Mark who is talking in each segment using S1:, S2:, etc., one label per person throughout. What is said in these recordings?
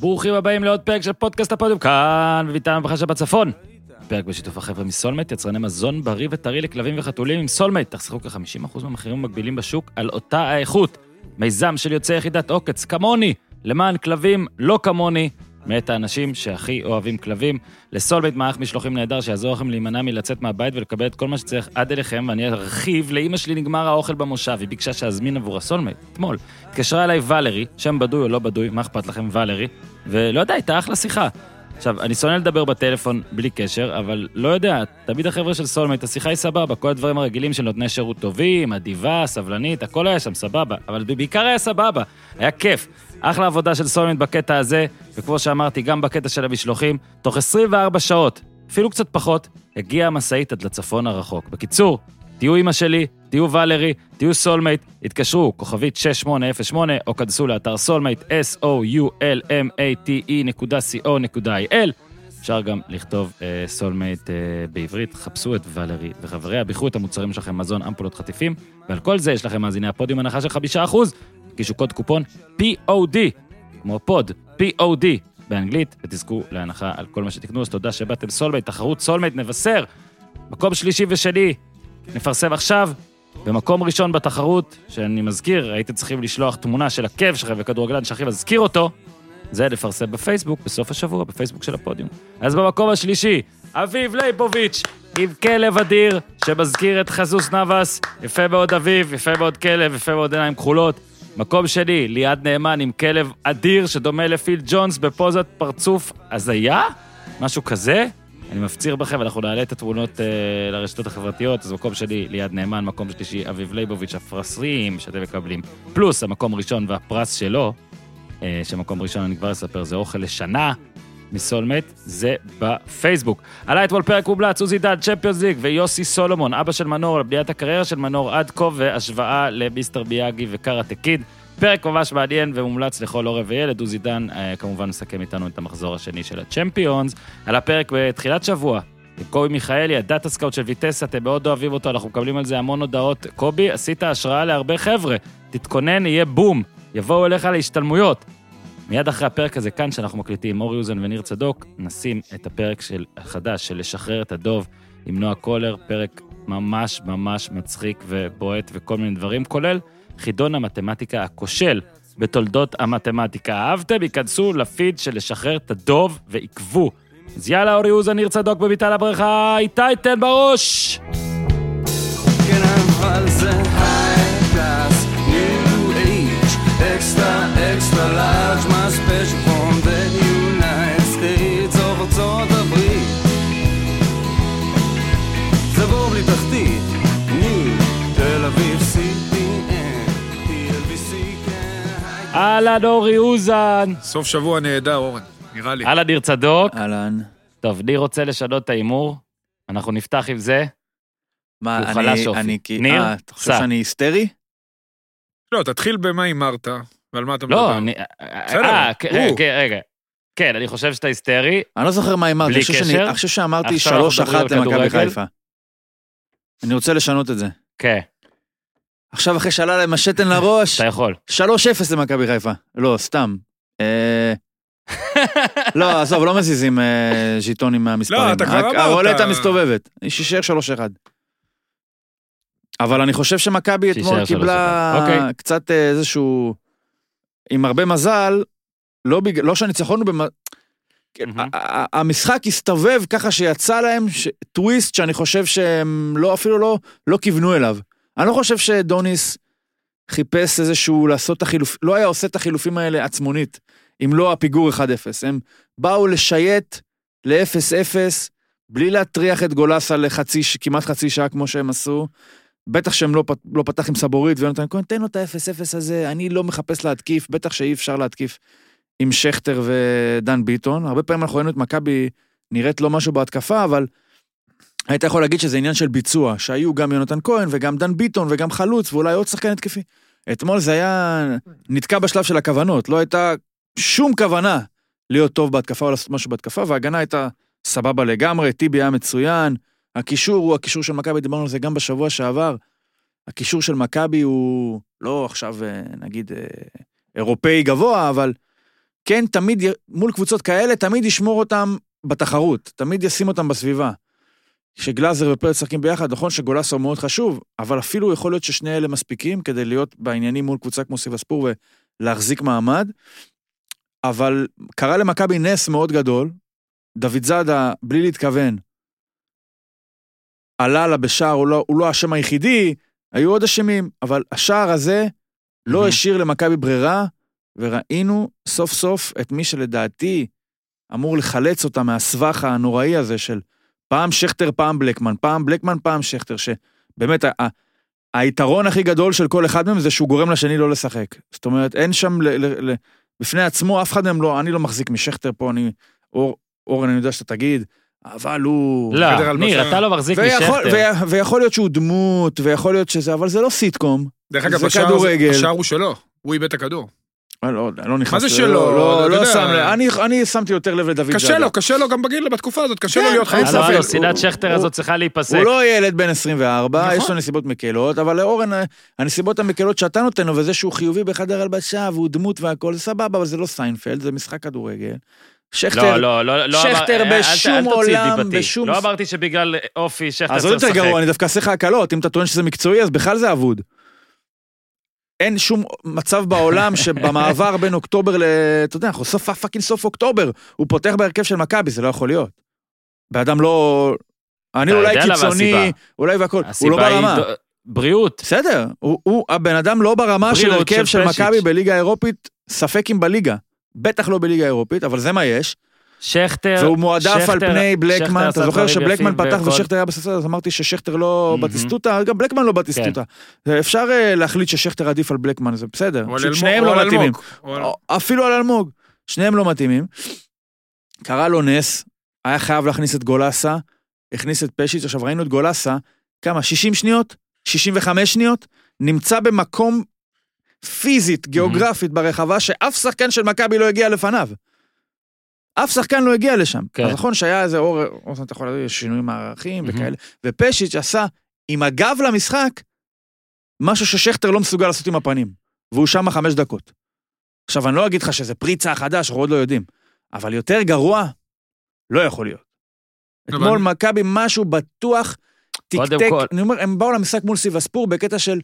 S1: ברוכים הבאים לעוד פרק של פודקאסט הפודיום, כאן בביתן המבחר שבצפון. פרק בשיתוף החבר'ה מסולמייט, יצרני מזון בריא וטרי לכלבים וחתולים עם סולמייט. תחסכו כ-50% מהמחירים המקבילים בשוק על אותה האיכות. מיזם של יוצאי יחידת עוקץ, כמוני, למען כלבים לא כמוני, מאת האנשים שהכי אוהבים כלבים. לסולמייט מערך משלוחים נהדר שיעזור לכם להימנע מלצאת מהבית ולקבל את כל מה שצריך עד אליכם, ואני ארחיב, לאימא שלי נגמר האוכל במושב, היא ביקשה שאזמין עבור הסולמייט, אתמול. התקשרה אליי ולרי, שם בדוי או לא בדוי, מה אכפת לכם ולרי? ולא יודע, הייתה אחלה שיחה. עכשיו, אני שונא לדבר בטלפון בלי קשר, אבל לא יודע, תמיד החבר'ה של סולמייט, השיחה היא סבבה, כל הדברים הרגילים של נותני שירות טובים, אדיבה, סבלנית, הכל היה שם סבבה, אבל בעיקר היה סבבה, היה כיף. אחלה עבודה של סולמייט בקטע הזה, וכמו שאמרתי, גם בקטע של המשלוחים, תוך 24 שעות, אפילו קצת פחות, הגיעה המשאית עד לצפון הרחוק. בקיצור, תהיו אימא שלי, תהיו ולרי, תהיו סולמייט, התקשרו, כוכבית 6808, או כנסו לאתר סולמייט, E s-o-u-l-m-a-t-e.co.il. אפשר גם לכתוב אה, סולמייט אה, בעברית, חפשו את ולרי וחבריה, ביחרו את המוצרים שלכם, מזון, אמפולות חטיפים, ועל כל זה יש לכם מאזיני הפודיום הנחה של 5%. גישו קוד קופון POD, כמו פוד, POD באנגלית, ותזכו להנחה על כל מה שתקנו, אז תודה שבאתם סולמייט, תחרות סולמייט, נבשר. מקום שלישי ושני, נפרסם עכשיו. במקום ראשון בתחרות, שאני מזכיר, הייתם צריכים לשלוח תמונה של הכאב שלכם וכדורגלן שהכי מזכיר אותו, זה לפרסם בפייסבוק בסוף השבוע, בפייסבוק של הפודיום. אז במקום השלישי, אביב ליבוביץ' עם כלב אדיר שמזכיר את חזוס נאבס. יפה מאוד אביב, יפה מאוד כלב, יפה מאוד עיניים כחולות. מקום שני, ליעד נאמן עם כלב אדיר שדומה לפיל ג'ונס בפוזת פרצוף הזיה? משהו כזה? אני מפציר בכם, אנחנו נעלה את התמונות אה, לרשתות החברתיות, אז מקום שני, ליעד נאמן, מקום שלישי, אביב ליבוביץ', הפרסים שאתם מקבלים, פלוס המקום ראשון והפרס שלו, אה, שמקום ראשון, אני כבר אספר, זה אוכל לשנה מסולמט, זה בפייסבוק. עלה אתמול פרק מומלץ, עוזי דן, צ'מפיונס ליג, ויוסי סולומון, אבא של מנור, על בניית הקריירה של מנור עד כה, והשוואה למיסטר ביאגי וקארטה קיד. פרק ממש מעניין ומומלץ לכל הורה וילד. עוזי דן אה, כמובן מסכם איתנו את המחזור השני של הצ'מפיונס. על הפרק בתחילת שבוע, עם קובי מיכאלי, הדאטה סקאוט של ויטס, אתם מאוד אוהבים אותו, אנחנו מקבלים על זה המון הודעות. קובי, עשית השראה להרבה חבר'ה. תתכונן, יהיה בום. יבואו אליך להשתלמויות. מיד אחרי הפרק הזה כאן, שאנחנו מקליטים אורי אוזן וניר צדוק, נשים את הפרק של החדש של לשחרר את הדוב עם נועה קולר, פרק ממש ממש מצחיק ובועט וכל מיני דברים, כולל חידון המתמטיקה הכושל בתולדות המתמטיקה. אהבתם? ייכנסו לפיד של לשחרר את הדוב ועיכבו. אז יאללה, אורי אוזן, ניר צדוק בביתה לבריכה, איתי תן בראש!
S2: Can I was a high class, new age, extra, extra large, my special from the United States of ארצות הברית. זה בור בלי תחתית, ניו, תל אביב, CTN, TLBC, כן, היי.
S1: אהלן, אורי אוזן!
S3: סוף שבוע נהדר, אורן, נראה לי.
S1: אהלן, ניר צדוק.
S4: אהלן.
S1: טוב, ניר רוצה לשנות את ההימור, אנחנו נפתח עם זה.
S4: מה,
S1: הוא
S4: אני,
S1: חלש אופי.
S4: אני כי...
S1: ניר,
S4: אה, אתה חושב
S1: סע.
S4: שאני היסטרי?
S3: לא, תתחיל במה הימרת, ועל מה אתה מדבר.
S1: לא, אני...
S3: בסדר,
S1: אה, כן,
S3: הוא.
S1: כן, רגע. כן, אני חושב שאתה היסטרי.
S4: אני לא זוכר מה אמרתי.
S1: בלי
S4: אני חושב שאני-
S1: קשר?
S4: אני חושב שאמרתי
S1: עכשיו אנחנו
S4: 3-1
S1: מדברים על
S4: למכבי
S1: כדורגל?
S4: חיפה. אני רוצה לשנות את זה.
S1: כן,
S4: עכשיו אחרי שעלה להם השתן לראש,
S1: אתה יכול.
S4: 3-0 למכבי חיפה. לא, סתם. אה, לא, עזוב, לא מזיזים אה, ז'יטונים מהמספרים.
S3: לא, אתה כבר
S4: רק
S3: אמרת.
S4: הרולטה מסתובבת. היא שישאר 3-1. אבל אני חושב שמכבי
S1: שיישאר
S4: אתמול
S1: 3-1.
S4: קיבלה
S1: אוקיי.
S4: קצת אה, איזשהו... עם הרבה מזל, לא בג- לא שהניצחון הוא במ... כן,
S1: מהמם.
S4: ה- ה- ה- המשחק הסתובב ככה שיצא להם ש- טוויסט שאני חושב שהם לא, אפילו לא, לא כיוונו אליו. אני לא חושב שדוניס חיפש איזשהו לעשות את החילופ... לא היה עושה את החילופים האלה עצמונית, אם לא הפיגור 1-0. הם באו לשייט ל-0-0, בלי להטריח את גולסה לחצי, ש- כמעט חצי שעה כמו שהם עשו. בטח שהם לא, פת, לא פתח עם סבורית ויונתן כהן, תן לו את ה-0-0 הזה, אני לא מחפש להתקיף, בטח שאי אפשר להתקיף עם שכטר ודן ביטון. הרבה פעמים אנחנו ראינו את מכבי נראית לא משהו בהתקפה, אבל היית יכול להגיד שזה עניין של ביצוע, שהיו גם יונתן כהן וגם דן ביטון וגם חלוץ ואולי עוד שחקן התקפי. אתמול זה היה נתקע בשלב של הכוונות, לא הייתה שום כוונה להיות טוב בהתקפה או לעשות משהו בהתקפה, וההגנה הייתה סבבה לגמרי, טיבי היה מצוין, הקישור הוא הקישור של מכבי, דיברנו על זה גם בשבוע שעבר. הקישור של מכבי הוא לא עכשיו אה, נגיד אה, אירופאי גבוה, אבל כן תמיד, י- מול קבוצות כאלה, תמיד ישמור אותם בתחרות, תמיד ישים אותם בסביבה. כשגלאזר ופרץ משחקים ביחד, נכון שגולסר מאוד חשוב, אבל אפילו יכול להיות ששני אלה מספיקים כדי להיות בעניינים מול קבוצה כמו סיבספור ולהחזיק מעמד. אבל קרה למכבי נס מאוד גדול, דוד זאדה, בלי להתכוון, עלה לה בשער, הוא לא, הוא לא השם היחידי, היו עוד אשמים, אבל השער הזה לא
S1: מהמם.
S4: השאיר למכבי ברירה, וראינו סוף סוף את מי שלדעתי אמור לחלץ אותה מהסבך הנוראי הזה של פעם שכטר, פעם בלקמן, פעם בלקמן, פעם שכטר, שבאמת ה- ה- היתרון הכי גדול של כל אחד מהם זה שהוא גורם לשני לא לשחק. זאת אומרת, אין שם, ל, ל, ל, בפני עצמו, אף אחד מהם לא, אני לא מחזיק משכטר פה, אני, אור, אורן, אני יודע שאתה תגיד, אבל הוא...
S3: חדר
S1: לא,
S3: הלבשה.
S1: ניר, אתה לא מחזיק
S4: ויכול,
S1: משכטר.
S4: ו- ויכול להיות שהוא דמות, ויכול להיות שזה, אבל זה לא סיטקום.
S3: דרך אגב,
S4: זה
S3: השער הזה-
S4: כדורגל.
S3: השער הוא שלו, הוא איבד את הכדור.
S4: אני לא, אני לא נכנס...
S3: זה
S4: לזה,
S3: שלא?
S4: לא,
S3: אתה
S4: לא, לא
S3: יודע.
S4: שם לב. אני, אני שמתי יותר לב לדוד
S3: קשה לו, קשה לו גם בגיל, בתקופה הזאת, קשה לו
S4: כן,
S3: להיות
S4: אין
S3: חלוץ.
S1: הלו, הלו,
S4: הוא-
S1: שנאת
S4: הוא-
S1: לא, שכטר
S4: הוא-
S1: הזאת צריכה להיפסק.
S4: הוא לא ילד בן 24,
S3: נכון.
S4: יש לו נסיבות מקלות, אבל אורן, הנסיבות המקלות שאתה נותן לו, וזה שהוא חיובי בחדר הלבשה, והוא דמות והכול, סבבה, אבל זה לא סיינפלד, זה משחק כדורגל. שכטר,
S1: לא, לא, לא, לא אמר-
S4: שכטר
S1: אה, אל ת- אל
S4: בשום
S1: תוציא את
S4: עולם,
S1: דיבתי.
S4: בשום-
S1: לא אמרתי שבגלל אופי שכטר
S4: אז
S1: צריך
S4: עוד
S1: לשחק.
S4: יותר גרוע, אני דווקא אעשה לך הקלות, אם אתה טוען שזה מקצועי, אז בכלל זה אבוד. אין שום מצב בעולם שבמעבר בין אוקטובר ל... אתה יודע, אנחנו סוף פאקינג סוף אוקטובר, הוא פותח בהרכב של מכבי, זה לא יכול להיות. באדם לא... אני
S1: אתה
S4: אולי
S1: יודע למה
S4: קיצוני,
S1: הסיבה.
S4: אולי והכול, הוא לא
S1: הסיבה היא
S4: ברמה.
S1: ד- בריאות.
S4: בסדר, הוא, הוא, הבן אדם לא ברמה של
S1: בריאות של
S4: הרכב של
S1: פשיץ'.
S4: מכבי בליגה האירופית, ספק אם בליגה. בטח לא בליגה האירופית, אבל זה מה יש.
S1: שכטר,
S4: והוא מועדף על
S1: אה, שכטר-
S4: פני
S1: שכטר
S4: בלקמן,
S1: עשה
S4: אתה זוכר
S1: דברים
S4: שבלקמן
S1: יפים
S4: פתח
S1: והכל.
S4: ושכטר היה בספסל, אז אמרתי ששכטר לא
S1: מהמם. כן.
S4: בטיסטוטה, גם בלקמן לא בטיסטוטה. אפשר אה, להחליט ששכטר עדיף על בלקמן, זה בסדר.
S3: או על
S4: פשוט
S3: אלמוג-
S4: שניהם
S3: או
S4: לא
S3: על אלמוג.
S4: מתאימים.
S3: או על-
S4: או- אפילו על אלמוג, שניהם לא מתאימים. קרה לו נס, היה חייב להכניס את גולסה, הכניס את פשיץ', עכשיו ראינו את גולסה, כמה, 60 שניות? 65 שניות? נמצא במקום פיזית, גיאוגרפית, ברחבה, שאף שחקן של מכבי לא הגיע לפניו. אף שחקן לא הגיע לשם.
S1: כן.
S4: אז נכון שהיה איזה אור, אוזן, אתה יכול להגיד, שינוי מערכים
S1: מהמם.
S4: וכאלה, ופשיץ' עשה עם הגב למשחק, משהו ששכטר לא מסוגל לעשות עם הפנים, והוא שמה חמש דקות. עכשיו, אני לא אגיד לך שזה פריצה חדש, אנחנו עוד לא יודעים, אבל יותר גרוע, לא יכול להיות.
S3: אבל-
S4: אתמול מכבי משהו בטוח
S1: לא, קודם
S4: תקתק,
S1: כל-
S4: אני אומר, הם באו למשחק מול סיבספור בקטע של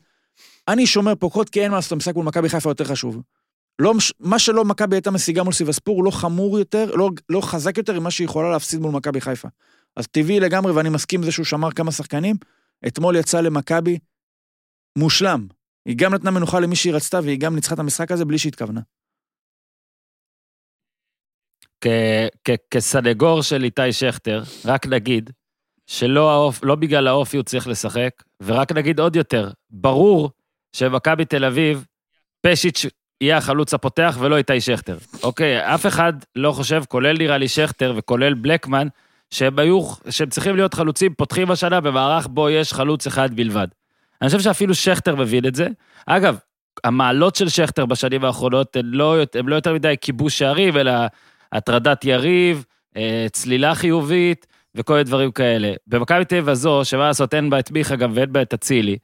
S4: אני שומר פה קוד כי אין מה לעשות, המשחק מול מכבי חיפה יותר חשוב. לא, מש- מה שלא מכבי הייתה משיגה מול סיבספור, לא חמור יותר, לא, לא חזק יותר ממה שהיא יכולה להפסיד מול מכבי חיפה. אז טבעי לגמרי, ואני מסכים עם זה שהוא שמר כמה שחקנים, אתמול יצא למכבי מושלם. היא גם נתנה מנוחה למי שהיא רצתה, והיא גם ניצחה את המשחק הזה בלי שהתכוונה.
S1: כ- כ- כסנגור של איתי שכטר, רק נגיד שלא האופ, לא בגלל האופי הוא צריך לשחק, ורק נגיד עוד יותר, ברור שמכבי תל אביב, פשיץ' יהיה החלוץ הפותח ולא איתי שכטר. אוקיי, אף אחד לא חושב, כולל נראה לי שכטר וכולל בלקמן, שהם היו, שהם צריכים להיות חלוצים פותחים השנה במערך בו יש חלוץ אחד בלבד. אני חושב שאפילו שכטר מבין את זה. אגב, המעלות של שכטר בשנים האחרונות הן לא, הן לא יותר מדי כיבוש שערים, אלא הטרדת יריב, אה, צלילה חיובית וכל מיני דברים כאלה. במכבי תל אביב הזו, שמה לעשות, אין בה את מיכה גם ואין בה את אצילי.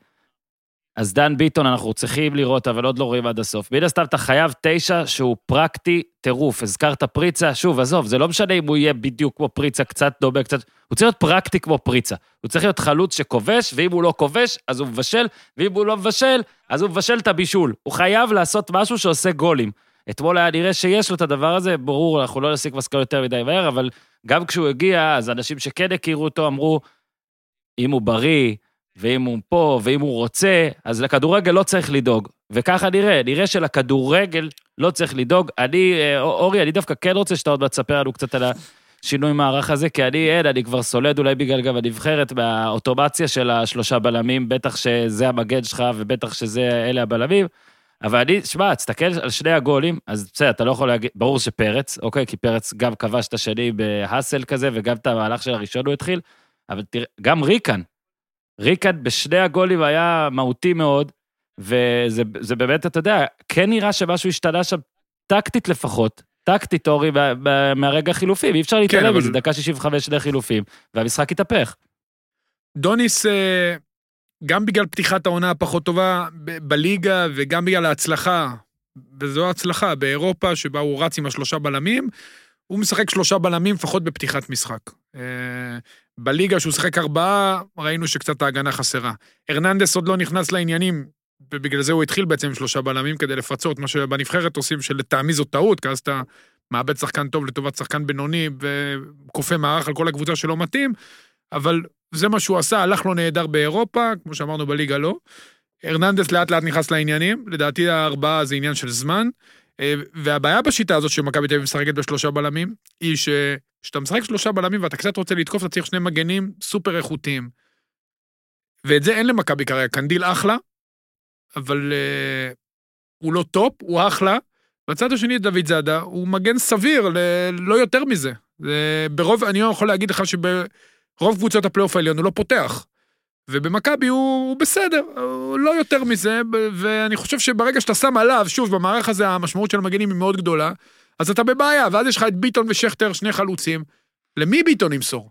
S1: אז דן ביטון, אנחנו צריכים לראות, אבל עוד לא רואים עד הסוף. מן הסתם אתה חייב תשע שהוא פרקטי טירוף. הזכרת פריצה, שוב, עזוב, זה לא משנה אם הוא יהיה בדיוק כמו פריצה, קצת דומה, קצת... הוא צריך להיות פרקטי כמו פריצה. הוא צריך להיות חלוץ שכובש, ואם הוא לא כובש, אז הוא מבשל, ואם הוא לא מבשל, אז הוא מבשל את הבישול. הוא חייב לעשות משהו שעושה גולים. אתמול היה נראה שיש לו את הדבר הזה, ברור, אנחנו לא נסיק מסקנות יותר מדי מהר, אבל גם כשהוא הגיע, אז אנשים שכן הכירו אותו אמרו, אם הוא בריא, ואם הוא פה, ואם הוא רוצה, אז לכדורגל לא צריך לדאוג. וככה נראה, נראה שלכדורגל לא צריך לדאוג. אני, אה, אורי, אני דווקא כן רוצה שאתה עוד מעט תספר לנו קצת על השינוי מערך הזה, כי אני, אין, אני כבר סולד אולי בגלל גם הנבחרת מהאוטומציה של השלושה בלמים, בטח שזה המגן שלך ובטח שזה אלה הבלמים. אבל אני, שמע, תסתכל על שני הגולים, אז בסדר, אתה לא יכול להגיד, ברור שפרץ, אוקיי, כי פרץ גם כבש את השני בהאסל כזה, וגם את המהלך של הראשון הוא התחיל, אבל תראה, גם ריקן, ריקן בשני הגולים היה מהותי מאוד, וזה זה באמת, אתה יודע, כן נראה שמשהו השתנה שם, טקטית לפחות, טקטית, אורי, מה- מה- מהרגע החילופים, אי אפשר להתעלם
S3: כן, אבל-
S1: מזה, דקה 65 שני חילופים, והמשחק התהפך.
S3: דוניס, אה, גם בגלל פתיחת העונה הפחות טובה ב- בליגה וגם בגלל ההצלחה וזו ההצלחה, באירופה שבה הוא רץ עם השלושה בלמים, הוא משחק שלושה בלמים לפחות בפתיחת משחק. אה, בליגה שהוא שיחק ארבעה, ראינו שקצת ההגנה חסרה. הרננדס עוד לא נכנס לעניינים, ובגלל זה הוא התחיל בעצם עם שלושה בלמים כדי לפצות מה שבנבחרת עושים, שלטעמי זו טעות, כי אז אתה מאבד שחקן טוב לטובת שחקן בינוני, וכופה מערך על כל הקבוצה שלא מתאים, אבל זה מה שהוא עשה, הלך לו נהדר באירופה, כמו שאמרנו בליגה לא. הרננדס לאט לאט נכנס לעניינים, לדעתי הארבעה זה עניין של זמן. אה, והבעיה בשיטה הזאת שמכבי תל אביב משחקת בשלושה בלמים, היא שכשאתה משחק שלושה בלמים ואתה קצת רוצה לתקוף, אתה צריך שני מגנים סופר איכותיים. ואת זה אין למכבי כרגע, קנדיל אחלה, אבל אה, הוא לא טופ, הוא אחלה. בצד השני, דוד זאדה, הוא מגן סביר, ל- לא יותר מזה. זה ברוב, אני יכול להגיד לך שברוב קבוצות הפלייאוף העליון הוא לא פותח. ובמכבי הוא, הוא בסדר, הוא לא יותר מזה, ב- ואני חושב שברגע שאתה שם עליו, שוב, במערך הזה המשמעות של המגנים היא מאוד גדולה, אז אתה בבעיה, ואז יש לך את ביטון ושכטר, שני חלוצים. למי ביטון ימסור?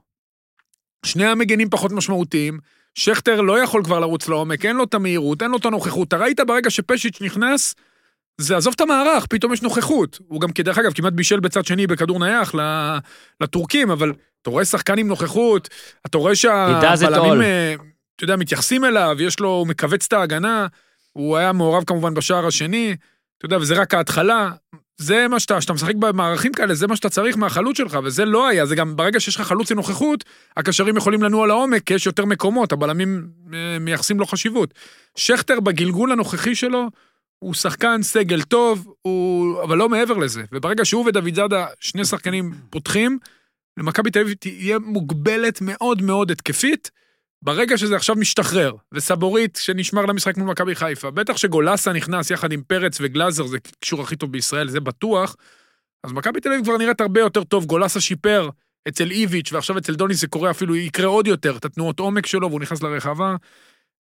S3: שני המגנים פחות משמעותיים, שכטר לא יכול כבר לרוץ לעומק, אין לו את המהירות, אין לו את הנוכחות. אתה ראית ברגע שפשיץ' נכנס, זה עזוב את המערך, פתאום יש נוכחות. הוא גם, כדרך אגב, כמעט בישל בצד שני בכדור נייח ל- לטורקים, אבל אתה רואה שחקן עם נוכחות, אתה רואה
S1: He does it all.
S3: שהבלמים, אה, אתה יודע, מתייחסים אליו, יש לו, הוא מכווץ את ההגנה, הוא היה מעורב כמובן בשער השני, אתה יודע, וזה רק ההתחלה. זה מה שאתה, כשאתה משחק במערכים כאלה, זה מה שאתה צריך מהחלוץ שלך, וזה לא היה, זה גם ברגע שיש לך חלוץ עם נוכחות, הקשרים יכולים לנוע לעומק, כי יש יותר מקומות, הבלמים אה, מייחסים לו חשיבות. שכטר בגלגול הנוכחי שלו, הוא שחקן סגל טוב, הוא... אבל לא מעבר לזה. וברגע שהוא ודוד זאדה, שני שחקנים פותחים, למכבי תל אביב תהיה מוגבלת מאוד מאוד התקפית, ברגע שזה עכשיו משתחרר, וסבורית שנשמר למשחק מול מכבי חיפה, בטח שגולסה נכנס יחד עם פרץ וגלאזר, זה הקישור הכי טוב בישראל, זה בטוח, אז מכבי תל אביב כבר נראית הרבה יותר טוב, גולסה שיפר אצל איביץ', ועכשיו אצל דוני זה קורה אפילו, יקרה עוד יותר, את התנועות עומק שלו, והוא נכנס לרחבה.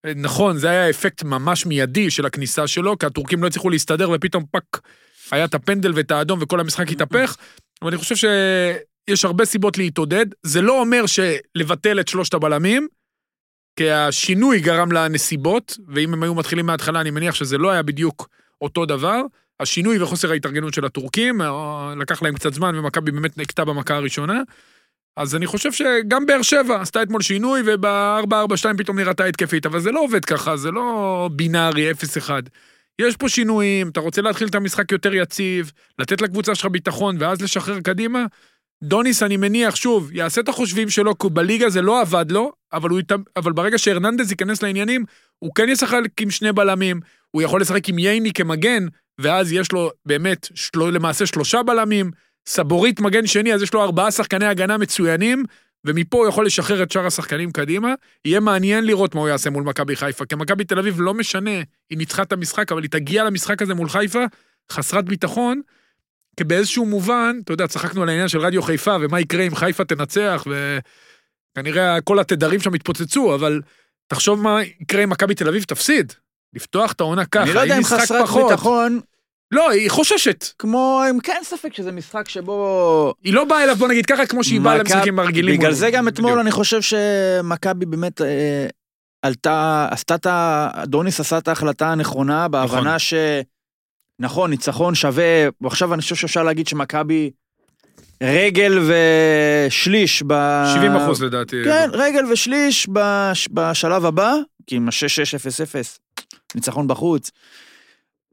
S3: אה, נכון, זה היה אפקט ממש מיידי של הכניסה שלו, כי הטורקים לא הצליחו להסתדר, ופתאום פאק, היה את הפנדל ואת האדום, וכל המשחק התהפך, אבל אני חושב שיש הרבה סיבות להתעודד. זה לא אומר שלבטל את שלושת הבלמים, כי השינוי גרם לנסיבות, ואם הם היו מתחילים מההתחלה, אני מניח שזה לא היה בדיוק אותו דבר. השינוי וחוסר ההתארגנות של הטורקים, אה, לקח להם קצת זמן, ומכבי באמת נקטה במכה הראשונה. אז אני חושב שגם באר שבע עשתה אתמול שינוי, וב-442 פתאום נראתה התקפית, אבל זה לא עובד ככה, זה לא בינארי 0-1. יש פה שינויים, אתה רוצה להתחיל את המשחק יותר יציב, לתת לקבוצה שלך ביטחון, ואז לשחרר קדימה. דוניס, אני מניח, שוב, יעשה את החושבים שלו, כי בליגה זה לא עבד לו, אבל, הוא, ית- אבל ברגע שהרננדז ייכנס לעניינים, הוא כן ישחק עם שני בלמים, הוא יכול לשחק עם ייני כמגן, ואז יש לו באמת של... למעשה שלושה בלמים, סבורית מגן שני, אז יש לו ארבעה שחקני הגנה מצוינים, ומפה הוא יכול לשחרר את שאר השחקנים קדימה. יהיה מעניין לראות מה הוא יעשה מול מכבי חיפה, כי מכבי תל אביב לא משנה, היא ניצחה את המשחק, אבל היא תגיע למשחק הזה מול חיפה חסרת ביטחון, כי באיזשהו מובן, אתה יודע, צחקנו על העניין של רדיו חיפה, ומה יקרה אם חיפה תנצח, וכנראה כל התדרים שם יתפוצצו, אבל תחשוב מה יקרה אם מכבי תל אביב תפסיד. לפתוח את העונה ככה,
S4: אני לא יודע
S3: עם
S4: אם
S3: משחק
S4: חסרת
S3: פחות.
S4: ביטחון,
S3: לא, היא חוששת.
S4: כמו, אם כן ספק שזה משחק שבו...
S3: היא לא באה אליו, בוא נגיד ככה, כמו שהיא באה
S4: מכבי-
S3: למשחקים הרגילים.
S4: בגלל
S3: מולו.
S4: זה גם אתמול
S3: בדיוק.
S4: אני חושב שמכבי באמת אה, עלתה, עשתה את ה... דוניס עשה את ההחלטה הנכונה בהבנה ש... נכון, ניצחון שווה, ועכשיו אני חושב שאפשר להגיד שמכבי רגל ושליש ב...
S3: 70 אחוז לדעתי.
S4: כן,
S1: כאילו.
S4: רגל ושליש בש, בשלב הבא, כי עם ה-6-6-0-0, ניצחון בחוץ.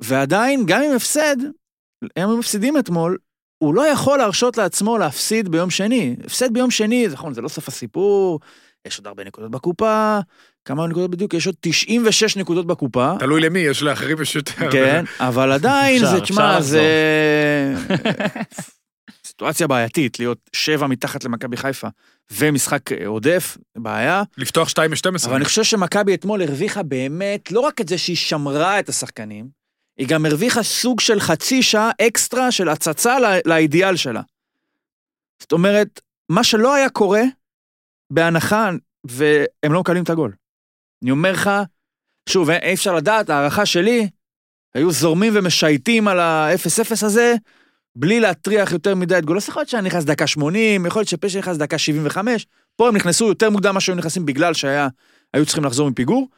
S4: ועדיין, גם עם הפסד, הם היו מפסידים אתמול, הוא לא יכול להרשות לעצמו להפסיד ביום שני. הפסד ביום שני, נכון, זה לא סוף הסיפור, יש עוד הרבה נקודות בקופה, כמה נקודות בדיוק? יש עוד 96 נקודות בקופה.
S3: תלוי למי, יש לאחרים יש יותר.
S4: כן, אבל עדיין
S1: לא אפשר,
S4: זה,
S1: אפשר
S4: תשמע, זה... סיטואציה בעייתית, להיות שבע מתחת למכבי חיפה ומשחק אה, עודף, בעיה.
S3: לפתוח 2 ב-12.
S4: אבל אני חושב שמכבי אתמול הרוויחה באמת לא רק את זה שהיא שמרה את השחקנים, היא גם הרוויחה סוג של חצי שעה אקסטרה של הצצה לא- לאידיאל שלה. זאת אומרת, מה שלא היה קורה, בהנחה, והם לא מקבלים את הגול. אני אומר לך, שוב, אי- אי אפשר לדעת, ההערכה שלי, היו זורמים ומשייטים על ה-0-0 הזה, בלי להטריח יותר מדי את גולוס. יכול להיות שהיה נכנס דקה 80, יכול להיות שפשע נכנס דקה 75, פה הם נכנסו יותר מוקדם ממה שהיו נכנסים בגלל שהיו צריכים לחזור מפיגור.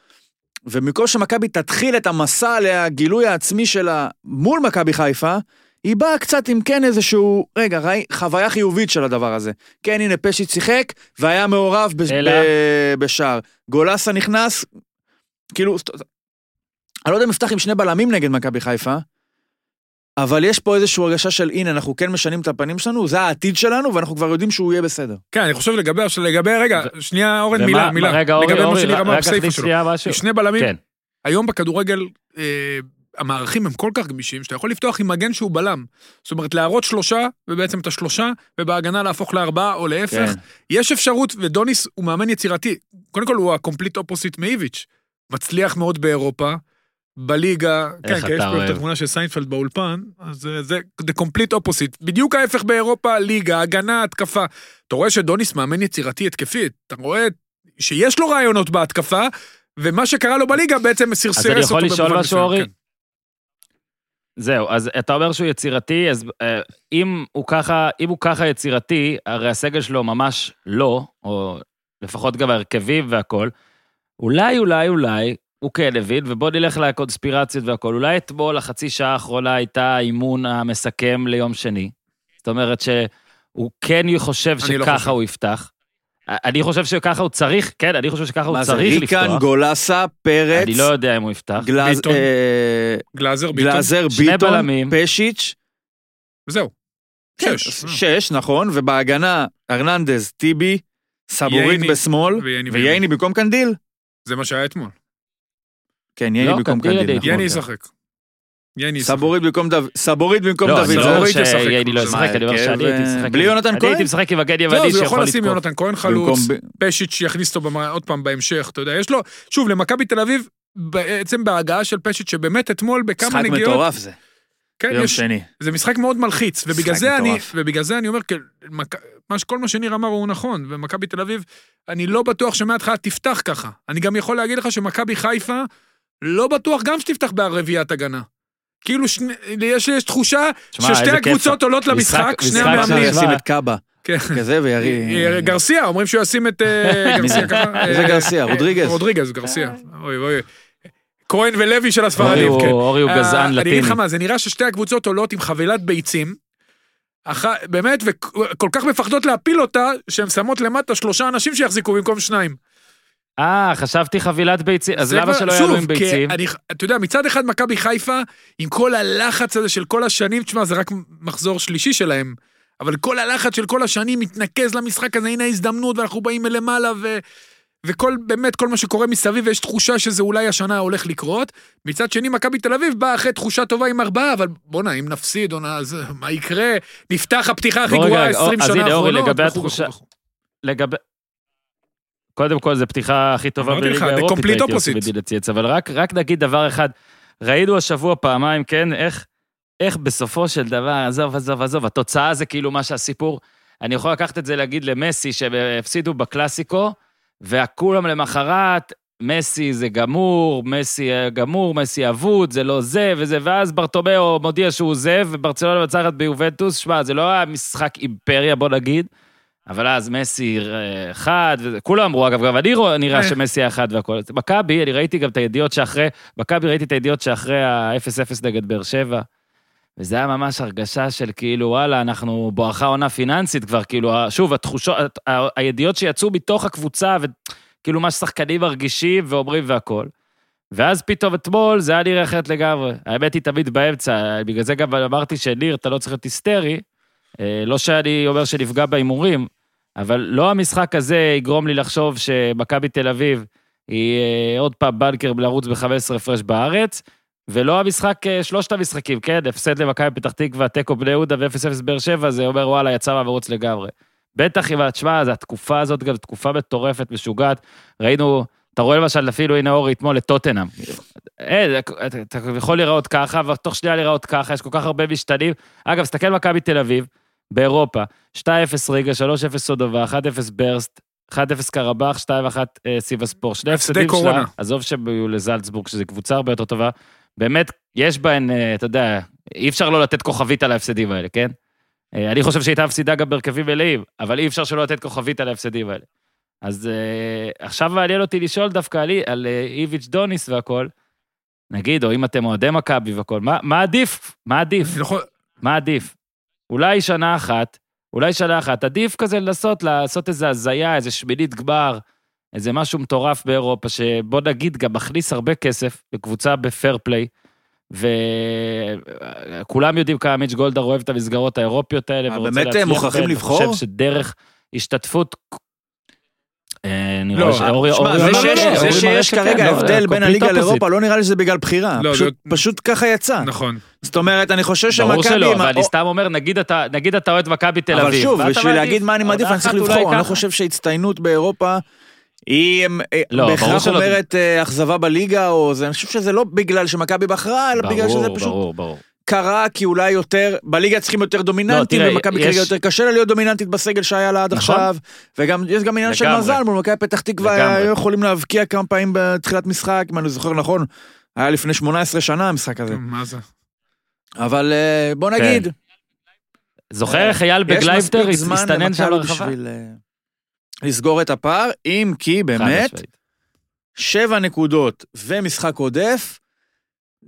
S4: ובמקום שמכבי תתחיל את המסע לגילוי העצמי שלה מול מכבי חיפה, היא באה קצת עם כן איזשהו, רגע, ראי, חוויה חיובית של הדבר הזה. כן, הנה פשיט שיחק, והיה מעורב בש...
S1: אלא?
S4: ב- בשער. גולסה נכנס, כאילו, זאת- אני לא יודע אם נפתח עם שני בלמים נגד מכבי חיפה, אבל יש פה איזושהי הרגשה של הנה, אנחנו כן משנים את הפנים שלנו, זה העתיד שלנו, ואנחנו כבר יודעים שהוא יהיה בסדר.
S3: כן, אני חושב לגבי, עכשיו, לגבי, רגע, שנייה, אורן,
S1: ומה-
S3: מילה,
S1: מה-
S3: מילה.
S1: רגע, אורי,
S3: לגבי מה
S1: אורי,
S3: שניר אמר
S1: רק
S3: בסייפה
S1: תכניס
S3: שלו.
S1: שנייה משהו.
S3: שני בלמים,
S1: כן,
S3: היום בכדורגל, אה, המערכים הם כל כך גמישים, שאתה יכול לפתוח עם מגן שהוא בלם. זאת אומרת, להראות שלושה, ובעצם את השלושה, ובהגנה להפוך לארבעה או להפך.
S4: כן.
S3: יש אפשרות, ודוניס הוא מאמן יצירתי. קודם כל, הוא הקומפליט אופוסיט מאיביץ'. מצליח מאוד באירופה, בליגה,
S1: איך
S3: כן, כי יש
S1: אתה
S3: פה את
S1: אוהב.
S3: התמונה של סיינפלד באולפן, אז אה, זה- זה the complete opposite. בדיוק ההפך באירופה, ליגה, הגנה, התקפה. אתה רואה שדוניס מאמן יצירתי התקפית, אתה רואה שיש לו רעיונות בהתקפה, ומה שקרה לו בליגה בעצם סרסרס אותו
S1: אני יכול לשאול
S3: במובן
S1: משהו,
S3: מסוים,
S1: אורי?
S3: כן.
S1: זהו, אז אתה אומר שהוא יצירתי, אז אה, אם הוא ככה, אם הוא ככה יצירתי, הרי הסגל שלו ממש לא, או לפחות גם ההרכבים והכול, אולי, אולי, אולי, הוא כן הבין, ובוא נלך לקונספירציות והכול. אולי אתמול, החצי שעה האחרונה, הייתה האימון המסכם ליום שני. זאת אומרת שהוא כן חושב
S3: אני לא חושב.
S1: שככה הוא יפתח. אני חושב שככה הוא צריך, כן, אני חושב שככה הוא
S4: מה זה,
S1: צריך
S4: ריקן,
S1: לפתוח.
S4: גולסה, פרץ,
S1: אני לא יודע אם הוא יפתח.
S4: גלאז-
S3: ביטון.
S4: אה,
S3: גלאזר, ביטון,
S4: גלאזר,
S1: שני
S4: ביטון,
S1: בלמים.
S4: פשיץ',
S3: וזהו.
S4: כן,
S3: שש. אה.
S4: שש, נכון, ובהגנה, ארננדז, טיבי, סבורית
S3: ייני.
S4: בשמאל,
S3: וייני
S4: וייני במקום קנדיל.
S3: זה מה שהיה אתמול.
S4: כן, ייני
S1: לא,
S4: במקום
S1: קנדיל
S4: קנדיל,
S1: עדיף.
S4: נכון.
S3: יני
S1: כן.
S3: ישחק. יני ישחק.
S4: סבורית במקום דוד, סבורית במקום
S1: לא,
S4: דוד.
S1: אני
S4: זאור.
S1: לא
S3: זאורית
S1: אומר
S3: ישחק,
S1: שיאני לא
S3: זה
S1: ישחק, אני אומר
S4: ההרכב,
S1: שאני הייתי
S4: אה,
S1: משחק.
S4: בלי
S1: עם-
S4: יונתן
S1: אני
S4: כהן?
S1: הייתי משחק עם הגן
S3: לא,
S1: ימני
S3: אז הוא יכול
S1: שיכול
S3: לשים
S1: לתקוף.
S3: יונתן כהן
S4: במקום
S3: חלוץ,
S4: ב-
S3: פשיץ' יכניס אותו במ- עוד פעם בהמשך, אתה יודע, יש לו, שוב, למכבי תל אביב, בעצם בהגעה של פשיץ' שבאמת אתמול בכמה
S4: משחק
S3: נגיעות,
S4: מטורף זה,
S3: כן,
S4: יום
S3: יש-
S4: שני.
S3: זה משחק מאוד מלחיץ, ובגלל
S4: משחק
S3: זה אני,
S4: מטורף.
S3: ובגלל זה אני אומר, כל- מכ- מה ש- כל מה שניר אמר הוא נכון, ומכבי תל אביב, אני לא בטוח שמההתחלה תפתח ככה. אני גם יכול להגיד לך שמכבי חיפה, לא בטוח גם שתפתח ברביעיית הגנה. כאילו, שני- יש יש תחושה
S1: שמע, איזה
S3: ששתי
S1: כיף.
S3: הקבוצות עולות
S1: משחק-
S3: למשחק, שני
S1: משחק
S4: עכשיו
S1: של
S3: המאמנים.
S4: ישים את קאבה,
S3: כן.
S4: כזה
S3: אה,
S4: וירי...
S3: גרסיה, אומרים שהוא ישים את אה,
S4: אה, מי
S3: גרסיה
S4: זה?
S3: ככה.
S4: איזה
S3: אה,
S4: גרסיה?
S3: אה,
S4: רודריגז?
S3: רודריגז, גרסיה. אוי אוי. כהן ולוי של
S1: אורי
S3: הספרדים,
S1: הוא-
S3: כן.
S1: אורי הוא
S3: אה,
S1: גזען
S3: אני אגיד לך
S1: לטיני.
S3: מה, זה נראה ששתי הקבוצות עולות עם חבילת ביצים. אח- באמת, וכל כך מפחדות להפיל אותה, שהן שמות למטה שלושה אנשים שיחזיקו במקום שניים.
S1: אה, חשבתי חבילת ביצים, אז
S3: זה
S1: למה
S3: כבר-
S1: שלא
S3: שוב,
S1: יעלו עם ביצים?
S3: כי אני, אתה יודע, מצד אחד מכבי חיפה, עם כל הלחץ הזה של כל השנים, תשמע, זה רק מחזור שלישי שלהם, אבל כל הלחץ של כל השנים מתנקז למשחק הזה, הנה ההזדמנות, ואנחנו באים מלמעלה, ו... וכל, באמת, כל מה שקורה מסביב, יש תחושה שזה אולי השנה הולך לקרות. מצד שני, מכבי תל אביב באה אחרי תחושה טובה עם ארבעה, אבל בואנה, אם נפסיד, עונה, אז אה, מה יקרה? נפתח הפתיחה הכי
S1: בוא רגע,
S3: גרועה
S1: רגע,
S3: 20
S1: אז
S3: שנה
S1: הנה, אורי,
S3: האחרונות.
S1: לגבי
S3: וכו',
S1: התחושה-
S3: וכו', וכו'.
S1: לגבי... קודם כל, זו פתיחה הכי טובה
S3: אמרתי לך,
S1: בליגה
S3: the
S1: האירופית,
S3: complete
S1: הייתי עושה
S3: opposite.
S1: בדיל לצייץ, אבל רק, רק נגיד דבר אחד, ראינו השבוע פעמיים, כן, איך, איך בסופו של דבר, עזוב, עזוב, עזוב, התוצאה זה כאילו מה שהסיפור, אני יכול לקחת את זה להגיד למסי, שהם הפסידו בקלאסיקו, והכולם למחרת, מסי זה גמור, מסי אה, גמור, מסי אבוד, זה לא זה וזה, ואז ברטומיאו מודיע שהוא עוזב, וברצלונה מצחת ביובנטוס, שמע, זה לא היה משחק אימפריה, בוא נגיד, אבל אז מסי אה, אחד, וזה- כולם אמרו, אגב, גם אני רוא- נראה
S3: אה.
S1: שמסי היה אחד והכול. מכבי, אני ראיתי גם את הידיעות שאחרי, מכבי ראיתי את הידיעות שאחרי ה-0-0 נגד באר שבע. וזה היה ממש הרגשה של כאילו, וואלה, אנחנו בואכה עונה פיננסית כבר, כאילו, ה- שוב, התחושות, ה- ה- הידיעות שיצאו מתוך הקבוצה, וכאילו מה ששחקנים מרגישים ואומרים והכול. ואז פתאום אתמול זה היה נראה אחרת לגמרי. האמת היא תמיד באמצע, בגלל זה גם אמרתי שניר, אתה לא צריך להיות היסטרי. אה, לא שאני אומר שנפגע בהימורים, אבל לא המשחק הזה יגרום לי לחשוב שמכבי תל אביב היא אה, עוד פעם בנקר לרוץ ב-15 הפרש בארץ, ולא המשחק, אה, שלושת המשחקים, כן, הפסד למכבי פתח תקווה, תיקו בני יהודה ו-0-0 באר שבע, זה אומר וואלה, יצא מהמרוץ לגמרי. בטח אם, תשמע, זו התקופה הזאת גם תקופה מטורפת, משוגעת. ראינו, אתה רואה למשל אפילו, הנה אורי אתמול את טוטנאם. אין, אתה- אתה יכול להיראות ככה, ותוך שנייה להיראות ככה, יש כל כך הרבה משתנים. אגב, סתכל מכבי תל אביב, באירופה, 2-0 ריגה, 3-0 סודובה, 1-0 ברסט, 1-0 קרבח, 2-1 אה, סיב הספורט. שני הפסדים שלה,
S3: קורונה.
S1: עזוב שהם היו לזלצבורג, שזו קבוצה הרבה יותר טובה, באמת, יש בהן, אה, אתה יודע, אי אפשר לא לתת כוכבית על ההפסדים האלה, כן? אה, אני חושב שהיא הייתה מפסידה גם בהרכבים מלאים, אבל אי אפשר שלא לתת כוכבית על ההפסדים האלה. אז אה, עכשיו מעניין אותי לשאול דווקא על, אי- על אה, איביץ' דוניס והכל. נגיד, או אם אתם אוהדי מכבי והכל, מה, מה עדיף? מה עדיף?
S3: אני לא יכול-
S1: מה עדיף? אולי שנה אחת, אולי שנה אחת. עדיף כזה לנסות לעשות איזה הזיה, איזה שמינית גמר, איזה משהו מטורף באירופה, שבוא נגיד גם מכניס הרבה כסף לקבוצה בפייר פליי, וכולם יודעים כמה מיץ' גולדהר אוהב את המסגרות האירופיות האלה,
S4: אה,
S1: ורוצה
S4: באמת הם
S1: להצליח
S4: מוכרחים
S1: בהן.
S4: לבחור?
S1: אני חושב שדרך השתתפות... אה, אני
S3: לא,
S1: רואה שאורי...
S4: תשמע,
S1: אורי
S4: זה
S1: מראה
S4: שיש-
S1: שכן,
S4: זה
S1: אורי מראה
S4: שיש
S1: שכן,
S4: כרגע
S1: לא,
S4: הבדל בין
S1: complete
S4: הליגה
S1: opposite.
S4: לאירופה, לא נראה לי שזה בגלל בחירה.
S3: לא,
S4: פשוט-
S3: זה-
S4: פשוט ככה יצא.
S3: נכון.
S4: זאת אומרת, אני חושב שמכבי...
S1: ברור שלא, אבל
S4: מה-
S1: אני סתם אומר, נגיד אתה נגיד אתה אוהד מכבי תל אביב.
S4: אבל שוב,
S1: ואתה
S4: בשביל
S1: מעדיף,
S4: להגיד מה אני
S1: אבל
S4: מעדיף, אני
S1: אחת
S4: צריך
S1: אולי
S4: לבחור. אני לא
S1: ככה.
S4: חושב שהצטיינות באירופה היא אה,
S1: לא, ברור
S4: בהכרח
S1: שלא.
S4: אומרת אה, אכזבה בליגה, או זה, אני חושב שזה לא בגלל שמכבי בחרה, אלא בגלל שזה פשוט
S1: ברור, ברור.
S4: קרה, כי אולי יותר, בליגה צריכים יותר דומיננטים,
S1: לא, תראה,
S4: ומכבי
S1: יש-
S4: כרגע יותר קשה לה להיות דומיננטית בסגל שהיה לה עד
S1: נכון.
S4: עכשיו, וגם, יש גם עניין של
S1: לגמרי.
S4: מזל, מול מכבי פתח תקווה
S1: לגמרי.
S4: היו יכולים להבקיע כמה פעמים בתחילת משחק, אם אני זוכר נכון, היה לפני 18 שנה המשחק
S1: כן.
S4: הזה,
S3: מה זה?
S4: אבל אה, בוא נגיד,
S1: זוכר איך אייל
S4: יש
S1: בגלייבטר
S4: מספיק זמן
S1: הסתנן שם
S4: למכבי
S1: לרחבה?
S4: בשביל אה, לסגור את הפער, אם כי באמת,
S1: חד-משמעית.
S4: שבע נקודות ומשחק עודף,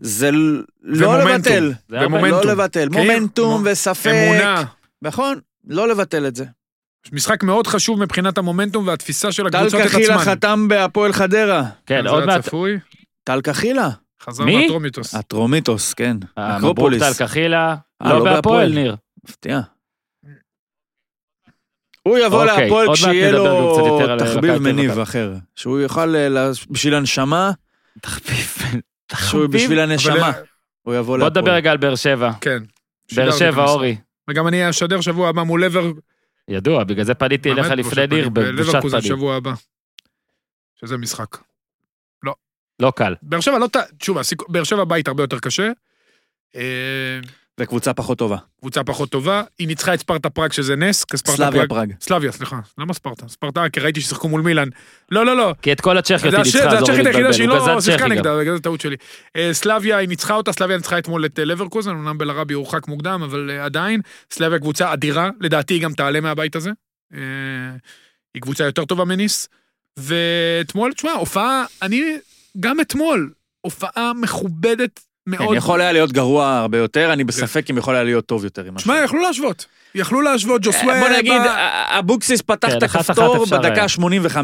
S4: זה ל- לא
S3: ומומנטום.
S4: לבטל.
S1: זה היה
S3: ומומנטום.
S4: לא לבטל.
S3: כן,
S4: מומנטום
S3: מ-
S4: וספק.
S3: אמונה.
S4: נכון, לא לבטל את זה.
S3: משחק מאוד חשוב מבחינת המומנטום והתפיסה של
S4: טל
S3: הקבוצות את
S4: קחילה
S3: עצמן.
S4: חתם בהפועל חדרה.
S1: כן,
S3: זה
S1: עוד
S3: היה
S1: מעט,
S3: צפוי,
S4: טל קחילה.
S3: חזר
S1: מי?
S3: מהטרומיטוס.
S4: הטרומיטוס, כן.
S1: אה, המברוק
S4: אקרופוליס.
S1: טל קחילה,
S4: אה,
S1: לא
S4: לא
S1: בהפועל,
S4: בהפועל.
S1: ניר.
S4: מפתיע. הוא יבוא
S1: אוקיי,
S4: להפועל
S1: עוד מעט
S4: כשיהיה
S1: נדבר גם קצת
S4: לו
S1: יותר על
S4: תחביב
S1: מכבי תל אביב.
S4: מניב אחר. שהוא יוכל, אה, לה- בשביל הנשמה,
S1: תחביב,
S4: שהוא
S1: תחביב.
S4: בשביל הנשמה.
S3: אבל- אה,
S4: הוא יבוא
S1: בוא
S4: להפועל.
S1: נדבר רגע על באר שבע.
S3: כן.
S1: באר
S3: שידרתי את
S1: שבע,
S3: המשחק.
S1: אורי.
S3: וגם אני אשדר שבוע הבא מול לבר...
S1: ידוע, בגלל זה פניתי אליך
S3: באמת,
S1: לפני ניר בבושת
S3: בלברקוזן
S1: פנים.
S3: שבוע הבא. שזה משחק.
S1: לא קל.
S3: באר שבע לא ת... שוב, הסיכו- באר שבע בית הרבה יותר קשה. אה,
S4: וקבוצה פחות טובה.
S3: קבוצה פחות טובה. היא ניצחה את ספרטה פראג שזה נס, כי ספרטה
S4: סלאביה
S3: פראג...
S4: פראג.
S3: סלאביה, סליחה. למה ספרטה? ספרטה, כי ראיתי ששיחקו מול מילאן. לא, לא, לא.
S1: כי את כל הצ'כיות
S3: זה
S1: היא
S3: הש- זה
S1: ניצחה, אז אורי
S3: הצ'כית היחידה
S1: מתבלבל.
S3: שהיא
S1: הוא
S3: לא
S1: גזל
S3: שיחקה
S1: צ'כי גם.
S3: נגדה, בגלל זה טעות שלי. אה, סלאביה, היא ניצחה אותה, סלאביה ניצחה אתמול את אה, לברקוזן, אמנם בלרבי הורחק מוקדם, אבל אה, עדיין. סלאביה קבוצה אדירה, לדעתי היא גם תעלה מהבית הזה. אה, היא קבוצה יותר טובה מניס. ואתמול, תשמע, הופעה, אני, גם אתמול, הופעה מכובדת מאוד.
S4: כן, יכול היה להיות גרוע הרבה יותר, אני בספק אם יכול היה להיות טוב יותר. עם
S3: תשמע,
S4: משהו.
S3: יכלו להשוות. יכלו להשוות, ג'וסווה...
S4: אה, בוא נגיד, אה,
S3: בא-
S4: אבוקסיס פתח
S1: כן,
S4: את
S1: אחת-אחת
S4: הכפתור
S1: אפשר
S4: בדקה
S1: היה.
S4: ה-85.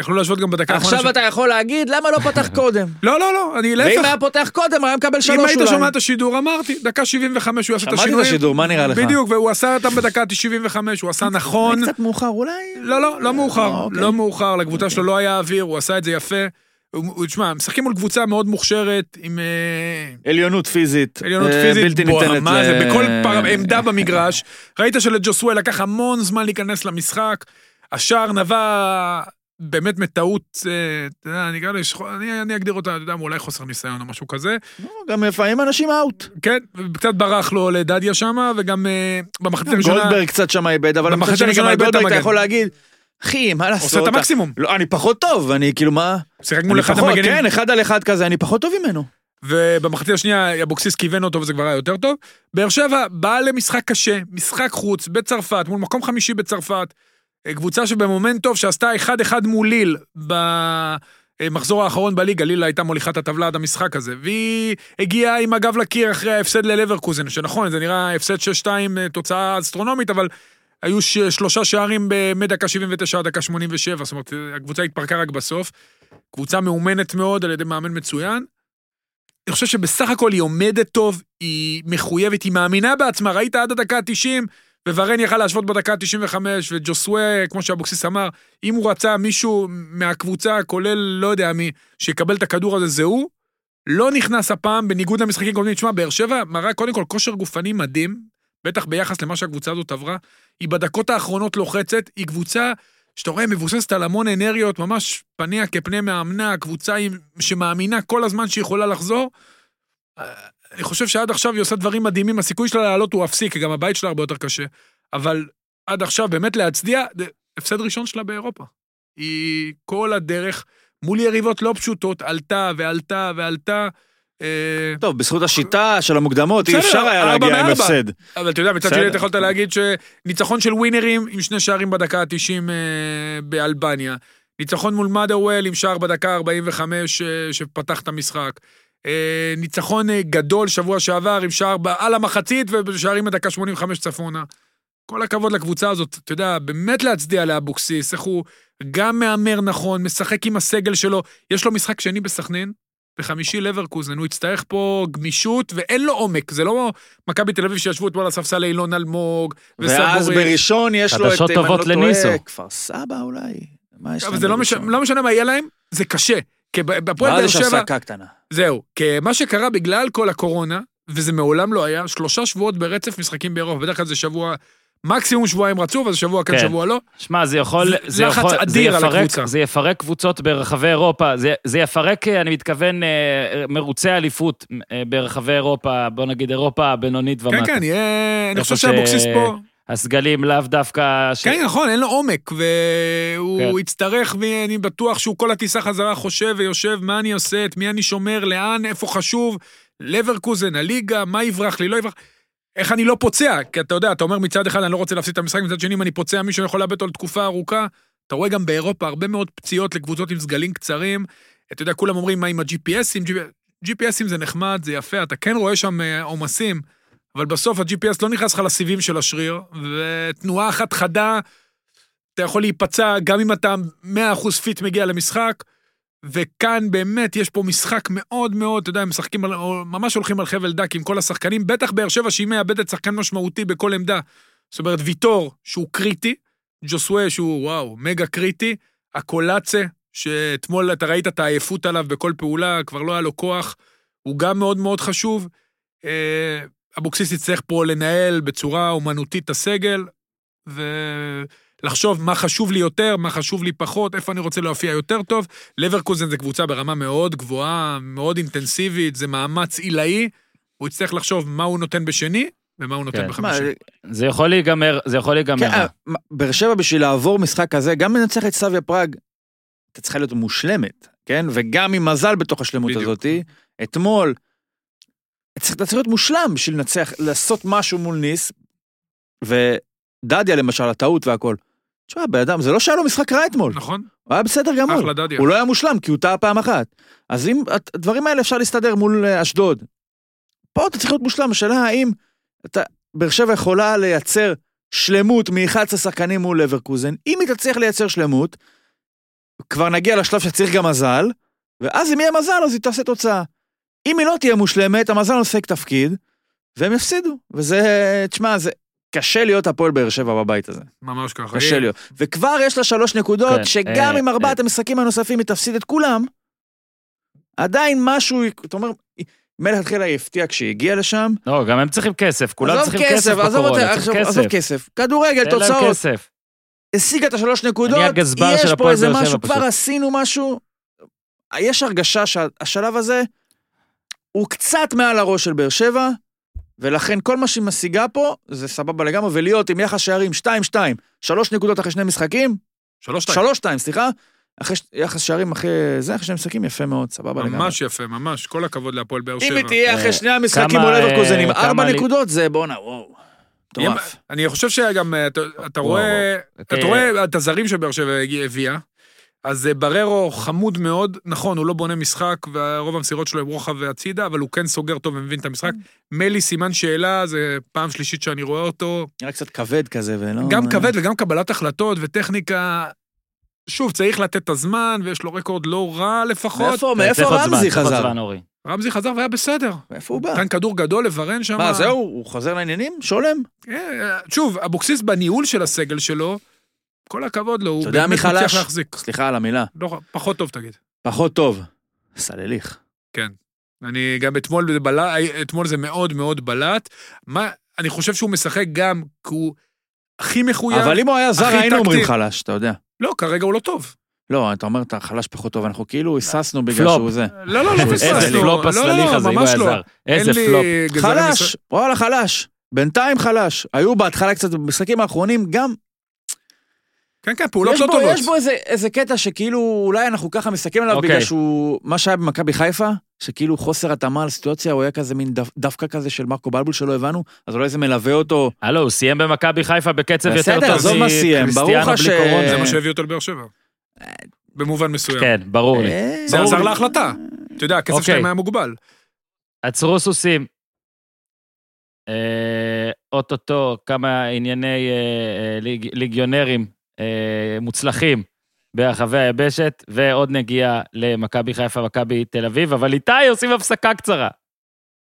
S3: יכלו להשוות גם בדקה האחרונה.
S4: עכשיו
S3: של-
S4: אתה יכול להגיד, למה לא פתח קודם?
S3: לא, לא, לא, אני
S4: ואם
S3: להפך.
S4: היה פותח קודם, היה מקבל שלוש
S3: אם
S4: אולי.
S3: היית שומע את השידור, אמרתי, דקה 75, הוא עשה את
S4: שמעתי את
S3: השינויים.
S4: השידור, מה נראה לך? אה,
S3: בדיוק, והוא עשה אותם בדקה 95, הוא עשה נכון.
S4: קצת מאוחר אולי?
S3: לא, לא, לא מאוחר.
S4: אוקיי.
S3: לא מאוחר, לקבוצה שלו לא היה אוויר, הוא עשה את זה יפה. הוא- הוא- תשמע, משחקים מול קבוצה מאוד מוכשרת, עם אה,
S4: עליונות פיזית.
S3: עליונות
S4: אה,
S3: פיזית,
S4: בלתי
S3: בוא,
S4: ניתנת
S3: מה זה,
S4: ל- אה,
S3: בכל פר- עמדה במגרש. ראית שלג'וסווה לקח המון זמן להיכנס למשחק, השער נבע באמת מטעות, אה, אתה יודע, אני אקרא לזה, שכו- אני- אני אגדיר אותה, אתה יודע, אולי חוסר ניסיון או משהו כזה.
S4: אה, גם לפעמים אנשים אאוט.
S3: כן, קצת ברח לו לדדיה שמה, וגם אה, במחצית הראשונה
S4: גולדברג קצת שם איבד, אבל
S3: במחצית
S4: במחצית שני גם
S3: הראשונה
S4: על
S3: איבד את
S4: גולדברג אתה
S3: המגן.
S4: יכול להגיד, אחי, מה לעשות?
S3: עושה את
S4: אתה-
S3: המקסימום.
S4: לא, אני פחות טוב, אני כאילו מה...
S3: שיחק מול
S4: אני
S3: אחד
S4: פחות,
S3: המגנים,
S4: כן, אחד על אחד כזה, אני פחות טוב ממנו.
S3: ובמחצית השנייה אבוקסיס כיוון אותו וזה כבר היה יותר טוב. באר שבע באה למשחק קשה, משחק חוץ בצרפת, מול מקום חמישי בצרפת, אה, קבוצה שבמומנט טוב שעשתה 1-1 מול ליל במחזור האחרון בליגה, ליל הייתה מוליכת הטבלה עד המשחק הזה, והיא הגיעה עם הגב לקיר אחרי ההפסד ללברקוזן, שנכון, זה נראה הפסד 6-2 אה, תוצאה אסטרונומית, אבל... היו ש- שלושה שערים ב- מדקה 79 עד דקה 87, זאת אומרת, אה, הקבוצה התפרקה רק בסוף. קבוצה מאומנת מאוד על ידי מאמן מצוין. אני חושב שבסך הכל היא עומדת טוב, היא מחויבת, היא מאמינה בעצמה, ראית עד הדקה ה-90, וורן יכל להשוות בדקה ה-95, וג'וסווה, כמו שאבוקסיס אמר, אם הוא רצה מישהו מהקבוצה, כולל לא יודע מי, שיקבל את הכדור הזה, זה הוא. לא נכנס הפעם, בניגוד למשחקים קודמים. תשמע, באר שבע מראה קודם כל כושר גופני מדהים, בטח ביחס למה שהקבוצה הזאת עברה. היא בדקות האחרונות לוחצת, היא קבוצה שאתה רואה, מבוססת על המון אנרגיות, ממש פניה כפני מאמנה, קבוצה עם- שמאמינה כל הזמן שהיא יכולה לחזור. אה, אני חושב שעד עכשיו היא עושה דברים מדהימים, הסיכוי שלה לעלות הוא אפסי, כי גם הבית שלה הרבה יותר קשה. אבל עד עכשיו באמת להצדיע, זה הפסד ראשון שלה באירופה. היא כל הדרך, מול יריבות לא פשוטות, עלתה ועלתה ועלתה, אה,
S4: טוב, בזכות השיטה של המוקדמות, אי
S3: בסדר,
S4: אפשר היה
S3: ארבע
S4: להגיע עם
S3: מארבע.
S4: הפסד.
S3: אבל אתה יודע, מצד
S4: בסדר.
S3: שני אתה יכולת להגיד שניצחון של ווינרים עם שני שערים בדקה ה-90 באלבניה. ניצחון מול מדאוול עם שער בדקה ה-45 שפתח את המשחק. אה, ניצחון אה, גדול שבוע שעבר עם שער ב- על המחצית ובשערים בדקה 85 צפונה. כל הכבוד לקבוצה הזאת, אתה יודע, באמת להצדיע לאבוקסיס, איך הוא גם מהמר נכון, משחק עם הסגל שלו, יש לו משחק שני בסכנין, בחמישי לברקוזן, הוא יצטרך פה גמישות ואין לו עומק, זה לא מכבי תל אביב שישבו אתמול על הספסל אילון אלמוג
S4: ואז
S3: וסבורי.
S4: בראשון יש לו את,
S1: חדשות
S4: אם אני לא
S1: טובות
S4: טועה,
S1: לניסו.
S4: כפר סבא אולי? מה יש
S3: אבל זה לא משנה, לא משנה מה יהיה להם, זה קשה. כי ב- בהפועל
S4: מה
S3: באר
S4: זה שם
S3: שבע,
S4: צעקה קטנה?
S3: זהו. כי מה שקרה בגלל כל הקורונה, וזה מעולם לא היה, שלושה שבועות ברצף משחקים באירופה, בדרך כלל זה שבוע, מקסימום שבועיים רצוף, אז שבוע כן,
S1: כן.
S3: שבוע לא.
S1: שמע, זה יכול...
S3: זה
S1: זה
S3: לחץ
S1: יכול- זה
S3: אדיר על
S1: יפרק-
S3: הקבוצה.
S1: זה יפרק קבוצות ברחבי אירופה. זה- זה יפרק, אה, אני מתכוון, אה, מרוצי אליפות אה, ברחבי אירופה, בוא נגיד אירופה הבינונית ומטה.
S3: כן, כן, יהיה... אני
S1: איפה
S3: חושב
S1: ש-
S3: שאבוקסיס פה...
S1: הסגלים לאו דווקא... ש-
S3: כן, נכון, אין לו עומק, והוא
S1: כן.
S3: יצטרך, ואני בטוח שהוא כל הטיסה חזרה חושב ויושב, מה אני עושה, את מי אני שומר, לאן, איפה חשוב, לברקוזן, הליגה, מה יברח לי, לא יברח. איך אני לא פוצע, כי אתה יודע, אתה אומר מצד אחד אני לא רוצה להפסיד את המשחק, מצד שני אם אני פוצע מישהו אני יכול לאבד אותו לתקופה ארוכה. אתה רואה גם באירופה הרבה מאוד פציעות לקבוצות עם סגלים קצרים. אתה יודע, כולם אומרים מה עם ה-GPSים, GPSים זה נחמד, זה יפה, אתה כן רואה שם אה, עומסים, אבל בסוף ה-GPS לא נכנס לך לסיבים של השריר, ותנועה אחת חדה, אתה יכול להיפצע גם אם אתה 100% פיט מגיע למשחק. וכאן באמת יש פה משחק מאוד מאוד, אתה יודע, הם משחקים, על, או ממש הולכים על חבל דק עם כל השחקנים, בטח באר שבע שהיא מאבדת שחקן משמעותי בכל עמדה. זאת אומרת, ויטור, שהוא קריטי, ג'וסווה, שהוא וואו, מגה קריטי, הקולאצה, שאתמול אתה ראית את העייפות עליו בכל פעולה, כבר לא היה לו כוח, הוא גם מאוד מאוד חשוב. אה, אבוקסיס יצטרך פה לנהל בצורה אומנותית את הסגל, ולחשוב מה חשוב לי יותר, מה חשוב לי פחות, איפה אני רוצה להופיע יותר טוב. לברקוזן זה קבוצה ברמה מאוד גבוהה, מאוד אינטנסיבית, זה מאמץ עילאי. הוא יצטרך לחשוב מה הוא נותן בשני ומה הוא נותן
S1: כן.
S4: מה,
S3: בחמישי.
S1: זה יכול להיגמר, זה יכול להיגמר.
S4: כן, אה, מה, באר שבע בשביל לעבור משחק כזה, גם לנצח את סביה פראג, אתה צריכה להיות מושלמת, כן? וגם עם מזל בתוך השלמות
S3: בדיוק.
S4: הזאת, אתמול, אתה צריך אתה צריך להיות מושלם בשביל לנצח, לעשות משהו מול ניס, ודדיה למשל, הטעות והכל. תשמע, בן אדם, זה לא שהיה לו משחק רע אתמול,
S3: נכון?
S4: הוא היה בסדר גמור.
S3: אחלה דדיה.
S4: הוא לא היה מושלם, כי הוא טעה פעם אחת. אז אם, הת- הדברים האלה אפשר להסתדר מול אה, אשדוד. פה אתה צריך להיות מושלם, השאלה האם אתה, באר שבע יכולה לייצר שלמות מ-11 שחקנים מול לברקוזן. אם היא תצליח לייצר שלמות, כבר נגיע לשלב שצריך גם מזל, ואז אם יהיה מזל אז היא תעשה תוצאה. אם היא לא תהיה מושלמת, המזל עוסק תפקיד, והם יפסידו. וזה, אה, תשמע, זה קשה להיות הפועל באר שבע בבית הזה.
S3: ממש ככה.
S4: קשה להיות. וכבר יש לה שלוש נקודות,
S1: כן,
S4: שגם
S1: אה,
S4: עם ארבעת המשחקים הנוספים היא תפסיד את כולם, עדיין משהו, אתה אומר, מלכתחילה היא הפתיעה כשהיא הגיעה לשם.
S1: לא, גם הם צריכים כסף, כולם
S4: עזוב
S1: צריכים כסף
S4: עזוב אותה,
S1: בקורונה,
S4: עכשיו,
S1: צריכים כסף.
S4: עזוב כסף. כדורגל,
S1: תן להם
S4: תוצאות.
S1: כסף.
S4: השיגה את השלוש נקודות,
S1: אני הגזבר
S4: יש
S1: של
S4: פה
S1: הפועל
S4: איזה
S1: באר שבע
S4: משהו,
S1: פשוט.
S4: כבר עשינו משהו. יש הרגשה שהשלב הזה הוא קצת מעל הראש של באר שבע, ולכן כל מה שהיא משיגה פה זה סבבה לגמרי, ולהיות עם יחס שערים 2-2, שלוש נקודות אחרי שני משחקים,
S3: שלוש שתיים.
S4: שלוש שתיים, סליחה. אחרי ש- יחס שערים אחרי זה, אחרי שני משחקים, יפה מאוד, סבבה לגמרי.
S3: ממש יפה, ממש. כל הכבוד להפועל באר
S4: אם
S3: שבע.
S4: היא תהיה אחרי
S1: אה,
S4: שני המשחקים
S1: כמה,
S4: מול אברקוזן עם
S1: אה, כמה
S4: ארבע
S1: לי-
S4: נקודות, זה בואנה, וואו. מטורף.
S3: אני חושב שגם, אה, אתה- אתה רואה, אתה
S1: אה,
S3: רואה את הזרים שבאר שבע הגיע- הביאה. אז אה, בררו חמוד מאוד, נכון, הוא לא בונה משחק, ורוב המסירות שלו הם רוחב והצידה, אבל הוא כן סוגר טוב ומבין את המשחק.
S4: Mm.
S3: מלי סימן שאלה, זה פעם שלישית שאני רואה אותו,
S4: נראה קצת כבד כזה, ולא...
S3: גם כבד וגם קבלת החלטות וטכניקה. שוב, צריך לתת את הזמן, ויש לו רקורד לא רע לפחות.
S4: מאיפה
S1: צריך
S4: מאיפה
S1: עוד זמן,
S4: רמזי
S1: צריך עוד
S4: חזר?
S1: זמן, אורי.
S3: רמזי חזר והיה בסדר.
S4: מאיפה הוא בא?
S3: נתן כדור גדול לברן שם.
S4: מה, זהו? הוא חוזר לעניינים? שולם?
S3: אה, שוב, אבוקסיס בניהול של הסגל שלו, כל הכבוד לו, הוא
S4: אתה יודע
S3: באמת
S4: מי חלש?
S3: מצליח להחזיק.
S4: סליחה על המילה.
S3: לא, פחות טוב תגיד. כן.
S4: פחות טוב. סלליך.
S3: אני גם אתמול, זה בלה, אתמול זה מאוד מאוד בלט. מה, אני חושב שהוא משחק גם כי הוא הכי מחויב.
S4: אבל אם הוא היה זר,
S3: הכי
S4: היינו אומרים
S3: טקטי.
S4: חלש, אתה יודע.
S3: לא, כרגע הוא לא טוב.
S4: לא, אתה אומר אתה חלש פחות טוב, אנחנו כאילו היססנו בגלל
S1: פלופ.
S4: שהוא זה.
S3: לא, לא, לא פספסנו.
S1: איזה פלופ הסלליך הזה, אם הוא
S3: ממש
S1: היה
S3: לא.
S1: זר.
S3: אין
S1: איזה
S3: לי
S1: פלופ.
S3: גזרים ישראל-
S4: חלש, וואלה חלש, בינתיים חלש. היו בהתחלה קצת במשחקים האחרונים גם
S3: כן, כן, פעולות
S4: יש
S3: לא
S4: בו,
S3: טובות.
S4: יש בו איזה, איזה קטע שכאילו אולי אנחנו ככה מסתכלים עליו
S1: אוקיי.
S4: בגלל שהוא... מה שהיה במכבי חיפה, שכאילו חוסר התאמה על סיטואציה, הוא היה כזה מין דו, דווקא כזה של מרקו בלבול שלא הבנו, אז אולי זה מלווה אותו.
S1: הלו, הוא סיים במכבי חיפה בקצב יותר טוב
S4: בסדר, עזוב מה סיים, ברור
S1: מקריסטיאנו
S4: לך
S1: בלי
S4: ש-
S1: קורונה.
S3: זה מה שהביא אותו לבאר שבע. במובן מסוים.
S1: אה. כן, ברור לי.
S4: אה,
S3: זה
S1: ברור
S3: עזר
S1: לי.
S3: להחלטה. אתה יודע, הכסף
S1: אוקיי.
S3: שלהם היה מוגבל.
S1: עצרו סוסים. אה, אוטוטו, כמה ענייני אה, אה, ליג- ליגיונרים אה, מוצלחים ברחבי היבשת, ועוד נגיעה למכבי חיפה, מכבי תל אביב, אבל איתי עושים הפסקה קצרה.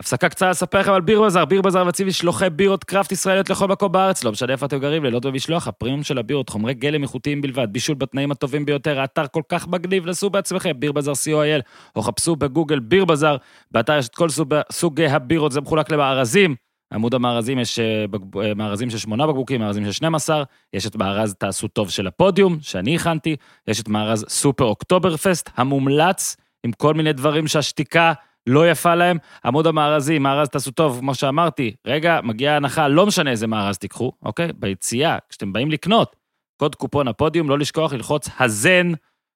S1: הפסקה קצרה לספר לכם על ביר בזאר. ביר בזאר מציב משלוחי בירות קראפט ישראליות לכל מקום בארץ. לא משנה איפה אתם גרים, לילות במשלוח, הפרימיום של הבירות, חומרי גלם איכותיים בלבד, בישול בתנאים הטובים ביותר, האתר כל כך מגניב, נסו בעצמכם, ביר בזאר co.il, או חפשו בגוגל ביר בזאר, באתר יש את כל סוג- סוגי הבירות, זה מחולק למארזים. עמוד המארזים, יש אה, בקב- אה, מארזים של שמונה בקבוקים, מארזים של 12, יש את מארז תעשו טוב של הפודיום, שאני הכנתי, יש את מארז סופר אוקטובר פסט, המומלץ, עם כל מיני דברים שהשתיקה לא יפה להם. עמוד המארזים, מארז תעשו טוב, כמו שאמרתי, רגע, מגיעה הנחה, לא משנה איזה מארז תיקחו, אוקיי? ביציאה, כשאתם באים לקנות, קוד קופון הפודיום, לא לשכוח ללחוץ הזן,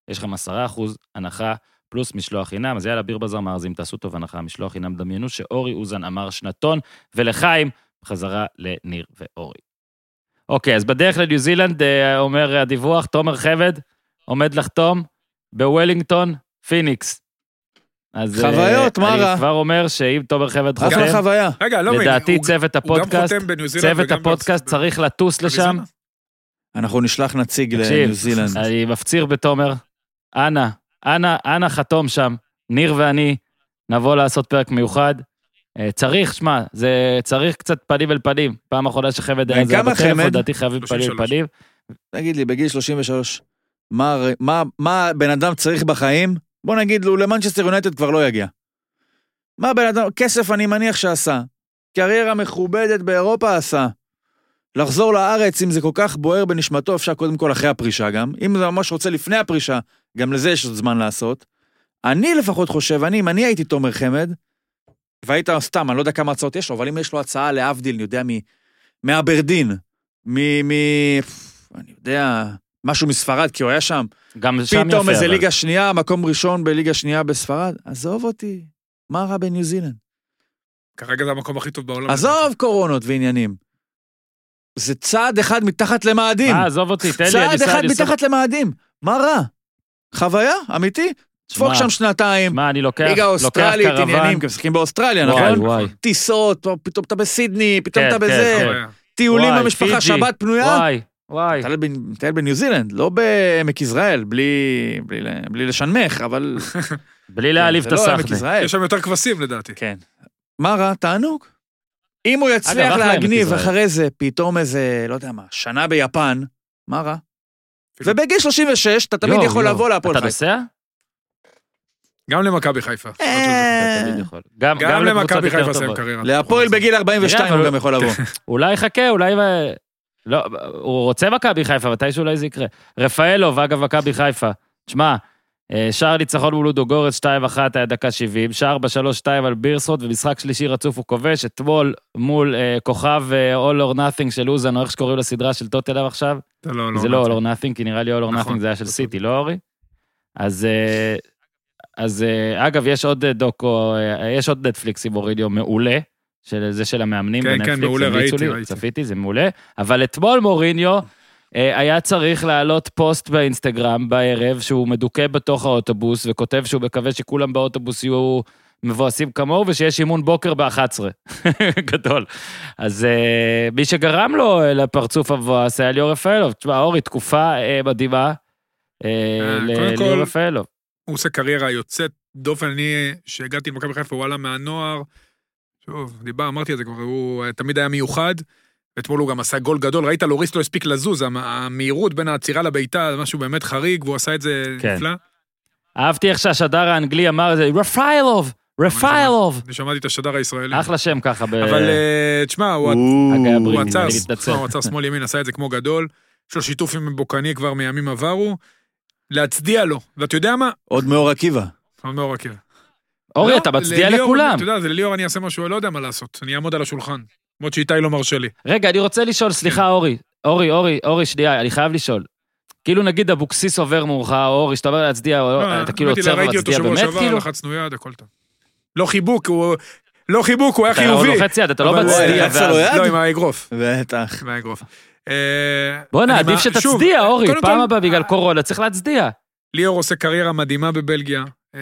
S1: יש לכם 10% הנחה. פלוס משלוח חינם, אז יאללה, ביר בזאר מארזים, תעשו טוב הנחה, משלוח חינם, דמיינו שאורי אוזן אמר שנתון, ולחיים, חזרה לניר ואורי. אוקיי, אז בדרך לניו זילנד, אה, אומר הדיווח, תומר חבד עומד לחתום בוולינגטון, פיניקס. אז... אה,
S4: חוויות, מה רע?
S1: אני כבר אומר שאם תומר חבד חותם,
S4: אחלה חוויה.
S3: רגע, לא מבין.
S1: לדעתי
S3: הוא-
S1: צוות
S3: הוא גם
S1: הפודקאסט,
S3: חותם בניו זילנד
S1: צוות
S3: וגם
S1: הפודקאסט
S3: בארצות-
S1: צריך לטוס לשם.
S3: באריזונה.
S4: אנחנו נשלח נציג
S1: תקשיב,
S4: לניו זילנד.
S3: אה,
S1: אני מפציר בתומר, אנא, אנא, אנא חתום שם. ניר ואני נבוא לעשות פרק מיוחד. אה, צריך, שמע, זה צריך קצת פנים אל פנים. פעם אחרונה שחמד היה זה היה
S4: וכמה
S1: בטלפון,
S4: חמד?
S1: לדעתי חייבים פנים אל
S3: 33.
S1: פנים.
S4: תגיד לי, בגיל 33, מה, הר- מה, מה בן אדם צריך בחיים? בוא נגיד, לו, למנצ'סטר יונייטד כבר לא יגיע. מה בן אדם, כסף אני מניח שעשה. קריירה מכובדת באירופה עשה. לחזור לארץ, אם זה כל כך בוער בנשמתו, אפשר קודם כל אחרי הפרישה גם. אם זה ממש רוצה לפני הפרישה, גם לזה יש עוד זמן לעשות. אני לפחות חושב, אני, אם אני הייתי תומר חמד, והיית סתם, אני לא יודע כמה הצעות יש לו, אבל אם יש לו הצעה להבדיל, אני יודע, מ- מאברדין, מ... מ... אני יודע, משהו מספרד, כי הוא היה שם.
S1: גם שם יפה.
S4: פתאום איזה
S1: אבל.
S4: ליגה שנייה, מקום ראשון בליגה שנייה בספרד, עזוב אותי, מה רע בניו זילנד?
S3: כרגע זה המקום הכי טוב
S1: לא,
S3: בעולם.
S4: עזוב קורונות ועניינים. זה צעד אחד מתחת למאדים.
S1: אה, עזוב אותי, תן לי, אני
S4: צעד
S1: אסע...
S4: אחד
S1: אני אסע-
S4: מתחת למאדים. מה רע? חוויה, אמיתי. דפוק
S1: שמע,
S4: שם שנתיים,
S1: מה, אני לוקח,
S4: ליגה
S1: לוקח
S4: אוסטרלית,
S1: קרוון.
S4: עניינים, כי משחקים באוסטרליה,
S1: וואי,
S4: נכון?
S1: וואי,
S4: טיסות, פתאום אתה בסידני, פתאום
S1: כן,
S4: אתה
S1: כן,
S4: בזה,
S1: כן.
S3: אה,
S4: טיולים
S1: וואי,
S4: במשפחה,
S1: פיג'י.
S4: שבת פנויה.
S1: וואי, וואי.
S4: מטייל בנ- מטייל בניו זילנד, לא בעמק יזרעאל, בלי, בלי, ל- בלי לשנמך, אבל...
S1: בלי להעליב את
S4: זה לא עמק
S1: הסחנה.
S4: יזרעאל.
S3: יש שם יותר כבשים לדעתי.
S4: כן. מה רע? תענוג. אם הוא
S1: אגב,
S4: יצליח
S1: אחלה עמק
S4: להגניב
S1: יזרעאל.
S4: אחרי זה, פתאום איזה, לא יודע מה, שנה ביפן, מה רע?
S3: אפילו-
S4: ובגיל 36 אתה תמיד
S1: יואו,
S4: יכול
S1: יואו.
S4: לבוא להפועל
S1: לא, אתה
S4: חיפה.
S1: נוסע?
S3: גם למכבי חיפה.
S1: אתה
S4: אה,
S1: תמיד יכול. גם
S3: גם
S1: לקבוצות
S3: למכבי
S1: יותר
S3: חיפה סיים
S1: טובות.
S3: קריירה.
S4: להפועל בגיל 42
S1: אבל
S4: הוא
S1: הוא-
S4: גם יכול לבוא.
S1: אולי יחכה, אולי... לא, הוא רוצה מכבי חיפה, מתישהו אולי זה יקרה. רפאלוב, אגב, מכבי חיפה. תשמע, אה, שער ניצחון מול לודוגורץ, 2-1 היה דקה 70, שער ב-3-2 על בירסרוט, ומשחק שלישי רצוף הוא כובש. אתמול מול אה, כוכב אה, All or Nothing של אוזן, או איך שקוראים לסדרה של טוטלאם עכשיו,
S3: זה לא, לא.
S1: זה לא All or Nothing, כי נראה לי All or
S3: נכון,
S1: Nothing זה היה של
S3: נכון.
S1: סיטי, לא אורי? אז... אה, אז אה, אגב, יש עוד אה, דוקו, אה, יש עוד נטפליקס עם אורידיו מעולה, של זה של המאמנים
S3: כן, כן,
S1: בנטפליקס,
S3: מעולה,
S1: המליצו
S3: ראיתי,
S1: לי,
S3: ראיתי.
S1: צפיתי, זה מעולה. אבל אתמול מוריניו אה, היה צריך להעלות פוסט באינסטגרם בערב, שהוא מדוכא בתוך האוטובוס, וכותב שהוא מקווה שכולם באוטובוס יהיו מבואסים כמוהו, ושיש אימון בוקר ב-11. גדול. אז אה, מי שגרם לו אה, לפרצוף המבואס היה ליאור רפאלוב. תשמע, אורי, תקופה אה, מדהימה אה,
S3: אה,
S1: ל-
S3: קודם
S1: ליאור
S3: כל-
S1: רפאלוב.
S3: הוא עושה קריירה יוצאת דופן. אני, שהגעתי למכבי חיפה, הוא עלה מהנוער. שוב, דיבר, אמרתי את זה כבר, הוא אה, תמיד היה מיוחד. אתמול הוא גם עשה גול גדול, ראית לוריס לא הספיק לזוז, המ- המהירות בין העצירה לבעיטה, זה משהו באמת חריג, והוא עשה את זה
S1: כן.
S3: נפלא.
S1: אהבתי איך שהשדר האנגלי אמר את זה, רפאלוב, רפאלוב.
S3: אני שמעתי את השדר הישראלי.
S1: אחלה שם ככה ב...
S3: אבל אה, תשמע, הוא
S1: הגברין,
S3: הוא לא,
S1: אני
S3: עצר,
S1: מתנצל.
S3: שמע, הוא עצר שמאל ימין, עשה את זה כמו גדול. יש לו שיתוף עם בוקני כבר מימים עברו. להצדיע לו, ואתה יודע מה?
S4: עוד מאור עקיבא.
S3: עוד מאור עקיבא.
S1: אורי,
S3: לא,
S1: אתה מצדיע
S3: לליאור,
S1: לכולם.
S3: אתה יודע, זה לליאור אני אעשה משהו, אני לא יודע מה לעשות, אני אעמוד על השולחן. למרות שאיתי לא מרשה לי. כן.
S1: רגע, אני רוצה לשאול, סליחה, אורי. אורי, אורי, אורי, שנייה, אני חייב לשאול. כי כאילו נגיד אבוקסיס עובר מולך, או אור השתבר להצדיע, או לא, אתה כאילו
S3: האמת היא,
S1: עוצר
S3: ראיתי אותו
S1: להצדיע
S3: שבוע
S1: באמת,
S3: שעבר, נכון.
S1: כאילו?
S3: לחצנו יד, הכל טוב. לא חיבוק, הוא... לא חיבוק, הוא היה
S1: אתה הוא
S3: חיובי.
S1: לוחץ יד, אתה לא
S3: אבל-
S1: מצדיע,
S4: לחץ
S1: ואז...
S4: לו יד?
S3: לא, עם האגרוף.
S4: בטח.
S3: עם האגרוף. אה,
S1: בואנה,
S3: אני
S1: עדיף
S3: מה- שוב,
S1: שתצדיע, אורי,
S3: קודם
S1: פעם
S3: כל-
S1: הבאה בגלל קורונה צריך להצדיע.
S3: ליאור עושה קריירה מדהימה בבלגיה. אה,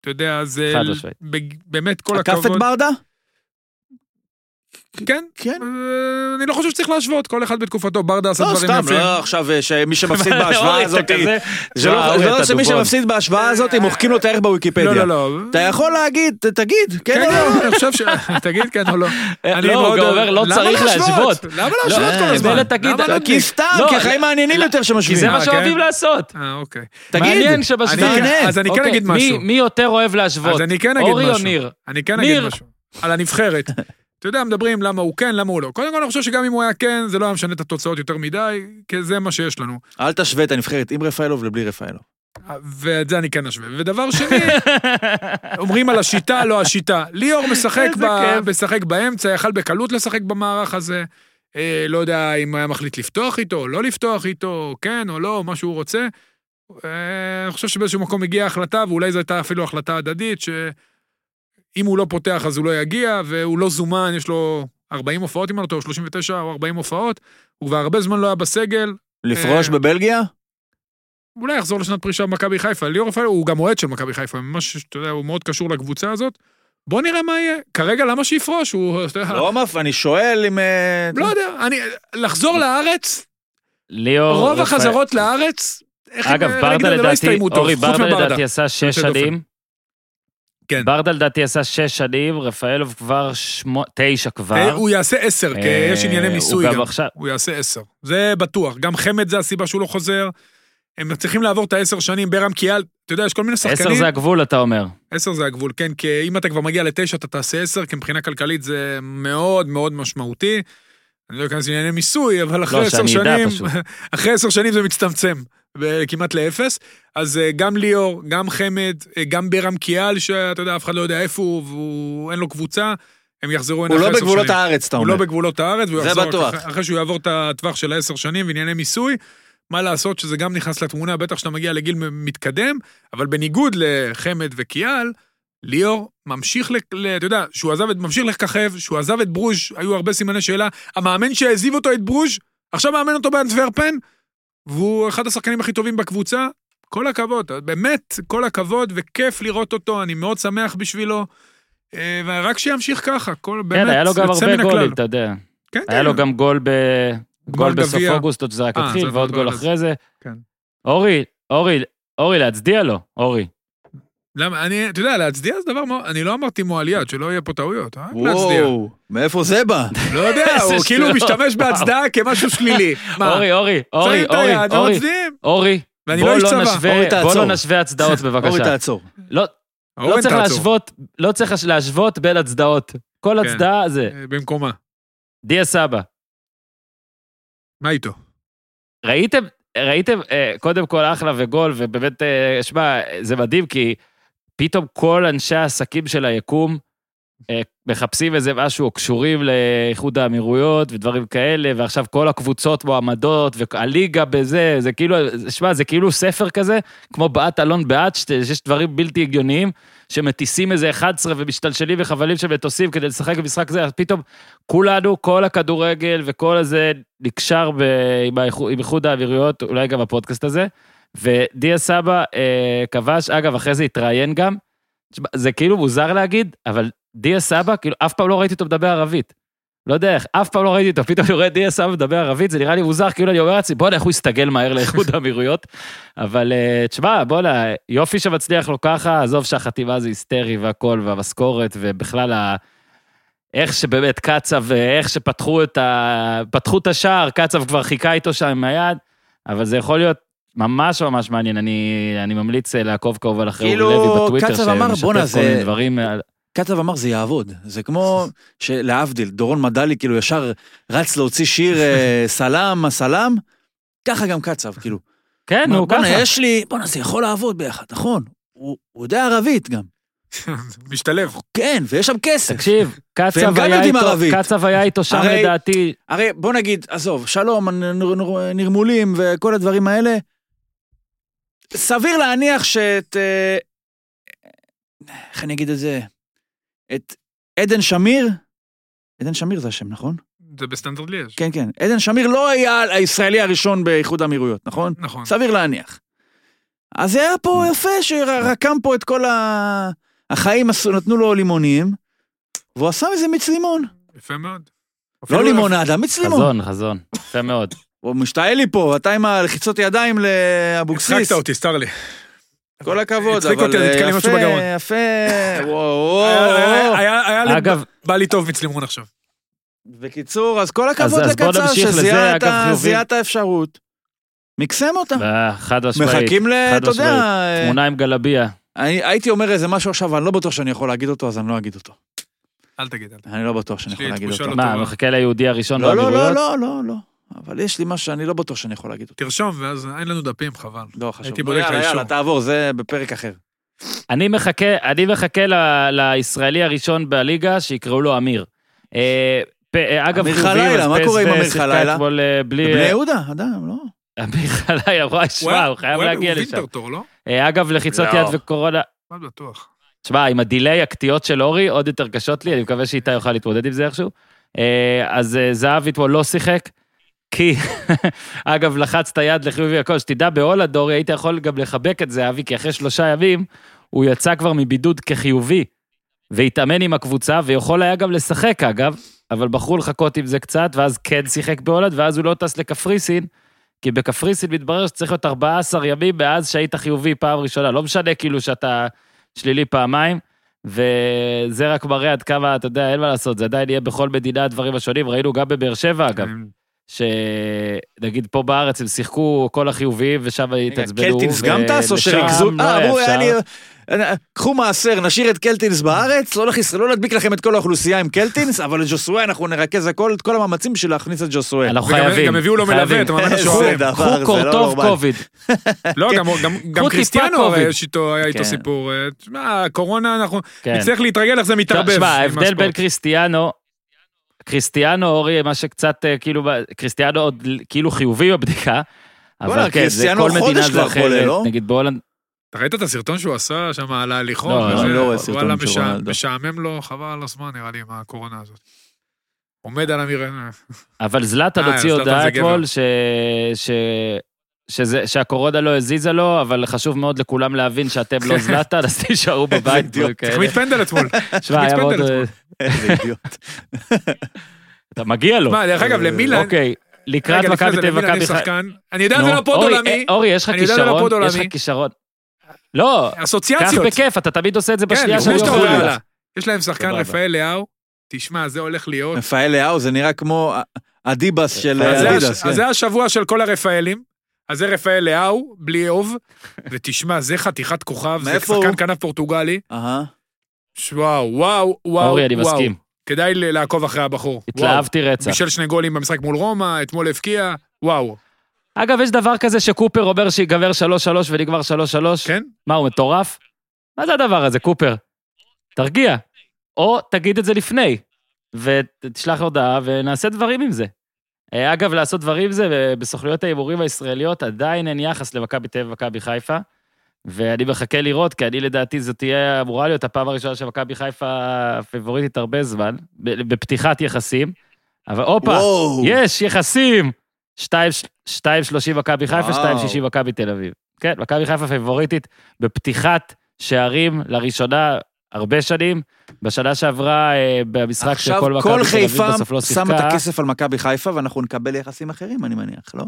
S3: אתה יודע, זה...
S1: חד משמעית.
S3: בג- באמת כל
S4: עקף
S3: הכבוד.
S4: את ברדה?
S3: כן.
S4: כן.
S3: אה, אני לא חושב שצריך להשוות, כל אחד בתקופתו. ברדה עשה
S4: לא,
S3: דברים
S4: סתם,
S3: יפים.
S4: לא עכשיו אה, שמי שמפסיד
S1: אורי,
S4: בהשוואה
S1: אתה
S4: הזאת,
S1: כזה-
S4: זה
S1: וואו,
S4: לא
S1: אורי,
S4: זה לא
S1: אתה
S4: שמי
S1: דובון.
S4: שמפסיד בהשוואה הזאת, מוחקים לו את הערך בוויקיפדיה.
S3: לא, לא, לא.
S4: אתה יכול להגיד, ת- תגיד,
S3: כן,
S4: כן או לא?
S3: לא, אני חושב ש... תגיד כן או לא. אני
S1: לא, הוא
S3: מאוד
S1: גם
S3: אוהב-
S1: אומר, לא
S3: למה
S1: צריך להשוות.
S3: למה להשוות
S4: אה,
S3: כל הזמן?
S1: מילא תגיד,
S3: למה
S1: לא,
S3: לא-
S4: כי סתם,
S1: לא,
S4: כי החיים מעניינים
S1: כי
S4: יותר
S1: זה
S4: שמשווים.
S1: מה
S3: אה,
S1: שאוהבים
S3: כן?
S1: לעשות.
S3: אה, אוקיי.
S4: תגיד,
S1: מעניין שבשביל...
S3: אני כן-
S4: תענה.
S3: אז אני כן
S1: אוקיי,
S3: אגיד
S1: מי-
S3: משהו.
S1: מי יותר אוהב להשוות?
S3: אז אני כן אגיד
S1: אורי או
S3: משהו.
S1: ניר?
S3: אני כן אגיד
S1: ניר.
S3: משהו. על הנבחרת. אתה יודע, מדברים למה הוא כן, למה הוא לא. קודם כל, אני חושב שגם אם הוא היה כן, זה לא היה משנה את התוצאות יותר מדי, כי זה מה שיש לנו.
S4: אל תשווה את הנבחרת עם רפאלוב לבלי רפאלוב.
S3: ואת זה אני כן אשווה. ודבר שני, אומרים על השיטה, לא השיטה. ליאור משחק,
S1: איזה
S3: ב...
S1: כיף.
S3: משחק באמצע, יכל בקלות לשחק במערך הזה. אה, לא יודע אם היה מחליט לפתוח איתו, או לא לפתוח איתו, כן או לא, מה שהוא רוצה. אה, אני חושב שבאיזשהו מקום הגיעה החלטה, ואולי זו הייתה אפילו החלטה הדדית, שאם הוא לא פותח אז הוא לא יגיע, והוא לא זומן, יש לו 40 הופעות, אם אני לא טועה, או 39 או 40 הופעות. הוא כבר הרבה זמן לא היה בסגל,
S4: לפרוש
S3: אה,
S4: בבלגיה?
S3: אולי יחזור לשנת פרישה במכבי חיפה. ליאור רפאל הוא גם אוהד של מכבי חיפה, ממש, אתה יודע, הוא מאוד קשור לקבוצה הזאת. בוא נראה מה יהיה. כרגע, למה שיפרוש? הוא, אתה יודע...
S4: לא מפ... אני שואל אם... אה,
S3: אה. לא יודע, אני... לחזור לארץ,
S1: ליאור...
S3: רוב
S1: לא, רפאל.
S3: החזרות לארץ, איך
S1: אגב,
S3: הם-
S1: ברדה
S3: נגיד, זה לא
S1: לדעתי,
S3: הסתיימו טוב,
S1: אורי,
S3: חוץ
S1: ברדה
S3: מברדה.
S1: לדעתי עשה שש
S3: יוצא דופן.
S1: שנים.
S3: כן.
S1: ברדה לדעתי עשה שש שנים, רפאלוב כבר שמו- תשע
S3: אה,
S1: כבר.
S3: הוא יעשה עשר, כי
S1: אה,
S3: יש ענייני מיסוי
S1: הוא
S3: גם.
S1: עכשיו...
S3: הוא יעשה עשר. זה בטוח. גם חמד זה הסיבה שהוא לא חוזר. הם צריכים לעבור את העשר שנים, ברם קיאל, אתה יודע, יש כל מיני שחקנים.
S1: עשר זה הגבול, אתה אומר.
S3: עשר זה הגבול, כן, כי אם אתה כבר מגיע לתשע, אתה תעשה עשר, כי מבחינה כלכלית זה מאוד מאוד משמעותי. אני לא אכנס לענייני מיסוי, אבל אחרי
S1: לא,
S3: עשר
S1: שאני אדע
S3: שנים,
S1: פשוט.
S3: אחרי עשר שנים זה מצטמצם, ב- כמעט לאפס. אז אה, גם ליאור, גם חמד, אה, גם ברם קיאל, שאתה יודע, אף אחד לא יודע איפה הוא, והוא- אין לו קבוצה, הם יחזרו הנה
S4: הוא
S3: אחרי
S4: לא
S3: עשר שנים.
S4: בגבולות הארץ, אתה
S3: הוא
S4: אומר.
S3: לא בגבולות הארץ, והוא
S4: זה
S3: יחזור רק
S4: בטוח.
S3: אחרי- אחרי שהוא יעבור את הטווח של העשר שנים וענייני מיסוי. מה לעשות שזה גם נכנס לתמונה, בטח כשאתה מגיע לגיל מ- מתקדם, אבל בניגוד לחמד וקיאל, ליאור ממשיך, לק- ל- אתה יודע, שהוא עזב את, ממשיך לככב, שהוא עזב את ברוז', היו הרבה סימני שאלה. המאמן שהעזיב אותו את ברוז', עכשיו מאמן אותו באנטוורפן, והוא אחד השחקנים הכי טובים בקבוצה. כל הכבוד, באמת, כל הכבוד, וכיף לראות אותו, אני מאוד שמח בשבילו. אה, ורק שימשיך ככה, כל, באמת,
S1: כן, היה לו גם
S3: יוצא
S1: הרבה
S3: מן הכלל.
S1: גולים, אתה יודע.
S3: כן,
S1: היה לו גם גול ב... גול בסוף
S3: גביע.
S1: אוגוסט, עוד שזה רק
S3: אה,
S1: התחיל,
S3: זה
S1: ועוד
S3: עוד
S1: גול
S3: גול,
S1: אחרי זה.
S3: כן.
S1: אורי, אורי, אורי, להצדיע לו, אורי.
S3: למה, אני, אתה יודע, להצדיע זה דבר, מאוד- אני לא אמרתי מועליית, שלא יהיה פה טעויות, אה? להצדיע.
S4: וואו, מאיפה זה בא?
S3: לא יודע,
S1: איזה
S3: הוא כאילו
S1: שטויות.
S3: משתמש בהצדעה כמשהו שלילי. מה?
S1: אורי, אורי, אורי,
S3: צריך את היד,
S1: אורי, אורי,
S3: ומצדיעים.
S1: אורי.
S3: ואני
S1: בוא
S3: לא איש צבא.
S1: נשווה-
S4: אורי,
S1: בוא
S4: תעצור.
S1: לא נשווה הצדעות
S4: אורי,
S1: בבקשה.
S4: תעצור.
S1: לא לא
S3: אורן,
S1: צריך
S3: תעצור.
S1: להשוות, לא צריך לש- להשוות בין הצדעות. כל
S3: כן.
S1: הצדעה זה
S3: אה, במקומה.
S1: דיה סבא.
S3: מה איתו?
S1: ראיתם, ראיתם, אה, קודם כל אחלה וגול, ובאמת, אה, שמע, זה מדהים, כי פתאום כל אנשי העסקים של היקום אה, מחפשים איזה משהו, או קשורים לאיחוד האמירויות ודברים כאלה, ועכשיו כל הקבוצות מועמדות, והליגה בזה, זה כאילו, שמע, זה כאילו ספר כזה, כמו בעט אלון בעט, שת- שיש דברים בלתי הגיוניים, שמטיסים איזה 11 ומשתלשלים בחבלים של מטוסים כדי לשחק במשחק זה, אז פתאום כולנו, כל הכדורגל וכל הזה נקשר ב, עם, האיחוד, עם איחוד האווירויות, אולי גם הפודקאסט הזה. ודיה סבא אה, כבש, אגב, אחרי זה התראיין גם. תשמע, זה כאילו מוזר להגיד, אבל דיה סבא, כאילו, אף פעם לא ראיתי אותו מדבר ערבית. לא יודע איך, אף פעם לא ראיתי אותו, פתאום אני רואה את דיה סבא מדבר ערבית, זה נראה לי מוזר, כאילו אני אומר לעצמי, בואנה, איך הוא הסתגל מהר לאיחוד האמירויות. אבל אה, תשמע, בואנה, יופי שמצליח לו ככה, עזוב שהחטיבה זה היסטרי והכל, והמשכורת, ובכלל ה... איך שבאמת קצב, ואיך שפתחו את ה... פתחו את השער, קצב כבר חיכה איתו שם עם היד, אבל זה יכול להיות ממש ממש מעניין. אני, אני ממליץ אה, לעקוב כמובן אחרי
S4: כאילו,
S1: אורי לוי בטוויטר,
S4: קצב אמר, "בואנה,
S1: שמשתף כל
S4: זה-
S1: מיני דברים. אה, על-
S4: כתב אמר זה יעבוד, זה כמו שלהבדיל, דורון מדלי כאילו ישר רץ להוציא שיר אה, סלאם, הסלאם, ככה גם קצב, כאילו.
S1: כן, נו,
S4: בואנה,
S1: ככה.
S4: יש לי, בואנה, זה יכול לעבוד ביחד, נכון? הוא הוא יודע ערבית גם.
S3: משתלב.
S4: כן, ויש שם כסף.
S1: תקשיב, קצב
S4: והם גם
S1: היה
S4: יודעים
S1: איתו-
S4: ערבית.
S1: קצב היה איתו שם
S4: הרי-
S1: לדעתי,
S4: הרי בוא נגיד, עזוב, שלום, נ- נ- נ- נרמולים וכל הדברים האלה, סביר להניח שאת... אה, איך אני אגיד את זה? את עדן שמיר, עדן שמיר זה השם, נכון?
S3: זה בסטנדרט ליאש.
S4: כן, כן. עדן שמיר לא היה הישראלי הראשון באיחוד האמירויות, נכון?
S3: נכון.
S4: סביר להניח. אז זה היה פה יפה שרקם פה את כל ה... החיים עשו- נתנו לו לימונים, והוא עשה מזה מיץ לימון.
S3: יפה מאוד. אפילו-
S4: לא לימונדה, מיץ לימון.
S1: חזון, חזון, יפה מאוד.
S4: הוא משתעל לי פה, אתה עם הלחיצות ידיים לאבוקסיס.
S3: הצחקת אותי, סתר לי.
S4: כל הכבוד,
S3: הצחיק
S4: אבל
S3: אותי, אז
S4: אה,
S3: התקלם משהו בגרון.
S4: יפה, יפה, וואו, וואו.
S3: היה-
S4: וואו.
S3: היה היה לי,
S1: אגב-
S3: בא לי טוב מצלימון עכשיו.
S4: בקיצור, אז כל הכבוד
S1: אז בוא
S4: לקצר
S1: נמשיך לזה,
S4: שזיהה את
S1: אגב,
S4: ה-
S1: חיובי.
S4: זיהה את האפשרות. מקסם אותה.
S1: אה, חד משמעית.
S4: מחכים ל...
S1: חד
S4: אתה יודע...
S1: משמעית.
S4: אה,
S1: תמונה עם גלביה.
S4: אני הייתי אומר איזה משהו עכשיו, אני לא בטוח שאני יכול להגיד אותו, אז אני לא אגיד אותו.
S3: אל תגיד. אל תגיד.
S4: אני לא בטוח שאני
S3: יש לי
S4: יכול להגיד
S3: תחושה
S4: אותו.
S3: לא
S1: מה,
S3: טובה.
S1: מחכה ליהודי הראשון
S4: לא, לא,
S1: באמירויות?
S4: לא, לא, לא, לא. אבל יש לי משהו שאני לא בטוח שאני יכול להגיד אותו.
S3: תרשום, ואז אין לנו דפים, חבל.
S4: לא, חשוב.
S3: הייתי
S4: לא,
S3: בודק את
S4: יאללה,
S3: האישור.
S4: יאללה, תעבור, זה בפרק אחר.
S1: אני מחכה, אני מחכה ל, לישראלי הראשון בליגה שיקראו לו אמיר. אה, פ, אה, אגב,
S4: אמיר
S1: חיובי,
S4: חלילה,
S1: אז
S4: מה
S1: פס
S4: קורה עם
S1: ו-
S4: אמיר
S1: שיחקה
S4: חלילה?
S1: אתמול אה, בלי...
S4: בני
S1: אה,
S4: יהודה, אדם, לא.
S1: אמיר חלילה, וואי, שמע, הוא חייב
S3: הוא-
S1: להגיע
S3: הוא
S1: לשם.
S3: וינטרטור, לא?
S1: אה, אגב, לחיצות
S4: לא.
S1: יד וקורונה...
S3: מה בטוח.
S1: שמע, עם הדיליי הקטיעות של אורי, עוד יותר קשות לי, אני מקווה שאיתי יוכל להתמודד עם זה איכשהו. אה, אז אה, זהבי אתמול לא שיחק, כי, אגב, לחץ את היד לחיובי הכל, שתדע, בהולנד, אורי, היית יכול גם לחבק את זהבי, כי אחרי שלושה ימים, הוא יצא כבר מבידוד כחיובי, והתאמן עם הקבוצה, ויכול היה גם לשחק, אגב, אבל בחרו לחכות עם זה קצת, ואז כן שיחק בהולנד, ואז הוא לא טס לקפריסין. כי בקפריסין מתברר שצריך להיות 14 ימים מאז שהיית חיובי פעם ראשונה. לא משנה כאילו שאתה שלילי פעמיים, וזה רק מראה עד כמה, אתה יודע, אין מה לעשות, זה עדיין יהיה בכל מדינה הדברים השונים. ראינו גם בבאר שבע, אגב, שנגיד פה בארץ הם שיחקו כל החיוביים, ושם התעצבנו.
S4: קלטינס גם
S1: ו-
S4: טס או
S1: לשם
S4: שריכזו?
S1: לא
S4: אה,
S1: היה
S4: אמרו, היה לי...
S1: אפשר.
S4: אה, קחו מעשר, נשאיר את קלטינס בארץ, לא להכניס- לא להדביק לכם את כל האוכלוסייה עם קלטינס, אבל את ג'וסואל אנחנו נרכז הכל, את כל המאמצים בשביל להכניס את ג'וסואל.
S1: אנחנו
S3: וגם-
S1: חייבים.
S3: גם הביאו לו
S1: חייבים.
S3: מלווה, את המאמן
S1: אה,
S4: איזה
S3: השוערים.
S4: דבר, זה
S1: קחו
S4: לא
S1: קורטוב
S4: נורמלי.
S1: קוביד.
S3: לא, גם- גם- גם
S1: טיפה
S3: קריסטיאנו הרי
S1: קוביד.
S3: יש איתו, היה איתו
S4: כן.
S3: סיפור. אה, תשמע, הקורונה, אנחנו
S1: כן.
S3: נצטרך להתרגל איך זה מתערבב.
S1: תשמע,
S3: עם
S1: ההבדל
S3: הספורט.
S1: בין קריסטיאנו, קריסטיאנו, אורי, מה שקצת אה, כאילו, ב- קריסטיאנו עוד כאילו חיובי בבדיקה, אבל
S4: וואלה,
S1: כן, זה
S4: קריסטיאנו
S1: כל
S4: חודש
S1: מדינה זה
S4: כבר חולה,
S1: אחרת,
S4: לא?
S1: נגיד בהולנד,
S3: אתה ראית את הסרטון שהוא עשה שם על ההליכון?
S1: לא,
S3: וזה?
S1: אני
S4: לא רואה סרטון
S3: וואלה,
S4: של
S3: משע-
S4: רונלדו.
S3: משעמם לו, חבל על הזמן נראה לי עם הקורונה הזאת. עומד על המרעה.
S1: אבל זלאטן
S3: אה,
S1: הוציא
S3: זלאטן
S1: הודעה
S3: זה גבר.
S1: אתמול ש... ש... שזה, שהקורונה לא הזיזה לו, אבל חשוב מאוד לכולם להבין שאתם לא זלאטן, אז תישארו בבית.
S4: אידיוט.
S1: וכאלה.
S3: החמיץ פנדל אתמול.
S1: שמע, היה
S3: החמיץ
S1: מאוד... אה,
S3: פנדל אתמול.
S4: איזה אידיוט.
S1: אתה מגיע לו.
S3: מה, דרך אגב, למילן,
S1: אוקיי, לקראת
S3: רגע, לפני
S1: מכבי
S3: זה
S1: תל אביב,
S3: למילן יש
S1: מכבי חיפה.
S3: שחקן. אני יודע, זה
S1: נו,
S3: לא פוד
S1: אורי,
S3: עולמי,
S1: אה, אורי, יש לך
S3: אני יודע, זה לא
S1: כישרון,
S3: פוד
S1: יש לך
S3: עולמי.
S1: כישרון. לא, קח
S3: אסוציאציות.
S1: בכיף, אתה תמיד עושה את זה
S3: כן,
S1: בשנייה
S3: לפני
S1: שאני
S3: שאתה
S1: יכול.
S3: עולה עליו. יש להם שחקן
S1: סבבה.
S3: רפאל לאהו, תשמע, זה הולך להיות.
S4: רפאל לאהו, זה נראה כמו אדיבס של
S1: אז
S3: אז זה
S4: אדידס. כן.
S3: הש- אז זה השבוע של כל הרפאלים. אז זה רפאל לאהו, בלי אוב, ותשמע, זה חתיכת כוכב, זה
S4: מאיפה הוא?
S3: שחקן כנף פורטוגלי.
S4: כן. אהה.
S3: ש- וואו, וואו, וואו.
S1: אורי, אני
S3: וואו.
S1: מסכים.
S3: כדאי ל- לעקוב אחרי הבחור.
S1: התלהבתי
S3: וואו.
S1: רצח.
S3: בישל שני גולים במשחק מול רומא, אתמול הבקיע, וואו.
S1: אגב, יש דבר כזה שקופר אומר שיגמר 3-3 ונגמר 3-3?
S3: כן?
S1: מה, הוא מטורף? מה זה הדבר הזה, קופר? תרגיע. או תגיד את זה לפני, ותשלח הודעה ונעשה דברים עם זה. אה, אגב, לעשות דברים עם זה, אה, בסוכנויות ההימורים הישראליות עדיין אין יחס למכבי תל אביב ומכבי חיפה, ואני מחכה לראות, כי אני לדעתי זו תהיה אמורה להיות הפעם הראשונה שמכבי חיפה פיבוריטית הרבה זמן, ב- בפתיחת יחסים. אבל הופה,
S4: וואו.
S1: יש יחסים! 2.30 מכבי חיפה,
S4: וואו.
S1: 2.60 מכבי תל אביב. כן, מכבי חיפה פיבוריטית בפתיחת שערים לראשונה הרבה שנים. בשנה שעברה, אה, במשחק
S4: עכשיו
S1: שכל מכבי תל
S4: כל
S1: אביב
S4: חיפה
S1: בסוף לא שיחקה.
S4: שם את הכסף על מכבי חיפה, ואנחנו נקבל יחסים אחרים, אני מניח, לא?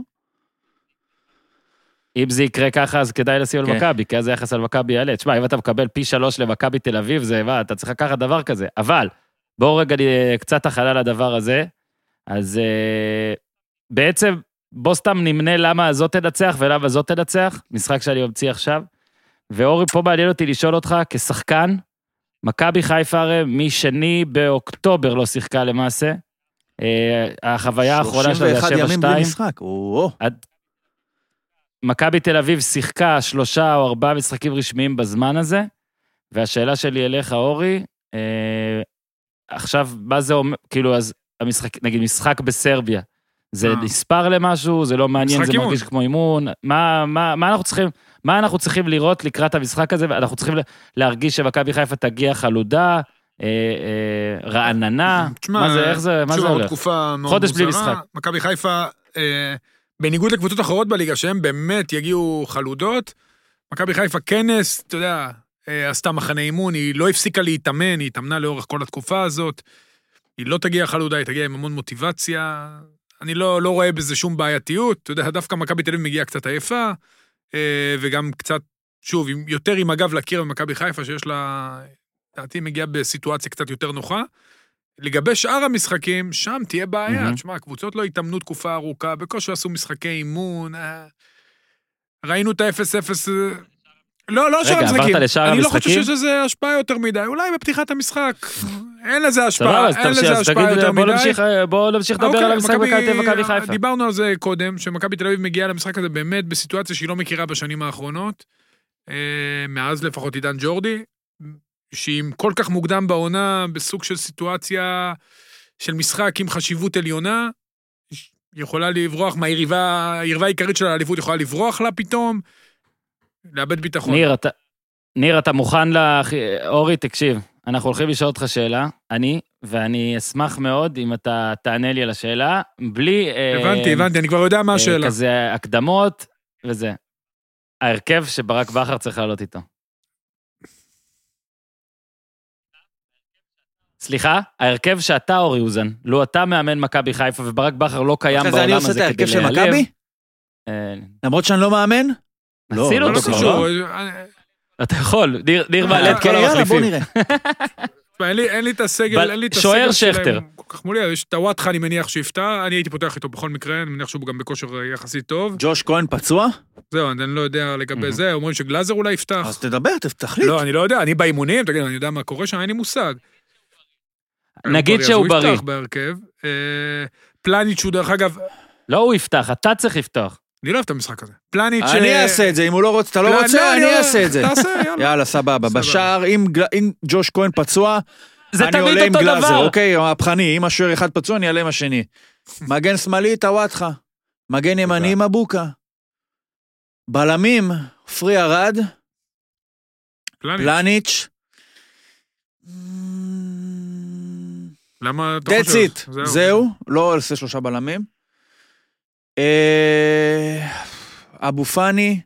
S1: אם זה יקרה ככה, אז כדאי לשים על
S4: כן.
S1: מכבי, כי אז היחס על מכבי יעלה. תשמע, אם אתה מקבל פי שלוש למכבי תל אביב, זה מה, אתה צריך לקחת דבר כזה. אבל, בואו רגע אה, קצת הכנה לדבר הזה. אז אה, בעצם, בוא סתם נמנה למה זאת תנצח ולמה זאת תנצח, משחק שאני ממציא עכשיו. ואורי, פה מעניין אותי לשאול אותך, כשחקן, מכבי חיפה הרי משני באוקטובר לא שיחקה למעשה. אה, החוויה האחרונה שלה זה
S4: 31 ימים בלי
S1: ה-7-2.
S4: משחק. או,
S1: מכבי תל אביב שיחקה שלושה או ארבעה משחקים רשמיים בזמן הזה, והשאלה שלי אליך, אורי, אה, עכשיו, מה זה אומר, כאילו, אז המשחק, נגיד, משחק בסרביה, זה
S3: אה.
S1: נספר למשהו, זה לא מעניין,
S3: משחק
S1: זה
S3: אימון.
S1: מרגיש כמו אימון, מה, מה, מה אנחנו צריכים, מה אנחנו צריכים לראות לקראת המשחק הזה, ואנחנו צריכים ל- להרגיש שמכבי חיפה תגיע חלודה, אה, אה, רעננה,
S3: תשמע,
S1: מה זה, איך זה, מה זה
S3: שוב, עוד
S1: הולך?
S3: תקופה מאוד
S1: חודש בלי
S3: מוזרה.
S1: משחק.
S3: מכבי חיפה, אה, בניגוד לקבוצות אחרות בליגה, שהם באמת יגיעו חלודות, מכבי חיפה כנס, אתה יודע, אה, עשתה מחנה אימון, היא לא הפסיקה להתאמן, היא התאמנה לאורך כל התקופה הזאת. היא לא תגיע חלודה, היא תגיע עם המון מוטיבציה. אני לא, לא רואה בזה שום בעייתיות. אתה יודע, דווקא מכבי תל אביב מגיעה קצת עייפה, אה, וגם קצת, שוב, עם, יותר עם הגב לקיר במכבי חיפה, שיש לה, לדעתי, מגיעה בסיטואציה קצת יותר נוחה. לגבי שאר המשחקים, שם תהיה בעיה.
S1: מהמם.
S3: תשמע, הקבוצות לא התאמנו תקופה ארוכה, בקושי עשו משחקי אימון. אה, ראינו את ה-0-0. אה, לא, לא שאר
S1: רגע,
S3: המשחקים.
S1: עברת לשאר
S3: אני לא חושב
S1: המשחקים?
S3: שיש לזה השפעה יותר מדי, אולי בפתיחת המשחק. אין לזה
S1: סבבה,
S3: השפעה,
S1: אז
S3: אין
S1: תמשיך,
S3: לזה
S1: אז
S3: השפעה
S1: תגיד,
S3: יותר מדי.
S1: בואו נמשיך, אה, בואו נמשיך לדבר
S3: אוקיי,
S1: על המשחק
S3: מכבי- אה,
S1: בקלטי מכבי חיפה.
S3: דיברנו על זה קודם, שמכבי תל אביב מגיעה למשחק הזה באמת בסיטואציה שהיא לא מכירה בשנים האחרונות. אה, מאז לפחות עידן ג'ורדי, שהיא כל כך מוקדם בעונה, בסוג של סיטואציה של משחק עם חשיבות עליונה, יכולה לברוח מהיריבה, היריבה העיקרית של האליפות יכולה לברוח לה פתאום, לאבד ביטחון.
S1: ניר, אתה, ניר, אתה מוכן ל... אורי, תקשיב, אנחנו הולכים לשאול אותך שאלה, אני, ואני אשמח מאוד אם אתה תענה לי על השאלה, בלי... אה,
S3: הבנתי, הבנתי, אני כבר יודע מה
S1: אה,
S3: השאלה.
S1: כזה הקדמות וזה. ההרכב שברק בכר צריך לעלות איתו. סליחה, ההרכב שאתה, אורי אוזן, לו אתה מאמן מכבי חיפה וברק בכר לא קיים
S4: אחרי
S1: בעולם
S4: זה
S1: הזה כדי
S4: אני
S1: להיעלב...
S4: עושה את ההרכב של מכבי?
S1: אה,
S4: למרות שאני לא מאמן? לא,
S1: עשינו
S3: לא
S1: אותו כבר, לא?
S3: קשור, אה,
S1: אתה יכול, ניר- ניר מעלה לא את
S3: אוקיי,
S1: כל
S4: אה, יאללה, בוא
S1: המחליפים.
S4: נראה.
S3: תשמע, אין לי, אין לי את הסגל,
S1: בל-
S3: אין לי את הסגל
S1: שוער
S3: שלהם
S1: שכטר.
S3: כל כך מולי, יש את הוואטחה, אני מניח שיפתח, אני הייתי פותח איתו בכל מקרה, אני מניח שהוא גם בכושר אה, יחסית טוב.
S4: ג'וש כהן פצוע?
S3: זהו, אני לא יודע לגבי
S1: Mhm.
S3: זה, אומרים שגלאזר אולי יפתח.
S4: אז תדבר, ת- תחליט.
S3: לא, אני לא יודע, אני באימונים, תגיד, אני יודע מה קורה שם, אין לי מושג. אה, אוקיי,
S1: נגיד
S3: אז
S1: שהוא
S3: הוא
S1: בריא.
S3: יפתח בהרכב. אה, פלניץ' הוא דרך אגב,
S1: לא הוא יפתח, אתה צריך לפתוח.
S3: אני לא אוהב את המשחק הזה. פלניץ'...
S4: אני
S3: אה,
S4: אעשה את זה, אם הוא לא רוצה, אתה לא
S3: לא, לא,
S4: רוצה, אני
S3: לא,
S4: אעשה את זה.
S3: תעשה, יאללה.
S4: יאללה, סבבה.
S3: סבבה.
S4: בשער, אם גל- אם ג'וש כהן פצוע,
S1: זה
S4: אני
S1: תמיד
S4: עולה עם
S1: אותו
S4: גלאזר,
S1: דבר.
S4: אוקיי, מהפכני, אם השוער אחד פצוע, אני אעלה עם השני. מגן שמאלי, טוואטחה. מגן ימני, מבוקה. בלמים, עופרי ארד,
S3: פלניץ',
S4: פלניץ'.
S1: לא
S3: למה אתה
S4: That's
S3: חושב?
S4: it, זהו, לא עושה שלושה בלמים. אה, אבו פאני,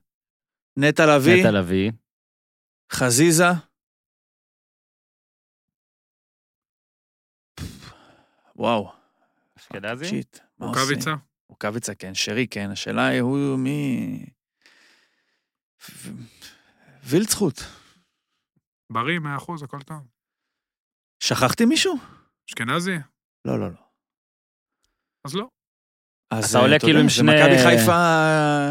S4: נטע לביא,
S1: נטע לביא,
S4: חזיזה. וואו.
S1: אשכנזי?
S4: שיט, מה עושים?
S3: רוקאביצה?
S4: רוקאביצה כן, שרי כן, השאלה היא הוא מי... ו- וילצחוט.
S3: בריא, 100%, הכל טוב.
S4: שכחתי מישהו?
S3: אשכנזי?
S4: לא, לא, לא.
S3: אז לא.
S4: אז
S1: אתה עולה
S4: אה,
S1: כאילו
S4: יודע,
S1: עם
S4: זה
S1: שני-
S4: מכבי חיפה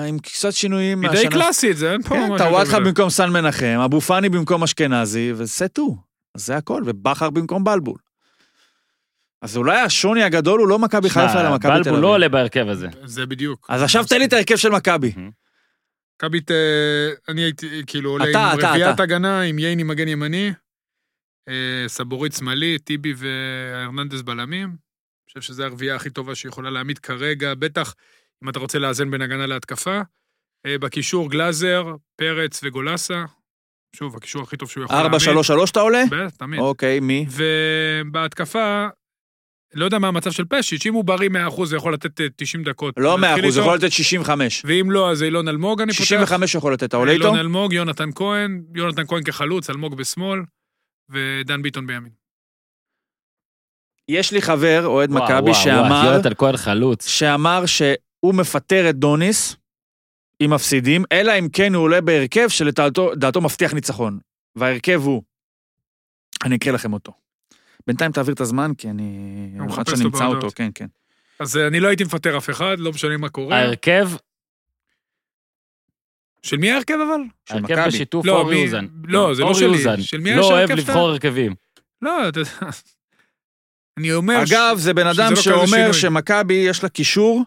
S4: עם קצת שינויים
S3: היא די קלאסי את זה, אין פה
S4: כן,
S3: משהו יותר
S4: טוואטחה
S3: מדי.
S4: במקום סן מנחם, אבו פאני במקום אשכנזי, וסטו. אז זה הכל, ובכר במקום בלבול. אז אולי השוני הגדול הוא לא מכבי חיפה, אלא מכבי תל
S1: בלבול
S4: אביב.
S1: לא עולה בהרכב הזה.
S3: זה בדיוק.
S4: אז עכשיו תן לי את ההרכב של מכבי.
S3: מכבי, ת- אני הייתי כאילו עולה
S4: אתה,
S3: עם
S4: אתה,
S3: רביעיית
S4: אתה.
S3: הגנה, עם ייני מגן ימני, אה, סבורית שמאלי, טיבי והרננדז בלמים. אני חושב שזו הרביעייה הכי טובה שיכולה להעמיד כרגע, בטח אם אתה רוצה לאזן בין הגנה להתקפה. אה, בקישור גלאזר, פרץ וגולסה. שוב, הקישור הכי טוב שהוא יכול להעמיד.
S4: 4-3-3 אתה עולה?
S3: בטח, תמיד.
S4: אוקיי, מי?
S3: ובהתקפה, לא יודע מה המצב של פשיץ', אם הוא בריא 100% זה יכול לתת אה, 90 דקות.
S4: לא 100
S3: נתחיל
S4: אחוז,
S3: איתו.
S4: יכול לתת 65.
S3: ואם לא, אז אילון אלמוג אני פותח. לא
S4: 65 יכול לתת, אתה עולה איתו?
S3: אילון אלמוג, יונתן כהן, יונתן כהן כחלוץ, אלמוג בשמאל, ודן ביטון בימין. יש...
S4: יש לי חבר, אוהד
S1: וואו,
S4: מכבי,
S1: וואו, וואו,
S4: שאמר,
S1: יונתן כהן חלוץ.
S4: שאמר שהוא מפטר את דוניס אם מפסידים, אלא אם כן הוא עולה בהרכב שלדעתו דעתו מבטיח ניצחון. וההרכב הוא, אני אקריא לכם אותו. בינתיים תעביר את הזמן, כי אני...
S3: הוא
S4: עד
S3: מחפש
S4: שאני
S3: אותו
S4: אמצא אותו,
S3: בהודעות.
S4: כן, כן.
S3: אז אה, אני לא הייתי מפטר אף אחד, לא משנה מה קורה.
S1: ההרכב,
S3: של מי ההרכב אבל?
S4: של
S1: ההרכב
S4: מכבי.
S1: בשיתוף
S3: לא,
S1: אורי
S3: מי-
S1: אוזן.
S3: לא, זה לא
S1: אורי
S3: שלי.
S1: אוזן.
S3: של מי
S1: לא
S3: השם
S1: אוהב
S3: כפתה?
S1: לבחור הרכבים.
S3: לא, אתה יודע... אני אומר...
S4: אגב, זה בן
S3: שזה
S4: אדם
S3: לא כזה
S4: שאומר
S3: שינוי.
S4: שמכבי יש לה קישור,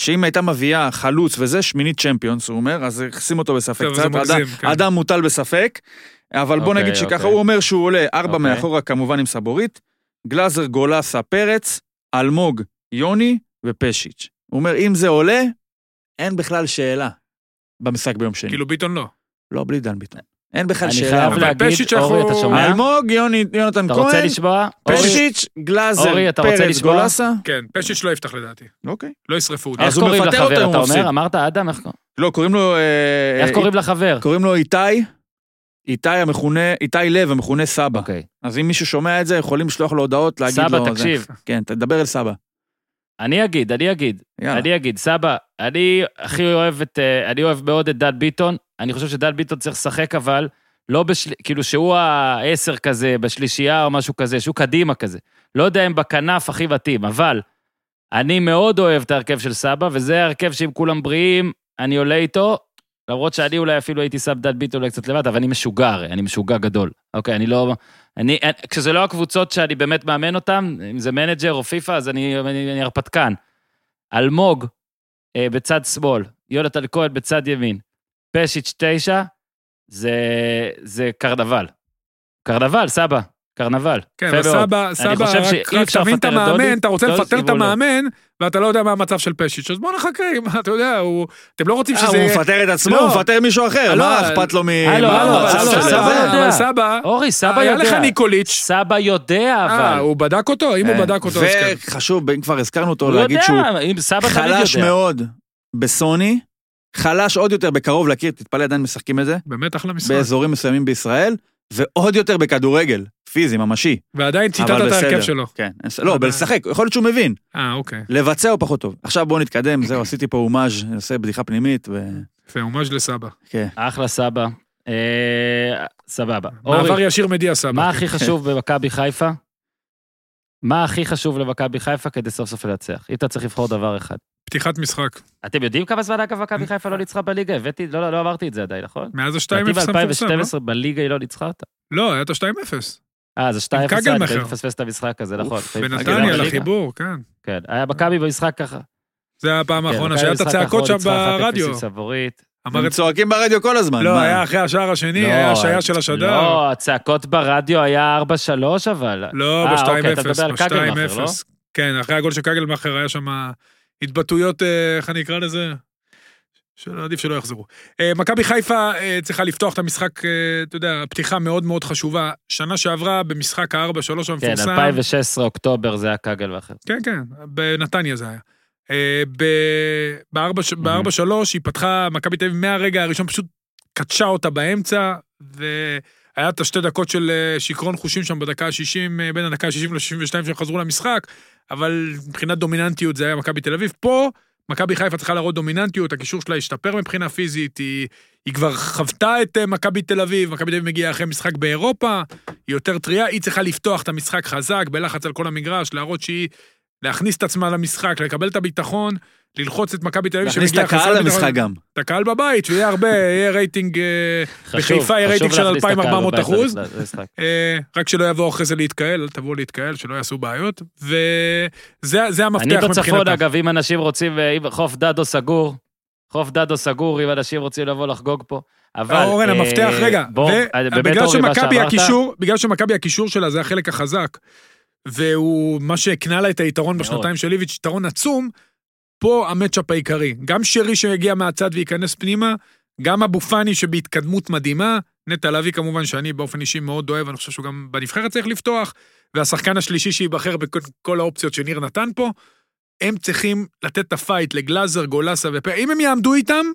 S4: שאם הייתה מביאה חלוץ וזה, שמינית צ'מפיונס, הוא אומר, אז שים אותו בספק
S3: טוב, זה
S4: קצת.
S3: מגזים,
S4: אדם-
S3: כן.
S4: אדם מוטל בספק. אבל בוא
S1: אוקיי,
S4: נגיד שככה,
S1: אוקיי.
S4: הוא אומר שהוא עולה ארבע
S1: אוקיי.
S4: מאחורה כמובן עם סבורית, גלאזר, גולסה, פרץ, אלמוג, יוני ופשיץ'. הוא אומר, אם זה עולה, אין בכלל שאלה במשחק ביום שני.
S3: כאילו ביטון לא.
S4: לא, בלי דן ביטן. אין בכלל
S1: אני
S4: שאלה.
S1: חייב
S4: אבל-
S1: להגיד,
S3: פשיץ'
S1: אורי,
S3: אנחנו-
S1: אתה שומע?
S4: אלמוג, יוני- יונתן
S1: אתה רוצה
S4: כהן,
S1: לשמוע? אורי,
S4: פשיץ', גלאזר,
S1: אורי, אתה רוצה
S4: פרץ,
S1: לשמוע?
S4: גולסה.
S3: כן, פשיץ' לא יפתח לדעתי.
S4: אוקיי.
S3: לא ישרפו אותו.
S4: אז
S1: איך
S4: הוא
S1: קוראים
S4: מפטר אותו,
S1: לחבר,
S4: הוא
S1: אתה
S4: מפסיד.
S1: אומר? אמרת אדם, איך קוראים-
S4: לא, קוראים לו... אה,
S1: איך
S4: אה,
S1: קוראים לחבר?
S4: קוראים לו איתי, איתי המכונה, איתי לב המכונה סבא.
S1: אוקיי.
S4: אז אם מישהו שומע את זה, יכולים לשלוח לו הודעות, להגיד לו...
S1: סבא,
S4: זה.
S1: תקשיב,
S4: כן, תדבר אל סבא.
S1: אני אגיד, אני אגיד,
S4: יאללה.
S1: אני אגיד, סבא, אני הכי אוהב את, אה, אני אוהב מאוד את דן ביטון, אני חושב שדן ביטון צריך לשחק, אבל לא בשל... כאילו שהוא העשר כזה, בשלישייה או משהו כזה, שהוא קדימה כזה. לא יודע אם בכנף הכי מתאים, אבל אני מאוד אוהב את ההרכב של סבא, וזה ההרכב שאם כולם בריאים, אני עולה איתו, למרות שאני אולי אפילו הייתי שם דן ביטון אולי קצת לבד, אבל אני משוגע הרי, אני משוגע גדול. אוקיי, אני לא... אני, כשזה לא הקבוצות שאני באמת מאמן אותן, אם זה מנג'ר או פיפא, אז אני, אני, אני הרפתקן. אלמוג אה, בצד שמאל, יונתן כהן בצד ימין, פשיץ' תשע, זה, זה קרנבל. קרנבל, סבא, קרנבל.
S3: כן,
S1: יפה
S3: אבל
S1: מאוד.
S3: סבא, סבא,
S1: חושב
S3: רק-
S1: שאי
S3: רק
S1: אפשר
S3: תבין את
S1: לפטר את
S3: המאמן,
S1: דוניס,
S3: אתה רוצה
S1: דוניס
S3: לפטר את
S1: אם הוא לא.
S3: המאמן, ואתה לא יודע מה המצב של פשיץ', אז בוא נחכה, אם- אתה יודע, הוא- אתם לא רוצים
S4: אה,
S3: שזה
S4: הוא
S3: יהיה...
S4: מפטר את עצמו,
S3: לא.
S4: הוא מפטר מישהו אחר,
S3: הלו,
S4: מה
S3: הלו,
S4: אכפת לו מ...
S1: הלו,
S4: מה אה,
S1: הלו,
S4: המצב
S1: הלו,
S4: של
S1: סבא,
S4: זה?
S1: יודע.
S3: אבל סבא,
S1: אורי, סבא
S3: אה, היה לך
S1: יודע.
S3: ניקוליץ',
S1: סבא אה, יודע,
S3: אה,
S1: אבל.
S3: הוא בדק אותו, אם הוא בדק אותו, אז כן.
S4: וחשוב, אם כבר הזכרנו אותו,
S1: הוא
S4: להגיד
S1: יודע,
S4: שהוא
S1: אם סבא תמיד יודע.
S4: חלש מאוד בסוני, חלש עוד יותר בקרוב לקיר, תתפלא, עדיין משחקים את זה,
S3: באמת אחלה משחק.
S4: באזורים מסוימים בישראל, ועוד יותר בכדורגל, פיזי, ממשי.
S3: ועדיין ציטטת
S4: אבל
S3: את ההרכב
S4: בסדר.
S3: שלו.
S4: כן, אין ס- לא, בלשחק, יכול להיות שהוא מבין.
S3: אה, אוקיי.
S4: לבצע הוא פחות טוב. עכשיו בואו נתקדם, זהו, עשיתי פה הומאז', אני עושה בדיחה פנימית, ו...
S3: יפה, הומאז' לסבא.
S4: כן.
S1: אחלה סבא. אה, סבבה.
S3: מעבר
S1: אורי,
S3: ישיר מדיה סבא.
S1: מה הכי חשוב במכבי חיפה? מה הכי חשוב למכבי חיפה כדי סוף סוף לנצח? אם אתה צריך לבחור דבר אחד.
S3: פתיחת משחק.
S1: אתם יודעים כמה זמן אגב מכבי חיפה לא ניצחה בליגה? הבאתי, לא, לא, לא אמרתי את זה עדיין, נכון?
S3: מאז ה-2-0
S1: לדעתי
S3: המפורסם, לא?
S1: ב-2012 בליגה היא לא ניצחה אותה.
S3: לא, היה את ה-2-0.
S1: אה, זה 2-0, אני
S3: כגלמכר.
S1: תמיד מפספס את המשחק הזה, נכון.
S3: בנתניה,
S1: בליגה.
S3: לחיבור, כן.
S1: כן, היה מכבי במשחק ככה.
S3: זה הפעם
S1: כן,
S3: האחרונה,
S1: מכבי
S3: שהיה את
S1: במשחק
S3: הצעקות
S1: האחרון
S3: שם
S1: ניצחה 1-0 עם
S3: ברדיו.
S1: סבורית.
S3: אמר
S4: הם
S3: את-
S4: צועקים ברדיו כל הזמן.
S3: לא,
S4: מה?
S3: היה אחרי השער השני,
S1: אה, לא,
S3: היה השעיה של השדר.
S1: לא, הצעקות ברדיו היה 4-3 אבל.
S3: לא,
S1: אה, אוקיי,
S3: ב-2-0,
S1: אתה מדבר על קגלמכר, לא?
S3: ב-2-0. כן, אחרי הגול של קגלמכר היה שם התבטאויות, אה, איך אני אקרא לזה? של- עדיף שלא יחזרו. אה, מכבי חיפה אה, צריכה לפתוח את המשחק, אה, אתה יודע, פתיחה מאוד מאוד חשובה. שנה שעברה במשחק ה-4-3
S1: כן,
S3: המפורסם.
S1: 2016 אוקטובר זה היה קגלמכר.
S3: כן, כן, בנתניה זה היה. אה, ב- בארבע ש- בארבע שלוש היא פתחה, מכבי תל אביב מהרגע הראשון פשוט קדשה אותה באמצע, והיה את השתי דקות של אה, שיכרון חושים שם בדקה ה-60, בין הדקה ה-60 ל-62 שהם חזרו למשחק, אבל מבחינת דומיננטיות זה היה מכבי תל אביב. פה, מכבי חיפה צריכה להראות דומיננטיות, הקישור שלה השתפר מבחינה פיזית, היא, היא כבר חוותה את אה, מכבי תל אביב, מכבי תל אביב מגיעה אחרי משחק באירופה, היא יותר טריה, היא צריכה לפתוח את המשחק חזק, בלחץ על כל המגרש, להראות שהיא... להכניס את עצמה למשחק, לקבל את הביטחון, ללחוץ את מכבי תל אביב
S4: להכניס את
S3: שמגיעה חסרת
S4: הקהל
S3: ביטחון.
S4: למשחק גם.
S3: את הקהל בבית, ויהיה הרבה, יהיה רייטינג, אה,
S1: חשוב,
S3: בחיפה היה
S1: חשוב
S3: רייטינג של
S1: להכניס את הקהל
S3: 2,400
S1: בבית
S3: אחוז.
S1: למשחק.
S3: אה, רק שלא יבואו אחרי זה להתקהל, אל תבואו להתקהל, שלא יעשו בעיות, וזה זה המפתח
S1: אני
S3: מבחינתם.
S1: בצפון, אגב, אם אנשים רוצים, אה, אם חוף דדו סגור, חוף דדו סגור, אם אנשים רוצים לבוא לחגוג פה, אבל...
S3: אורן,
S1: אה,
S3: המפתח, רגע,
S1: בוא, אני- באמת,
S3: ובגלל
S1: אורי, מה
S3: שמכבי
S1: שאמרת,
S3: הקישור, בגלל שמכבי הקישור שלה זה החלק החזק, והוא מה שהקנה לה את היתרון
S1: מאוד.
S3: בשנתיים של איביץ', יתרון עצום, פה המצ'אפ העיקרי. גם שרי שיגיע מהצד וייכנס פנימה, גם אבו פאני שבהתקדמות מדהימה, נטע לביא כמובן, שאני באופן אישי מאוד אוהב, אני חושב שהוא גם בנבחרת צריך לפתוח, והשחקן השלישי שייבחר בכל כל האופציות שניר נתן פה, הם צריכים לתת את הפייט לגלאזר, גולסה ופ... אם הם יעמדו איתם,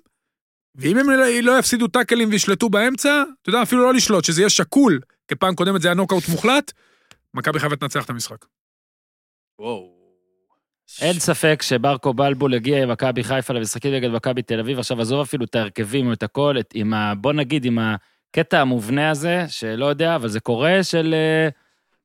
S3: ואם הם לא- לא יפסידו טאקלים וישלטו באמצע, אתה יודע, אפילו לא לשלוט, שזה יהיה שקול, כי פעם קודמת זה היה נוקאוט מוחלט, מכבי חיפה תנצח את המשחק.
S1: אין ספק שברקו בלבול הגיע עם מכבי חיפה למשחקים נגד מכבי תל אביב. עכשיו, עזוב אפילו את ההרכבים או את הכל, את, עם ה... בוא נגיד, עם הקטע המובנה הזה, שלא יודע, אבל זה קורה, של... אה,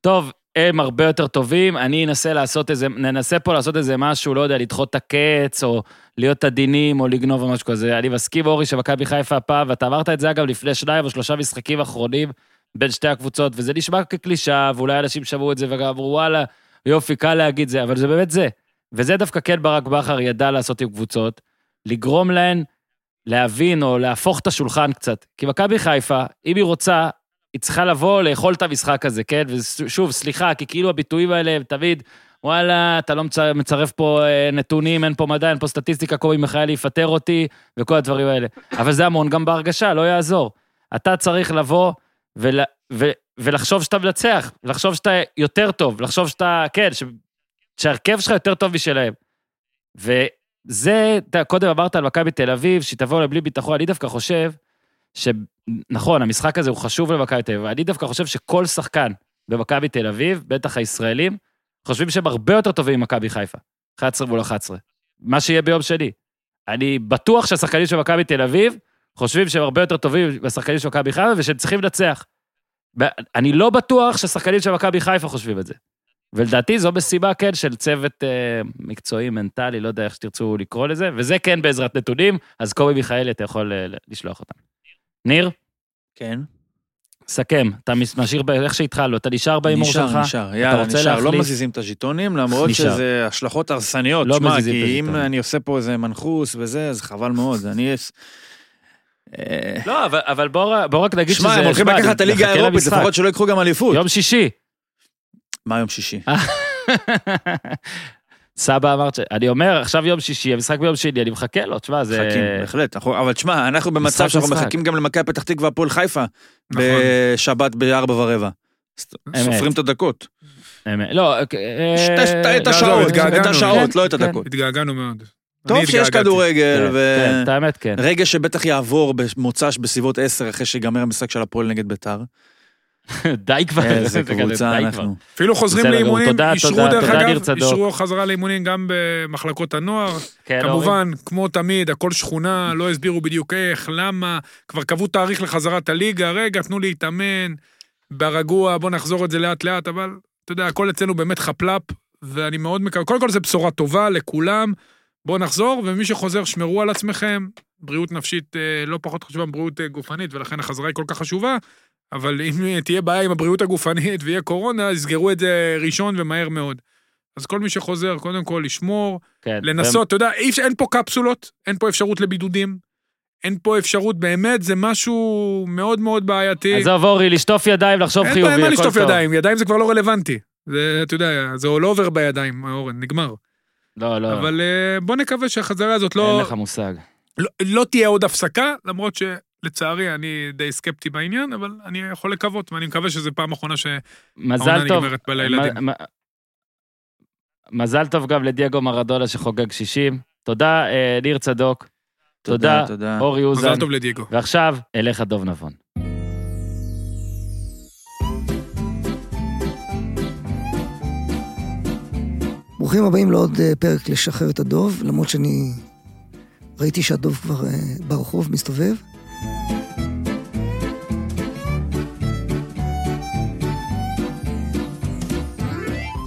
S1: טוב, הם הרבה יותר טובים, אני אנסה לעשות איזה... ננסה פה לעשות איזה משהו, לא יודע, לדחות את הקץ, או להיות עדינים, או לגנוב או משהו כזה. אני מסכים, אורי, שמכבי חיפה הפעם, ואתה אמרת את זה, אגב, לפני שניים או שלושה משחקים אחרונים בין שתי הקבוצות, וזה נשמע כקלישאה, ואולי אנשים שמעו את זה וגם אמרו, וואלה, יופי, קל להגיד זה, אבל זה באמת זה. וזה דווקא כן ברק בכר ידע לעשות עם קבוצות, לגרום להן להבין או להפוך את השולחן קצת. כי מכבי חיפה, אם היא רוצה, היא צריכה לבוא, לאכול את המשחק הזה, כן? ושוב, סליחה, כי כאילו הביטויים האלה, תמיד, וואלה, אתה לא מצ- מצרף פה אה, נתונים, אין פה מדע, אין פה סטטיסטיקה, קובי מיכאלי יפטר אותי, וכל הדברים האלה. אבל זה המון גם בהרגשה, לא יעזור. אתה צריך לבוא ול, ו, ולחשוב שאתה מנצח, לחשוב שאתה יותר טוב, לחשוב שאתה, כן, ש, שההרכב שלך יותר טוב משלהם. וזה, אתה קודם אמרת על מכבי תל אביב, שהיא תבוא לבלי ביטחון, אני דווקא חושב שנכון, המשחק הזה הוא חשוב למכבי תל אביב, אבל אני דווקא חושב שכל שחקן במכבי תל אביב, בטח הישראלים, חושבים שהם הרבה יותר טובים ממכבי חיפה. 11 מול 11. מה שיהיה ביום שני. אני בטוח שהשחקנים של מכבי תל אביב חושבים שהם הרבה יותר טובים מהשחקנים של מכבי חיפה ושהם צריכים לנצח. ב- אני לא בטוח שהשחקנים של מכבי חיפה חושבים את זה. ולדעתי זו מסיבה, כן, של צוות אה, מקצועי, מנטלי, לא יודע איך שתרצו לקרוא לזה, וזה כן בעזרת נתונים, אז קובי מיכאלי, אתה יכול אה, ל- לשלוח אותם. ניר,
S4: כן.
S1: סכם, אתה מש- משאיר ב- איך שהתחלנו, אתה נשאר בהימור שלך?
S4: נשאר, נשאר, יאללה,
S1: רוצה
S4: נשאר. לא
S1: להחליף?
S4: מזיזים את הז'יטונים, למרות
S1: נשאר.
S4: שזה השלכות הרסניות.
S1: לא
S4: שמע,
S1: מזיזים את
S4: כי אם
S1: הז'יטונים.
S4: אני עושה פה איזה מנחוס וזה, אז חבל מאוד. אני... אס- אה,
S1: לא, אבל, אבל בוא, בוא רק נגיד שזה...
S4: שמע, הם הולכים
S1: נחמד,
S4: לקחת את הליגה
S1: נחכה
S4: האירופית,
S1: למשחק.
S4: לפחות שלא ייקחו גם אליפות.
S1: יום שישי.
S4: מה יום שישי?
S1: סבא אמרת, ש- אני אומר, עכשיו יום שישי, המשחק ביום שני, אני מחכה לו, תשמע, זה...
S4: מחכים, בהחלט. אנחנו- אבל תשמע, אנחנו במצב
S1: משחק,
S4: שאנחנו
S1: משחק.
S4: מחכים גם למכבי פתח תקווה הפועל חיפה.
S3: נכון.
S4: בשבת בארבע ורבע. סופרים את הדקות.
S1: אמת. לא, אה,
S4: שת- שת- את
S1: לא,
S3: עזוב,
S4: השעות, את
S3: התגעגענו.
S4: השעות,
S1: כן,
S4: לא את
S1: כן.
S4: הדקות.
S3: התגעגענו מאוד.
S4: טוב
S3: אני
S4: שיש
S3: התגעגעתי.
S4: כדורגל,
S1: כן,
S4: ו...
S1: כן, את האמת כן.
S4: רגע שבטח יעבור במוצ"ש בסביבות 10 אחרי שיגמר המשחק של הפועל נגד ביתר.
S1: די כבר.
S4: איזה
S1: זה כזה, די
S4: קבוצה
S1: כבר.
S4: אנחנו.
S3: אפילו חוזרים
S1: בסדר גמור,
S3: לאימונים,
S1: תודה,
S3: אישרו
S1: תודה,
S3: דרך
S1: תודה, ניר
S3: אגב,
S1: צדוק.
S3: אישרו חזרה לאימונים גם במחלקות הנוער.
S1: כן, אורי.
S3: כמובן, כמו תמיד, הכל שכונה, לא הסבירו בדיוק איך, למה, כבר קבעו תאריך לחזרת הליגה, רגע, תנו להתאמן, ברגוע, בואו נחזור את זה לאט-לאט, אבל אתה יודע, הכל אצלנו באמת חפלאפ, ואני מאוד מקווה, קודם כל זו בשורה טובה לכולם, בואו נחזור, ומי שחוזר, שמרו על עצמכם, בריאות נפשית אה, לא פחות חשובה מבריאות אה, גופנית, ולכן החזרה היא כל כך חשובה, אבל אם אה, תהיה בעיה עם הבריאות הגופנית ויהיה קורונה, יסגרו את זה ראשון ומהר מאוד. אז כל מי שחוזר, קודם כל לשמור,
S1: כן,
S3: לנסות, אתה יודע, אי אפשר- אין פה קפסולות, אין פה אפשרות לבידודים, אין פה אפשרות, באמת, זה משהו מאוד מאוד בעייתי.
S1: עזוב אורי, לשטוף ידיים, לחשוב
S3: אין
S1: לא חיובי,
S3: בעיה מה
S1: הכל
S3: לשטוף
S1: טוב.
S3: ידיים, ידיים זה כבר לא רלוונטי. זה, אתה יודע, זה לא עובר בידיים, אורן, נגמר.
S1: לא, לא,
S3: אבל אה, בוא נקווה שהחזרה הזאת
S1: אין
S3: לא,
S1: לך מושג.
S3: לא, לא תהיה עוד הפסקה, למרות שלצערי אני די סקפטי בעניין, אבל אני יכול לקוות, ואני מקווה שזו פעם אחרונה שהעונה
S1: מזל טוב.
S3: נגמרת בלילדים.
S1: מ- מ- מזל טוב גם לדייגו מרדונה שחוגג 60. תודה, אה, ניר צדוק. תודה,
S4: תודה.
S1: אורי אוזן.
S3: מזל טוב לדייגו.
S1: ועכשיו, אליך דוב נבון.
S5: ברוכים הבאים לעוד אה, פרק לשחרר את הדוב, למרות שאני ראיתי שהדוב כבר אה, ברחוב מסתובב.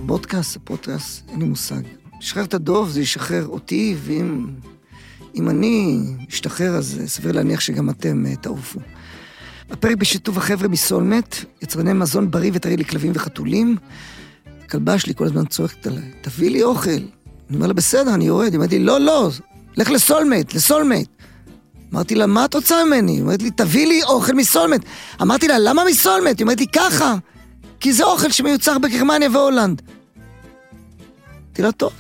S5: פודקאסט, פודקאסט, אין לי מושג. לשחרר את הדוב זה ישחרר אותי, ואם אם אני אשתחרר אז אה, סביר להניח שגם אתם אה, תעופו. הפרק בשיתוף החבר'ה מסולמט, יצרני מזון בריא וטרי לכלבים וחתולים. הכלבה שלי כל הזמן צועקת עליי, תביא לי אוכל. אני אומר לה, בסדר, אני יורד. היא אומרת לי, לא, לא, לך לסולמט, לסולמט. אמרתי לה, מה את רוצה ממני? היא אומרת לי, תביא לי אוכל מסולמט. אמרתי לה, למה מסולמט? היא אומרת לי, ככה, כי זה אוכל שמיוצר בגרמניה והולנד. אמרתי לה, טוב.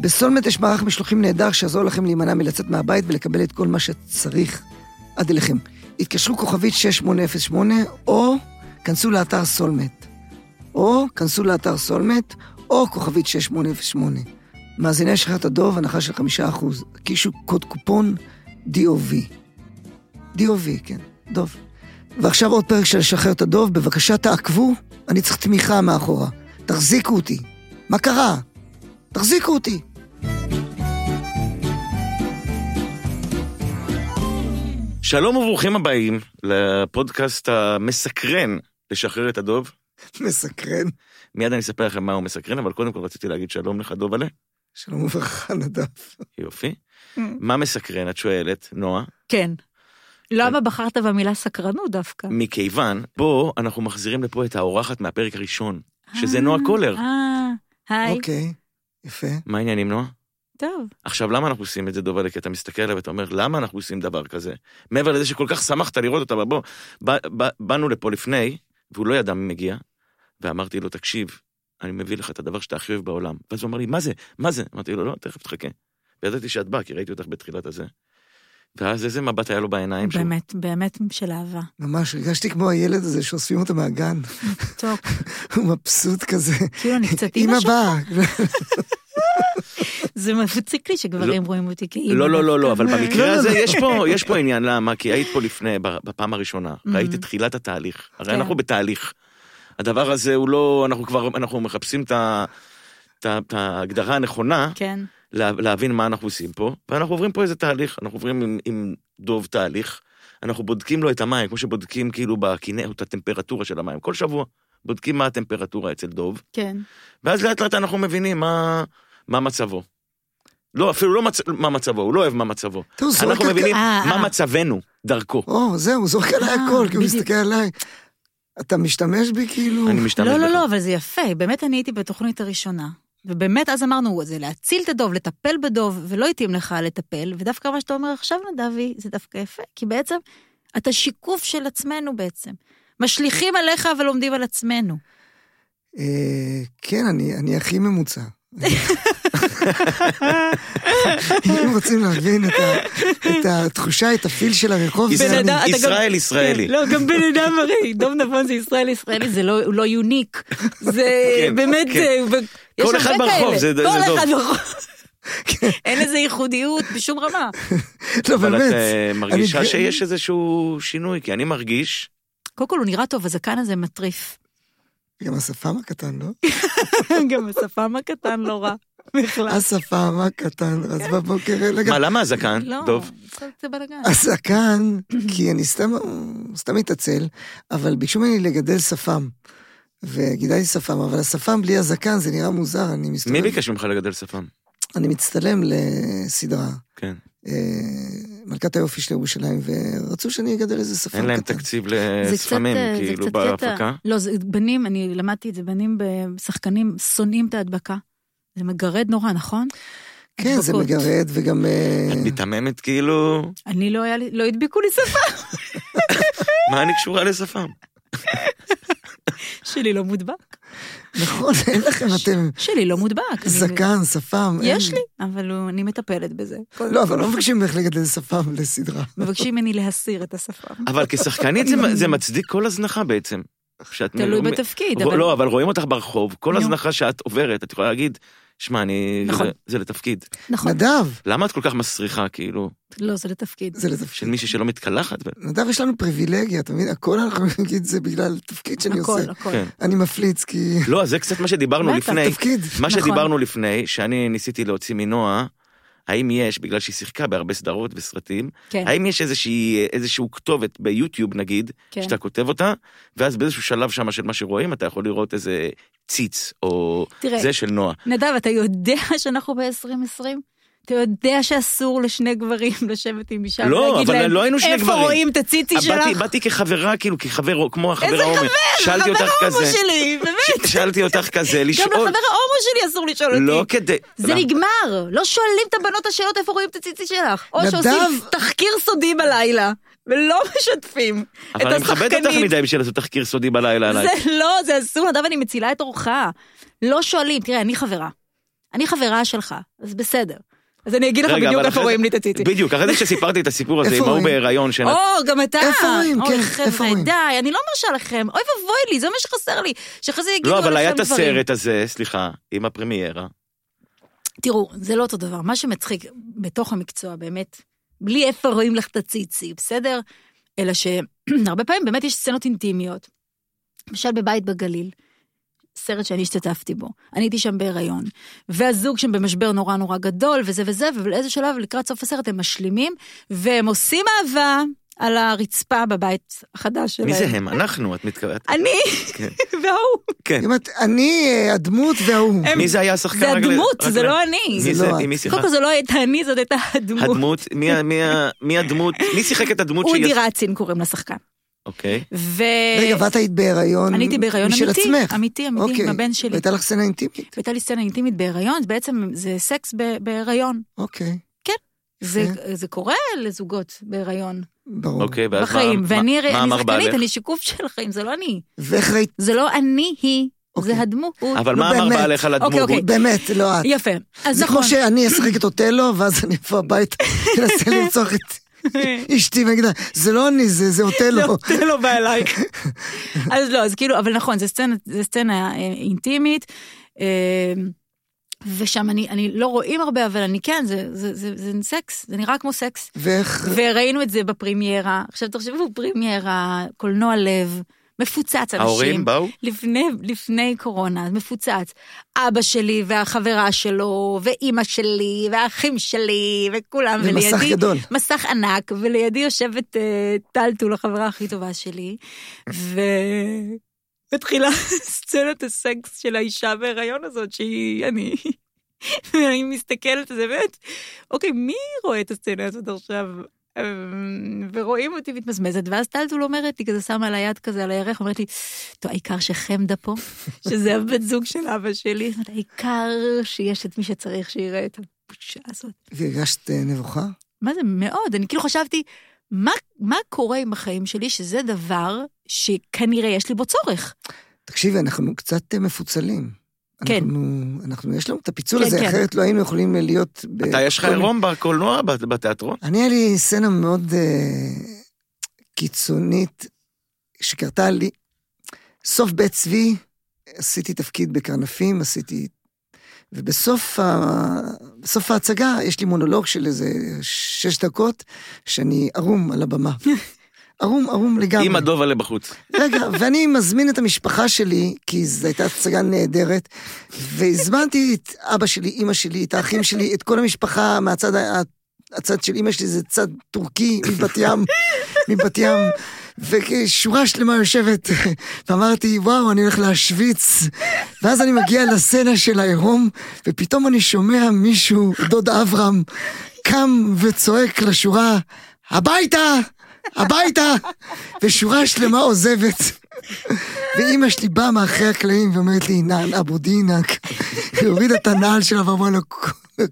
S5: בסולמט יש מערך משלוחים נהדר שיעזור לכם להימנע מלצאת מהבית ולקבל את כל מה שצריך עד אליכם. התקשרו כוכבית 6808, או כנסו לאתר סולמט. או כנסו לאתר סולמט, או כוכבית 6808. מאזיני שחררת הדוב, הנחה של 5%. הקישו קוד קופון DOV. DOV, כן, דוב. ועכשיו עוד פרק של לשחרר את הדוב, בבקשה תעקבו, אני צריך תמיכה מאחורה. תחזיקו אותי. מה קרה? תחזיקו אותי.
S6: שלום וברוכים הבאים לפודקאסט המסקרן לשחרר את הדוב.
S5: מסקרן.
S6: מיד אני אספר לכם מה הוא מסקרן, אבל קודם כל רציתי להגיד שלום לך, דובלה.
S5: שלום וברכה נדב.
S6: יופי. מה מסקרן, את שואלת, נועה?
S7: כן.
S6: אה.
S7: למה בחרת במילה סקרנות דווקא?
S6: מכיוון, פה אנחנו מחזירים לפה את האורחת מהפרק הראשון, שזה
S7: אה,
S6: נועה קולר.
S7: אה, היי.
S5: אוקיי, יפה.
S6: מה העניינים, נועה?
S7: טוב.
S6: עכשיו, למה אנחנו עושים את זה, דובל'ה? כי אתה מסתכל עליו ואתה אומר, למה אנחנו עושים דבר כזה? מעבר לזה שכל כך שמחת לראות אותה, אבל בוא, ב- ב- באנו לפה לפני, והוא לא ידע מי מגיע, ואמרתי לו, תקשיב, אני מביא לך את הדבר שאתה הכי אוהב בעולם. ואז הוא אמר לי, מה זה? מה זה? אמרתי לו, לא, תכף תחכה. וידעתי שאת באה, כי ראיתי אותך בתחילת הזה. ואז איזה מבט היה לו בעיניים שהוא...
S7: באמת, באמת של אהבה.
S5: ממש, הרגשתי כמו הילד הזה שאוספים אותו מהגן,
S7: טוב,
S5: הוא מבסוט כזה.
S7: כאילו אני קצת אימא
S5: אמא
S7: שלך.
S5: באה.
S7: זה מפציק לי שגברים רואים אותי כאימא.
S6: לא, לא, לא, לא,
S7: דווקא.
S6: אבל
S5: לא,
S6: במקרה
S5: לא,
S6: הזה
S5: לא.
S6: יש פה, יש פה עניין, למה? כי היית פה לפני, ב- בפעם הראשונה, ראית את תחילת התהליך. הרי
S7: כן.
S6: אנחנו בתהליך. הדבר הזה הוא לא, אנחנו כבר, אנחנו מחפשים את ה- את ה- את ההגדרה הנכונה,
S7: כן.
S6: לה- להבין מה אנחנו עושים פה, ואנחנו עוברים פה איזה תהליך, אנחנו עוברים עם, עם דוב תהליך, אנחנו בודקים לו את המים, כמו שבודקים כאילו בכנרת, את הטמפרטורה של המים, כל שבוע בודקים מה הטמפרטורה אצל דוב,
S7: כן.
S6: ואז לאט לאט אנחנו מבינים מה, מה מצבו. לא, אפילו לא מצ... מה מצבו, הוא לא אוהב מה מצבו.
S5: טוב, זורק
S6: אנחנו
S5: על-
S6: מבינים
S7: אה,
S6: מה
S7: אה.
S6: מצבנו דרכו.
S5: או, זהו, הוא זורק עליי
S7: אה,
S5: הכל, כי הוא
S7: בדיוק.
S5: מסתכל עליי. אתה משתמש בי כאילו?
S6: אני משתמש
S7: לא,
S6: בך.
S7: לא, לא, אבל זה יפה. באמת אני הייתי בתוכנית הראשונה. ובאמת אז אמרנו, זה להציל את הדוב, לטפל בדוב, ולא התאים לך לטפל, ודווקא מה שאתה אומר עכשיו, נדבי, זה דווקא יפה, כי בעצם אתה שיקוף של עצמנו בעצם. משליכים עליך ולומדים על עצמנו.
S5: אה, כן, אני, אני הכי ממוצע. אם רוצים להבין את, ה, את התחושה, את הפיל של הרחוב, זה
S7: בן
S5: אני.
S7: אדם- אתה גם-
S6: ישראל ישראלי.
S7: כן, לא, גם בן אדם הרי, דוב נבון זה ישראל ישראלי, זה לא הוא לא יוניק. זה
S6: כן,
S7: באמת,
S6: כן.
S7: זה- ו- יש
S6: כל אחד
S7: הרבה
S6: ברחוב,
S7: כאלה.
S6: זה- זה
S7: כל
S6: דוב.
S7: אחד ברחוב. אין לזה ייחודיות בשום רמה.
S5: לא,
S6: אבל
S5: באמת.
S6: את אה, מרגישה
S5: אני-
S6: שיש איזשהו שינוי, כי אני מרגיש,
S7: קודם כל הוא נראה טוב, הזקן הזה מטריף.
S5: גם השפם הקטן, לא?
S7: כן. גם השפם הקטן לא רע. בכלל.
S5: השפם הקטן, אז בבוקר... רגע,
S6: מה, למה הזקן,
S7: לא,
S6: דוב?
S7: זה בלאגן.
S5: הזקן, כי אני סתם, סתם מתעצל, אבל ביקשו ממני לגדל שפם. וגידלתי שפם, אבל השפם בלי הזקן זה נראה מוזר, אני מסתובב.
S6: מי ביקש ממך לגדל שפם?
S5: אני מצטלם לסדרה.
S6: כן.
S5: אה, מלכת היופי של ירושלים, ורצו שאני אגדל איזה שפם קטן.
S6: אין להם תקציב
S7: זה קצת,
S6: לספמים,
S7: אה, זה
S6: כאילו,
S7: קצת
S6: בהפקה.
S7: קטע. לא, זה בנים, אני למדתי את זה, בנים, ב- שחקנים שונאים את ההדבקה. זה מגרד נורא, נכון?
S5: כן, זה
S7: הדבקות.
S5: מגרד, וגם... אה,
S6: את מיתממת כאילו,
S7: אני לא היה לי, לא הדביקו לי שפה.
S6: מה אני קשורה לשפם?
S7: שלי לא מודבק.
S5: נכון, אין לכם, אתם
S7: שלי לא מודבק. אני-
S5: זקן, שפם. אין-
S7: יש לי, אבל הוא- אני מטפלת בזה.
S5: לא, אבל לא מבקשים ממך לגדל שפם לסדרה.
S7: מבקשים ממני להסיר את השפם.
S6: אבל כשחקנית זה- זה מצדיק כל הזנחה בעצם. שאת
S7: תלוי
S6: מ- מ-
S7: בתפקיד,
S6: רוא-
S7: אבל...
S6: לא, אבל רואים אותך ברחוב, כל
S7: נו.
S6: הזנחה שאת עוברת, את יכולה להגיד, שמע, אני...
S7: נכון.
S6: זה- זה לתפקיד.
S7: נכון.
S5: נדב,
S6: למה את כל כך מסריחה, כאילו,
S7: לא, זה לתפקיד.
S5: זה
S6: של
S5: לתפקיד.
S6: מישהי שלא מתקלחת?
S5: נדב, יש לנו פריבילגיה, אתה מבין? הכל אנחנו נגיד זה בגלל תפקיד שאני
S7: הכל,
S5: עושה.
S7: הכל.
S6: כן.
S5: אני מפליץ כי...
S6: לא, אז זה קצת מה שדיברנו
S7: בטח,
S6: לפני.
S5: תפקיד.
S6: מה
S7: נכון.
S6: שדיברנו לפני, שאני ניסיתי להוציא מנועה, האם יש, בגלל שהיא שיחקה בהרבה סדרות וסרטים,
S7: כן.
S6: האם יש איזושהי, איזשהו כתובת ביוטיוב נגיד,
S7: כן.
S6: שאתה כותב אותה, ואז באיזשהו שלב שם של מה שרואים, אתה יכול לראות איזה ציץ, או
S7: תראה.
S6: זה של נועה.
S7: נדב, אתה יודע שאנחנו ב-2020? אתה יודע שאסור לשני גברים לשבת עם אישה
S6: לא,
S7: ולהגיד
S6: אבל
S7: להם,
S6: לא היינו שני גברים." אה,
S7: איפה רואים את הציצי
S6: באתי-
S7: שלך?
S6: באתי כחברה, כאילו, כחבר, כמו החבר
S7: איזה
S6: ההומו.
S7: חבר?
S6: שאלתי אותך
S7: חבר ההומו
S6: כזה,
S7: שלי, באמת.
S6: ש- שאלתי אותך כזה,
S7: גם
S6: לשאול.
S7: לחבר ההומו שלי אסור לשאול אותי.
S6: לא כדי...
S7: זה
S6: למה?
S7: נגמר, לא שואלים את הבנות את השאלות איפה רואים את הציצי שלך. או
S5: נדב-
S7: שעושים תחקיר סודי בלילה, ולא משתפים את
S6: אבל אני מכבד אותך
S7: השחקנית.
S6: מדי בשביל לעשות תחקיר סודי בלילה עליי.
S7: זה לא, זה אסור, נדב, אני מצילה את אורך. לא שואלים, תראה, אני חברה. אני חברה שלך, אז בסדר. אז אני אגיד לך
S6: רגע,
S7: בדיוק
S6: אבל
S7: איפה
S6: אחרי
S7: רואים
S6: זה-
S7: לי את הציצי.
S6: בדיוק, אחרי זה שסיפרתי את הסיפור הזה,
S5: איפה
S6: עם ההוא
S5: רואים?
S6: בהיריון, שנ-
S7: או, גם אתה.
S5: איפה רואים?
S7: אוי,
S5: כן, איפה
S7: חבר'ה,
S5: רואים?
S7: די, אני לא מרשה לכם. אוי ואבוי לי, זה מה שחסר לי. שאחרי זה יגידו
S6: לא, אבל היה
S7: עליכם
S6: את
S7: דברים.
S6: הסרט הזה, סליחה, עם הפרמיירה.
S7: תראו, זה לא אותו דבר. מה שמצחיק בתוך המקצוע, באמת, בלי איפה רואים לך את הציצי, בסדר? אלא שהרבה פעמים באמת יש סצנות אינטימיות. למשל בבית בגליל, סרט שאני השתתפתי בו, אני הייתי שם בהיריון, והזוג שם במשבר נורא נורא גדול, וזה וזה, ובאיזה שלב לקראת סוף הסרט הם משלימים, והם עושים אהבה על הרצפה בבית החדש שלהם.
S6: מי זה הם? אנחנו, את מתכוונת.
S7: אני
S6: כן.
S7: וההוא.
S6: כן.
S5: אם את- אני אה, הדמות וההוא.
S7: הם-
S6: מי זה היה השחקן?
S7: זה
S6: רק ל-
S7: הדמות,
S6: רק
S7: זה
S6: ל-
S7: לא אני.
S6: מי
S5: זה
S6: זה?
S5: לא
S6: עם
S5: את.
S6: מי
S7: קודם
S6: שיחק?
S7: כל זה לא הייתה אני, זאת הייתה הדמות.
S6: הדמות, מי ה- מי ה- מי הדמות, מי שיחק את הדמות
S7: אודי
S6: שהיא...
S7: רצין קוראים לשחקן.
S6: אוקיי.
S7: ו...
S5: רגע, ואת היית בהיריון
S7: אה, אני הייתי בהיריון
S5: משל
S7: אמיתי,
S5: עצמך.
S7: אמיתי, אמיתי,
S5: אוקיי.
S7: עם הבן שלי.
S5: והייתה לך סצנה אינטימית?
S7: הייתה לי סצנה אינטימית בהיריון, אז בעצם זה סקס ב- בהיריון.
S5: אוקיי,
S7: זה,
S5: יפה.
S7: זה קורה לזוגות בהיריון,
S5: ברור.
S6: אוקיי, ואז מה-
S7: בחיים.
S6: מה-
S7: ואני
S6: מה
S7: אני
S6: אמר
S7: שחקנית,
S6: בעלך?
S7: אני שיקוף של חיים, זה לא אני.
S5: ואיך ראית?
S7: זה לא אני היא,
S5: אוקיי.
S7: זה הדמות.
S6: אבל
S5: נו,
S6: מה אמר
S5: באמת.
S6: בעלך על הדמות?
S7: אוקיי.
S5: באמת, לא את.
S7: יפה. אז
S5: זה
S7: נכון.
S5: כמו שאני אשחק את אוטלו, ואז אני אבוא הביתה, אנסה לרצוח את אשתי ונגידה, זה לא אני, זה זה אוטלו.
S7: זה לא בא אלייך. אז לא, אז כאילו, אבל נכון, זו סצנה, זו סצנה אה, אינטימית, אה, ושם אני, אני לא רואים הרבה, אבל אני כן, זה, זה, זה, זה סקס, זה נראה כמו סקס.
S5: ואיך...
S7: וראינו את זה בפרימיירה. עכשיו תחשבו, פרימיירה, קולנוע לב, מפוצץ אנשים. אה,
S6: ההורים באו?
S7: לפני, לפני קורונה, מפוצץ. אבא שלי והחברה שלו, ואימא שלי, והאחים שלי, וכולם,
S5: זה מסך גדול.
S7: מסך ענק, ולידי יושבת אה, טלטול, החברה הכי טובה שלי, ו... מתחילה סצנת הסקס של האישה בהיריון הזאת, שהיא אני. ואני מסתכלת על זה, באמת, אוקיי, מי רואה את הסצנה הזאת עכשיו? אמ, ורואים אותי מתמזמזת, ואז טלטול אומרת לי, כזה שמה לה יד כזה על הירך, אומרת לי, טוב, העיקר שחמדה פה, שזה הבת זוג של אבא שלי, זאת אומרת, העיקר שיש את מי שצריך שיראה את הבושה הזאת.
S5: והרגשת אה, נבוכה?
S7: מה זה מאוד? אני כאילו חשבתי, מה, מה קורה עם החיים שלי שזה דבר שכנראה יש לי בו צורך?
S5: תקשיבי, אנחנו קצת אה, מפוצלים.
S7: כן.
S5: אנחנו- אנחנו, יש לנו את הפיצול
S7: כן,
S5: הזה,
S7: כן.
S5: אחרת לא היינו יכולים להיות... ב-
S6: אתה יש לך
S5: כל מיני-
S6: עירום בקולנוע, בת- בתיאטרון?
S5: אני, היה לי סצנה מאוד אה, קיצונית שקרתה לי. סוף בית צבי, עשיתי תפקיד בקרנפים, עשיתי... ובסוף ה... בסוף ההצגה יש לי מונולוג של איזה שש דקות, שאני ערום על הבמה. ערום, ערום לגמרי.
S6: עם הדוב עלה בחוץ.
S5: רגע, ואני מזמין את המשפחה שלי, כי זו הייתה הצגה נהדרת, והזמנתי את אבא שלי, אימא שלי, את האחים שלי, את כל המשפחה מהצד ה... הצד של אימא שלי זה צד טורקי מבת ים, מבת ים, ושורה שלמה יושבת, ואמרתי, וואו, אני הולך להשוויץ. ואז אני מגיע לסצנה של העירום, ופתאום אני שומע מישהו, דוד אברהם, קם וצועק לשורה, הביתה! הביתה! ושורה שלמה עוזבת. ואימא שלי באה מאחורי הקלעים ואומרת לי, נען אבו דינק. היא הורידה את הנעל שלה ואמרה לו,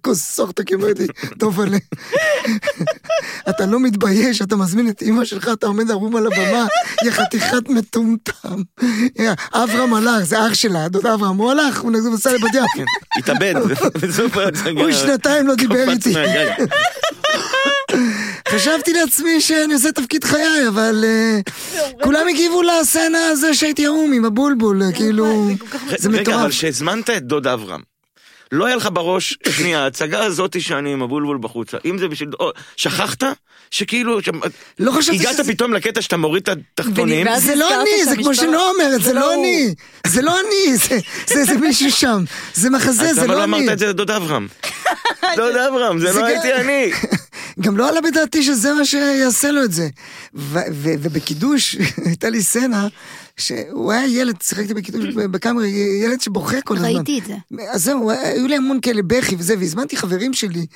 S5: כוס סוחטק, היא אומרת לי, טוב עלה. אתה לא מתבייש, אתה מזמין את אימא שלך, אתה עומד ערום על הבמה, יא חתיכת מטומטם. יא, אברהם הלך, זה אח שלה, דוד אברהם, הוא הלך, הוא נסע לבת ים.
S6: התאבד.
S5: הוא שנתיים לא דיבר
S6: כן. קפץ
S5: איתי.
S6: מהגג.
S5: חשבתי לעצמי שאני עושה תפקיד חיי, אבל אה, כולם הגיבו לסצנה הזה שהייתי ערום עם הבולבול, אה, כאילו... זה
S6: רגע, אבל
S5: מטורף.
S6: שהזמנת את דוד אברהם. לא היה לך בראש, שנייה, ההצגה הזאת שאני עם הבולבול בחוצה, אם זה בשביל... או, שכחת? שכאילו... ש-
S5: לא חשבתי
S6: הגעת
S5: שזה...
S6: פתאום לקטע שאתה מוריד את התחתונים,
S7: ואז
S5: זה לא
S7: הזכרת
S5: אני, זה
S7: שהמשטרה-
S5: כמו שנועה אומרת, זה
S7: זה לא
S5: לא
S7: הוא.
S5: אני. זה לא אני, זה- זה איזה מישהו שם. זה מחזה,
S6: אז
S5: זה
S6: למה
S5: לא
S6: לא
S5: אני.
S6: אמרת את זה לדוד אברהם? דוד אברהם, זה
S5: זה
S6: לא
S5: גם-
S6: הייתי אני.
S5: גם לא עלה בדעתי שזה מה שיעשה לו את זה. ו- ו- ובקידוש, הייתה לי סצנה, שהוא היה ילד, שיחקתי בקידוש בקאמרי, ילד שבוכה כל הזמן.
S7: ראיתי את זה.
S5: אז זהו, היו לי המון כאלה בכי וזה, והזמנתי חברים שלי,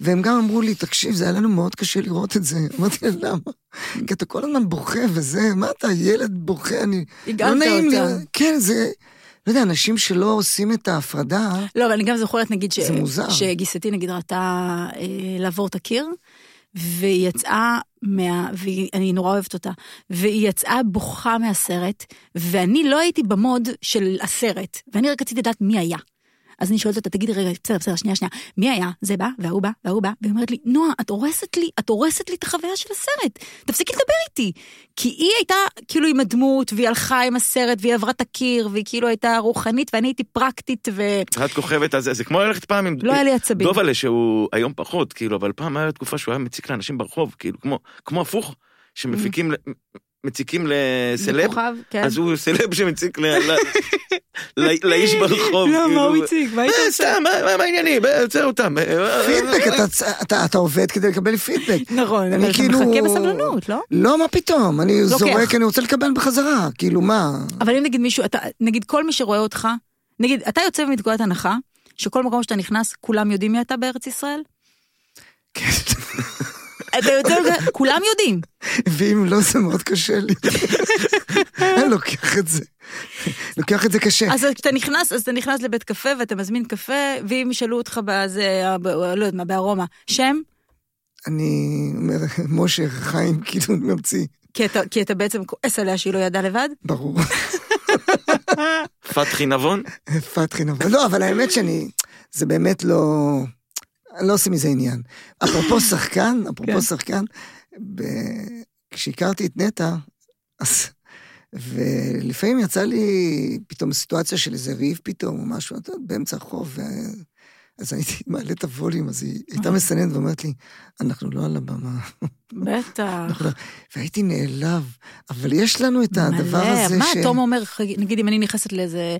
S5: והם גם אמרו לי, תקשיב, זה היה לנו מאוד קשה לראות את זה. אמרתי להם, למה? כי אתה כל הזמן בוכה וזה, מה אתה, ילד בוכה, אני... לא
S7: הגעת אותם.
S5: כן, זה... לא יודע, אנשים שלא עושים את ההפרדה,
S7: לא, אבל אני גם זוכרת, נגיד, ש...
S5: זה מוזר.
S7: שגיסתי, נגיד, ראתה אה, לעבור את הקיר, והיא יצאה מה... ואני נורא אוהבת אותה. והיא יצאה בוכה מהסרט, ואני לא הייתי במוד של הסרט, ואני רק רציתי לדעת מי היה. אז אני שואלת אותה, תגידי רגע, בסדר, בסדר, שנייה, שנייה, מי היה? זה בא, וההוא בא, וההוא בא, והיא אומרת לי, נועה, את הורסת לי, את הורסת לי את החוויה של הסרט, תפסיקי לדבר איתי. כי היא הייתה כאילו עם הדמות, והיא הלכה עם הסרט, והיא עברה את הקיר, והיא כאילו הייתה רוחנית, ואני הייתי פרקטית, ו...
S6: את כוכבת הזה, זה כמו ללכת פעם עם...
S7: לא היה לי עצבים.
S6: דובלה שהוא היום פחות, כאילו, אבל פעם היה תקופה שהוא היה מציק לאנשים ברחוב, כאילו, כמו- כמו הפוך, שמפיקים, ל- מציקים לסלב,
S7: כוכב, כן.
S6: אז הוא סלב שמציק ל- ל- ל- לאיש ברחוב.
S7: לא, מה
S6: כאילו.
S7: הוא מציג? מה היית
S6: אה,
S7: עושה?
S6: סתם, מה- מה- מה העניינים? אה, עוצר אותם. אה,
S5: פידבק, אתה, אתה, אתה עובד כדי לקבל פידבק.
S7: נכון, אבל אתה
S5: כאילו-
S7: מחכה בסבלנות, לא?
S5: לא, מה פתאום, אני
S7: לוקח.
S5: זורק, אני רוצה לקבל בחזרה, כאילו, מה?
S7: אבל אם נגיד מישהו, אתה, נגיד כל מי שרואה אותך, נגיד, אתה יוצא מנקודת הנחה, שכל מקום שאתה נכנס, כולם יודעים מי אתה בארץ ישראל?
S5: כן.
S7: אתה יוצא, מנקודת- כולם יודעים.
S5: ואם לא, זה מאוד קשה לי. אני לוקח את זה. לוקח את זה קשה.
S7: אז כשאתה נכנס, אז אתה נכנס לבית קפה ואתה מזמין קפה, ואם ישאלו אותך בזה, ב- לא יודעת מה, בארומה, שם?
S5: אני אומר, משה, חיים, כאילו, אני ממציא.
S7: כי אתה, כי אתה בעצם כועס עליה שהיא לא ידעה לבד?
S5: ברור.
S6: פתחי נבון?
S5: פתחי נבון. לא, אבל האמת שאני, זה באמת לא, אני לא עושה מזה עניין. אפרופו שחקן,
S7: כן.
S5: אפרופו שחקן, ב... כשהכרתי את נטע, אז... ולפעמים יצא לי פתאום סיטואציה של איזה ריב פתאום, או משהו, אתה יודע, באמצע הרחוב, ו... אז הייתי מעלה את הווליום, אז היא הייתה מסננת ואומרת לי, אנחנו לא על הבמה.
S7: בטח.
S5: אנחנו לא-" והייתי נעלב, אבל יש לנו את הדבר הזה
S7: מה
S5: ש...
S7: תום אומר, חג- נגיד אם אני נכנסת לאיזה...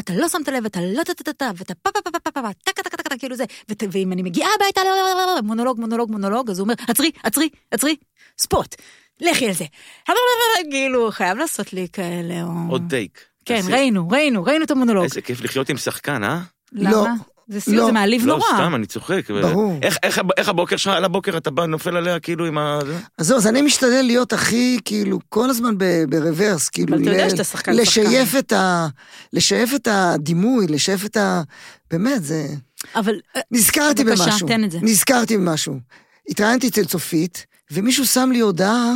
S7: אתה לא שמת לב, אתה לא טה-טה-טה, ואתה פה-פה-פה-פה-פה, טה-טה-טה-טה, כאילו זה, ות- ואם אני מגיעה הביתה, לא, לא, לא, לא, מונולוג, מונולוג, מונולוג, אז הוא אומר, עצרי, עצרי, עצרי, ספוט, לכי על זה. כאילו, חייב לעשות לי כאלה, או...
S6: עוד טייק.
S7: כן,
S6: תעשי.
S7: ראינו, ראינו, ראינו את המונולוג.
S6: איזה כיף לחיות עם שחקן, אה?
S5: לא,
S7: למה? זה סיוט,
S5: לא.
S7: זה מעליב
S6: לא,
S7: נורא.
S6: סתם, אני צוחק.
S5: ברור.
S6: איך- איך הב- איך הבוקר שלך, על הבוקר אתה בא, נופל עליה כאילו עם ה... זה?
S5: אז זהו, אז אני משתדל להיות הכי, כאילו, כל הזמן ב- ברוורס, כאילו,
S7: אבל אתה יודע
S5: ל-
S7: שאתה שחקן
S5: לשייף את ה... לשייף את הדימוי, לשייף את ה... באמת, זה...
S7: אבל אה,
S5: נזכרתי
S7: בבקשה,
S5: במשהו.
S7: תן את זה.
S5: נזכרתי במשהו. התראיינתי אצל צופית, ומישהו שם לי הודעה,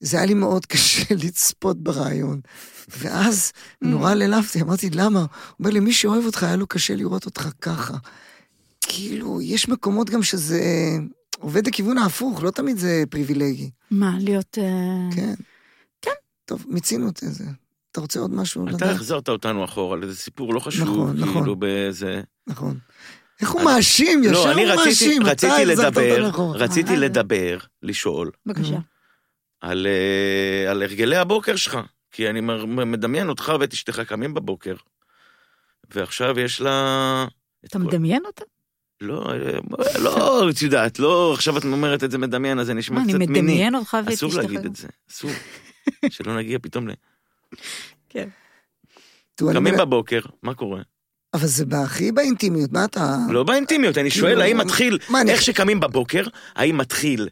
S5: זה היה לי מאוד קשה לצפות ברעיון. ואז
S7: Mm.
S5: נורא נעלבתי, אמרתי, למה? הוא אומר לי, מי שאוהב אותך, היה לו קשה לראות אותך ככה. כאילו, יש מקומות גם שזה אה, עובד לכיוון ההפוך, לא תמיד זה פריבילגי.
S7: מה, להיות... אה,
S5: כן. טוב, מיצינו את זה. אתה רוצה עוד משהו
S6: אתה
S5: לדעת?
S6: החזרת אותנו אחורה לאיזה סיפור לא חשוב,
S5: לא נכון, נכון.
S6: כאילו באיזה...
S5: נכון. איך הוא מאשים? ישר
S6: לא, אני
S5: הוא
S6: רציתי
S5: מאשים. אתה
S6: רציתי
S5: החזרת אותנו
S6: לדבר,
S5: אחורה.
S6: רציתי
S7: אה, אה.
S6: לדבר, לשאול,
S7: בבקשה.
S6: על אה, על הרגלי הבוקר שלך. כי אני מר- מדמיין אותך ואת אשתך קמים בבוקר, ועכשיו יש לה... את
S7: אתה
S6: כל-
S7: מדמיין אותה?
S6: לא, אה, לא, את יודעת, לא, עכשיו את אומרת את זה מדמיין, אז זה
S7: מה,
S6: נשמע
S7: אני
S6: קצת מיני.
S7: מדמיין אותך ואת
S6: אסור להגיד
S7: אשתך?
S6: את זה, אסור. שלא נגיע פתאום ל...
S5: תראו, נכון. אני
S6: קמים
S5: מנ-
S6: בבוקר, מה קורה?
S5: אבל זה הכי באינטימיות, מה אתה...
S6: לא באינטימיות, אני שואל
S5: כאילו,
S6: האם מתחיל,
S5: מה, אני-
S6: איך שקמים בבוקר, האם מתחיל,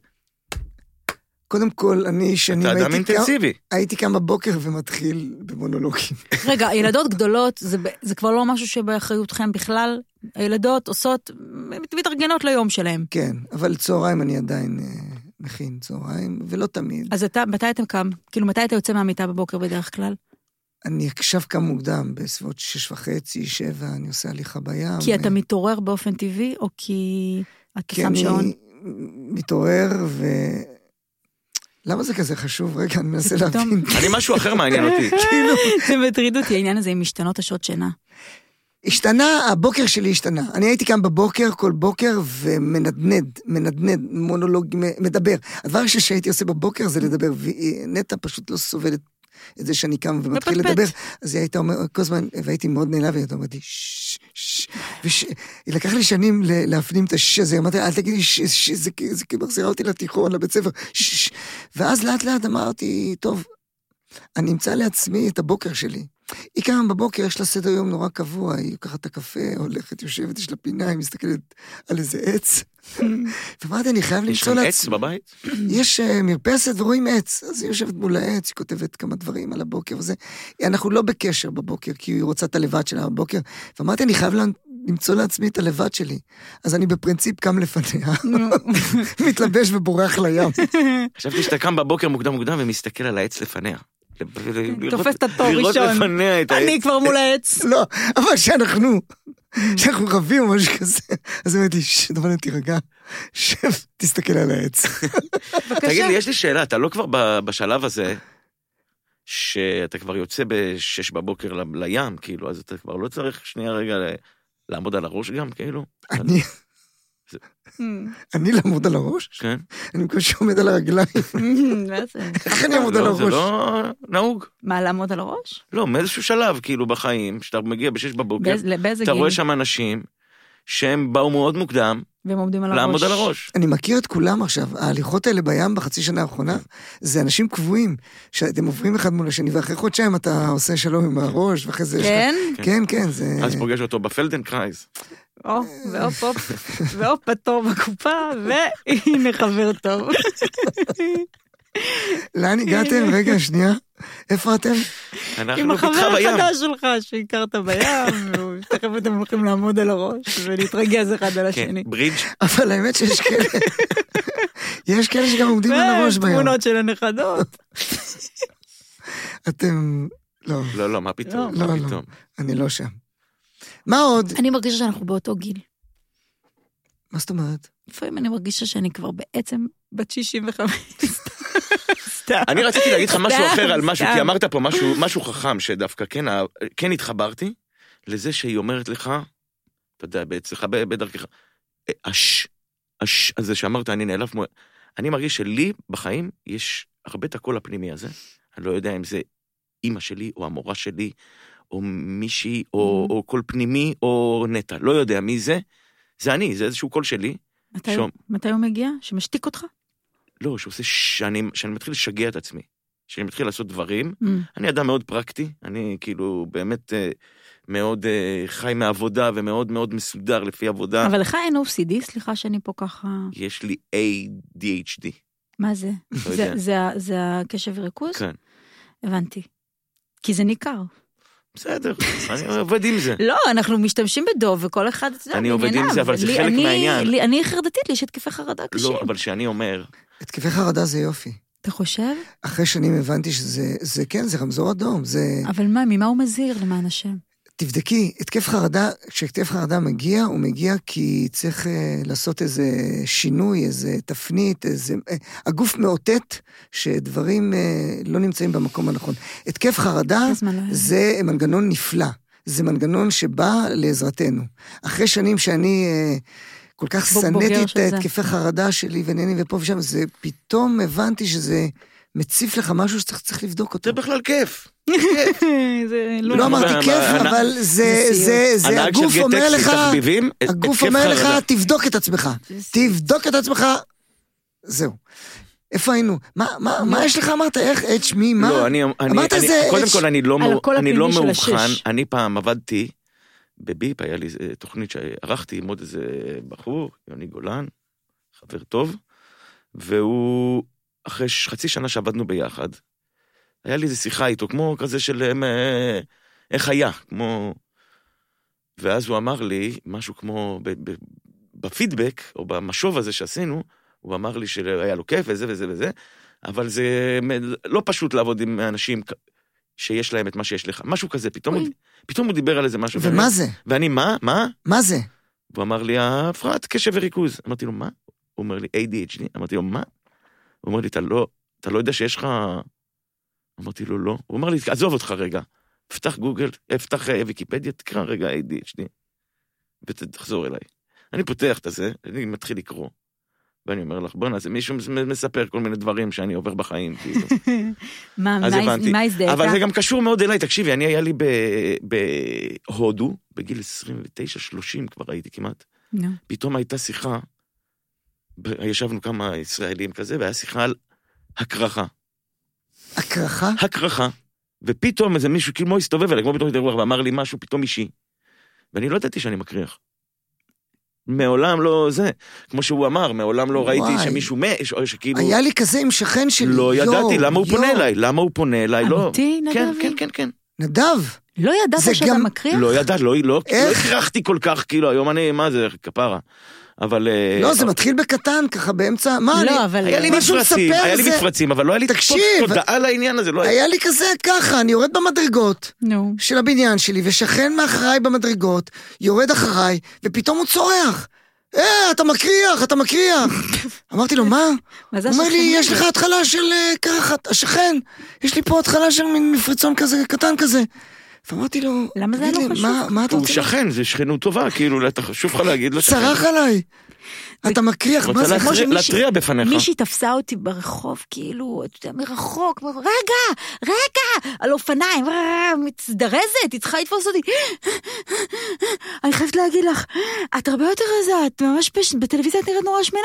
S5: קודם כל, אני שנים
S6: אתה אדם
S5: הייתי קם-
S6: אינטנסיבי.
S5: הייתי קם בבוקר ומתחיל במונולוגים.
S7: רגע, ילדות גדולות, זה ב- זה כבר לא משהו שבאחריותכם בכלל. הילדות עושות, מת- מתארגנות ליום שלהם.
S5: כן, אבל צהריים אני עדיין אה, מכין צהריים, ולא תמיד.
S7: אז אתה, מתי אתה קם? כאילו, מתי אתה יוצא מהמיטה בבוקר בדרך כלל?
S5: אני עכשיו קם מוקדם, בסביבות שש וחצי, שבע, אני עושה הליכה בים.
S7: כי אתה
S5: אה,
S7: מתעורר באופן טבעי, או כי אתה
S5: כי
S7: שם
S5: אני
S7: שעון?
S5: מתעורר ו... למה זה כזה חשוב? רגע, אני מנסה
S7: פתאום-
S5: להבין.
S6: אני משהו אחר מעניין אותי.
S5: כאילו,
S7: זה מטריד אותי העניין הזה עם משתנות השעות שינה.
S5: השתנה, הבוקר שלי השתנה. אני הייתי קם בבוקר, כל בוקר, ומנדנד, מנדנד, מונולוג, מ- מדבר. הדבר הראשון שהייתי עושה בבוקר זה לדבר, ונטע פשוט לא סובלת את זה שאני קם ומתחיל
S7: מפטפט.
S5: לדבר. אז היא הייתה אומרת, כל הזמן, והייתי מאוד נעלב, והיא הייתה אומרת לי, "ששש, ששש", וש- היא לקח לי שנים ל- להפנים את השש הזה, אמרתי, לה, אל תגידי שש, שש", זה כי- זה כאילו מחזירה אותי לתיכון, לבית ספר, "ששש". ואז לאט לאט אמרתי, טוב, אני אמצא לעצמי את הבוקר שלי. היא קמה בבוקר, יש לה סדר יום נורא קבוע, היא לוקחת את הקפה, הולכת, יושבת, יש לה פינה, היא מסתכלת על איזה עץ. ואמרתי, אני חייב
S6: יש
S5: למצוא
S6: לכם
S5: לעצמי...
S6: עץ בבית?
S5: יש אה, מרפסת ורואים עץ, אז היא יושבת מול העץ, היא כותבת כמה דברים על הבוקר וזה. אנחנו לא בקשר בבוקר, כי היא רוצה את הלבד שלה בבוקר. ואמרתי, אני חייב למ- למצוא לעצמי את הלבד שלי. אז אני בפרינציפ קם לפניה, מתלבש ובורח לים.
S6: חשבתי שאתה קם בבוקר מוקדם מוקדם ומסתכל על העץ לפניה. לראות-
S7: תופס את התור
S6: לראות
S7: ראשון.
S6: לפניה את
S7: אני
S6: העץ.
S7: כבר מול העץ.
S5: לא, אבל שאנחנו, שאנחנו רבים או משהו כזה. אז אמרתי, "ש- דובנה, תירגע, שב, תסתכל על העץ.
S6: תגיד
S7: בבקשה.
S6: לי, יש לי שאלה, אתה לא כבר ב- בשלב הזה, שאתה כבר יוצא ב-6 בבוקר ל- לים, כאילו, אז אתה כבר לא צריך שנייה רגע ל- לעמוד על הראש גם, כאילו?
S5: אני,
S7: אמ.
S5: אני לעמוד על הראש?
S6: כן.
S5: אני בקושי עומד על הרגליים.
S7: מה זה?
S5: איך אני אעמוד על
S6: לא, זה
S5: הראש?
S6: לא נהוג.
S7: מה, לעמוד על הראש?
S6: לא, מאיזשהו שלב, כאילו, בחיים, שאתה מגיע ב-6
S5: אוקיי.
S6: בבוקר,
S7: באיזה- באיזה
S6: אתה
S7: גיל?
S6: רואה שם אנשים שהם באו מאוד מוקדם
S7: והם עומדים על הראש.
S6: לעמוד על הראש.
S5: אני מכיר את כולם עכשיו, ההליכות האלה בים בחצי שנה האחרונה, זה אנשים קבועים, שאתם עוברים אחד מול השני, ואחרי חודשיים אתה עושה שלום עם הראש, ואחרי זה... יש לך-
S7: כן,
S5: כן, כן, זה...
S6: אז פוגש אותו בפלדנקרייז.
S7: או, והופ, הופ, והופ, בתור בקופה, והנה חבר טוב.
S5: לאן הגעתם? רגע, שנייה. איפה אתם?
S7: עם
S6: אנחנו איתך
S7: החבר
S6: בים.
S7: החדש שלך שהכרת בים, והוא- תכף אתם הולכים לעמוד על הראש ולהתרגז אחד על
S6: כן,
S7: השני.
S6: ברידג',
S5: אבל האמת שיש כאלה... יש כאלה שגם עומדים
S7: לא,
S5: על הראש בים.
S7: ותמונות של הנכדות.
S5: אתם... לא,
S6: לא, לא, מה פתאום,
S5: לא,
S6: מה
S5: לא.
S6: פתאום.
S5: אני לא שם. מה עוד?
S7: אני מרגישה שאנחנו באותו גיל.
S5: מה זאת אומרת?
S7: לפעמים אני מרגישה שאני כבר בעצם בת 65. סתם.
S6: אני רציתי להגיד לך משהו
S7: סתם,
S6: אחר על משהו,
S7: סתם.
S6: כי אמרת פה משהו- משהו חכם שדווקא כן ה- כן התחברתי לזה שהיא אומרת לך, אתה יודע, אצלך ב- בדרכך, אה, הש, הש הזה שאמרת, אני נעלב מו... אני מרגיש שלי בחיים יש הרבה את הקול הפנימי הזה. אני לא יודע אם זה אימא שלי, או המורה שלי, או מישהי, או
S5: Mm-hmm.
S6: או קול פנימי, או נטע, לא יודע מי זה. זה אני, זה איזשהו קול שלי.
S7: מתי-
S6: שום.
S7: מתי הוא מגיע? שמשתיק אותך?
S6: לא, שעושה שאני, שאני מתחיל לשגע את עצמי. שאני מתחיל לעשות דברים,
S7: אה.
S6: אני אדם מאוד פרקטי, אני כאילו באמת אה, מאוד אה, חי מעבודה ומאוד מאוד מסודר לפי עבודה.
S7: אה. אבל לך אין OCD? סליחה שאני פה ככה...
S6: יש לי ADHD,
S7: מה זה?
S6: לא
S7: זה-
S6: יודע.
S7: זה ה- זה הקשב וריכוז?
S6: כן.
S7: הבנתי. כי זה ניכר.
S6: בסדר, אני עובד עם זה.
S7: לא, אנחנו משתמשים בדוב, וכל אחד, אתה יודע,
S6: אני עובד עם
S7: בענייניו.
S6: זה, אבל זה
S7: לי-
S6: חלק
S7: אני-
S6: מהעניין.
S7: לי- אני חרדתית, לי יש התקפי חרדה קשים.
S6: לא, אבל כשאני אומר,
S5: התקפי חרדה זה יופי.
S7: אתה חושב?
S6: כן.
S5: אחרי שנים הבנתי שזה, זה כן, זה רמזור אדום, זה...
S7: אבל מה, ממה הוא מזהיר למען השם?
S5: תבדקי, התקף חרדה, כשהתקף חרדה מגיע, הוא מגיע כי צריך אה, לעשות איזה שינוי, איזה תפנית, איזה... אה, הגוף מאותת שדברים אה, לא נמצאים במקום הנכון. התקף חרדה
S7: אז מה, לא היה?
S5: זה מנגנון נפלא, זה מנגנון שבא לעזרתנו. אחרי שנים שאני אה, כל כך
S7: ב- בוגר
S5: שנאתי את
S7: של זה.
S5: התקפי חרדה שלי ונהנים ופה ושם, זה פתאום הבנתי שזה מציף לך משהו שצריך צריך לבדוק אותו.
S6: זה בכלל כיף.
S7: זה
S5: לא אמרתי
S6: אבל-
S5: כיף,
S6: אבל-
S5: אבל זה,
S7: זה
S5: זה, זה,
S6: הנהג של
S5: הגוף
S6: גט
S5: אומר
S6: טקסי,
S5: לך,
S6: תחביבים, לא את-
S5: הגוף
S6: התקף
S5: אומר לך,
S6: חרדה.
S5: תבדוק את עצמך, תבדוק את עצמך, זהו. איפה היינו? מה, מה, מה יש לך אמרת? איך, אץ' מי, מה?
S6: לא, אני, אני,
S5: אמרת
S6: אני,
S5: זה-
S6: קודם
S5: יש-
S6: כל אני לא,
S7: על
S6: מאו-
S7: הקול
S6: אני לא
S7: הפנימי של
S6: מאובחן,
S7: השש.
S6: אני פעם עבדתי בביפ, היה לי איזה תוכנית שערכתי עם עוד איזה בחור, יוני גולן, חבר טוב, והוא, אחרי ש- חצי שנה שעבדנו ביחד, היה לי איזה שיחה איתו, כמו כזה של אמ, אה, איך היה, כמו... ואז הוא אמר לי, משהו כמו, ב- ב- בפידבק, או במשוב הזה שעשינו, הוא אמר לי שהיה לו כיף וזה וזה וזה, אבל זה מ- לא פשוט לעבוד עם אנשים כ- שיש להם את מה שיש לך. משהו כזה, פתאום, הוא,
S7: אוי.
S6: פתאום הוא דיבר על איזה משהו.
S5: ומה
S6: ואני-
S5: זה?
S6: ואני, מה? מה?
S5: מה זה?
S6: והוא אמר לי, הפרעת קשב וריכוז. אמרתי לו, מה? הוא אומר לי, ADHD. אמרתי לו, מה? הוא אומר לי, אתה לא, אתה לא יודע שיש לך... אמרתי לו, לא. הוא אמר לי, עזוב אותך רגע. פתח גוגל, פתח אה, ויקיפדיה, תקרא רגע ADHD, ותחזור אליי. אני פותח את הזה, אני מתחיל לקרוא, ואני אומר לך, בואנה, זה מישהו מס- מספר כל מיני דברים שאני עובר בחיים, כאילו.
S7: מה,
S6: אז
S7: מה הז-
S6: הבנתי.
S7: מה הזדהית?
S6: אבל זה גם קשור מאוד אליי, תקשיבי, אני היה לי ב- בהודו, בגיל 29-30 כבר הייתי כמעט,
S7: נו.
S6: פתאום הייתה שיחה, ב- ישבנו כמה ישראלים כזה, והיה שיחה על הקרחה.
S5: הקרחה?
S6: הקרחה, ופתאום איזה מישהו כאילו הסתובב אליי, כמו פתאום התארוח, ואמר לי משהו פתאום אישי. ואני לא ידעתי שאני מקריח. מעולם לא זה, כמו שהוא אמר, מעולם לא ראיתי
S5: וואי.
S6: שמישהו מת, ש- או שכאילו...
S5: היה לי כזה עם שכן שלי.
S6: כאילו- לא
S5: יואו,
S6: ידעתי, למה הוא
S5: יואו.
S6: פונה אליי? למה הוא פונה אליי? לא.
S7: אמיתי,
S6: כן,
S7: נדבי?
S6: כן, כן, כן.
S5: נדב,
S7: לא
S5: זה
S7: ידעת שאתה
S5: גם-
S7: מקריח?
S6: לא ידעת, לא, לא, לא
S5: איך?
S6: הכרחתי כל כך, כאילו, היום אני, מה זה, כפרה. אבל... אה,
S5: לא, זה מתחיל בקטן, ככה באמצע, מה,
S7: לא,
S5: אני...
S7: אבל...
S6: היה לי
S5: משהו
S6: מפרצים,
S5: לספר
S6: היה לי
S5: זה-
S6: מפרצים, אבל לא היה לי
S5: תקשיב.
S6: תודעה על העניין הזה, לא היה...
S5: היה לי כזה ככה, אני יורד במדרגות
S7: נו.
S5: של הבניין שלי, ושכן מאחריי במדרגות, יורד אחריי, ופתאום הוא צורח. אה, אתה מקריח, אתה מקריח. אמרתי לו, מה?
S7: מה זה
S5: הוא אומר לי,
S7: השכנים?
S5: יש לך התחלה של אה, קרחת, השכן, יש לי פה התחלה של מין מפרצון כזה, קטן כזה. ואמרתי לו,
S7: למה זה
S5: "תגיד
S7: היה לא
S5: לי,
S7: חשוב?
S5: מה- מה אתה
S6: הוא
S5: רוצה?
S6: שכן, זה שכנות טובה, כאילו, אתה חשוב לך להגיד לו...
S5: צרח עליי. אתה מקריח, מה
S6: רוצה
S5: זה?
S7: כמו
S6: להתריע-
S7: שמישהי-
S6: להתריע בפניך.
S7: מישהי תפסה אותי ברחוב, כאילו, אתה יודע, מרחוק, מרחוק, רגע, רגע, על אופניים, רע, מצדרזת, היא צריכה לתפוס אותי. אני חייבת להגיד לך, את הרבה יותר רזה, את ממש פש... בטלוויזיה את נראית נורא שמנה.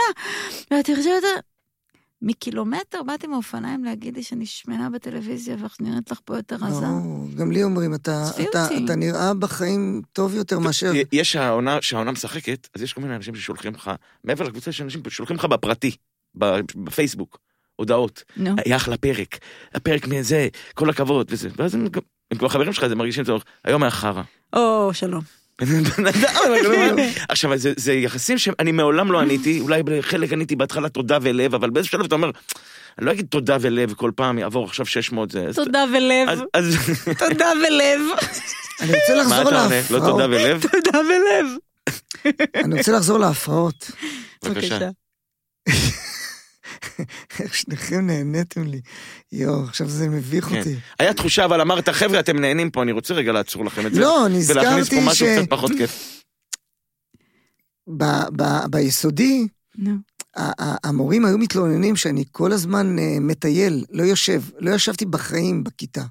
S7: ואת חושבת... מקילומטר באתי מהאופניים להגיד לי שאני שמנה בטלוויזיה ואיך נראית לך פה יותר רזה.
S5: ברור, "לא, גם לי אומרים, אתה-
S7: עזבי
S5: אתה
S7: אותי.
S5: אתה נראה בחיים טוב יותר מאשר...
S6: יש שהעונה, שהעונה משחקת, אז יש כל מיני אנשים ששולחים לך, מעבר לקבוצה יש אנשים ששולחים לך בפרטי, ב- בפייסבוק. הודעות.
S7: נו.
S6: היה אחלה פרק, הפרק מזה, כל הכבוד וזה. ואז הם, גם- הם כבר חברים שלך, אז הם מרגישים צורך, היום היה חרא.
S7: או, שלום.
S6: בן אדם, אני לא מאמין. עכשיו, זה- זה יחסים שאני מעולם לא עניתי, אולי בחלק עניתי בהתחלה תודה ולב, אבל באיזשהו שלב אתה אומר, אני לא אגיד תודה ולב כל פעם, יעבור עכשיו 600 זה. אז-
S7: תודה ולב.
S6: אז- אז...
S7: תודה ולב.
S5: אני רוצה
S6: מה
S5: לחזור
S6: אתה עונה? לא תודה
S5: להפרעות.
S6: ולב?
S7: תודה ולב.
S5: אני רוצה לחזור להפרעות.
S6: בבקשה.
S5: איך שניכם נהניתם לי. יואו, עכשיו זה מביך
S6: כן.
S5: אותי.
S6: היה תחושה, אבל אמרת, חבר'ה, אתם נהנים פה, אני רוצה רגע לעצור לכם את זה.
S5: לא,
S6: ולהכניס פה
S5: נזכרתי
S6: משהו קצת פחות כיף.
S5: שביסודי,
S7: נו.
S5: ה- ה- המורים היו מתלוננים שאני כל הזמן אה, מטייל, לא יושב, לא ישבתי בחיים בכיתה.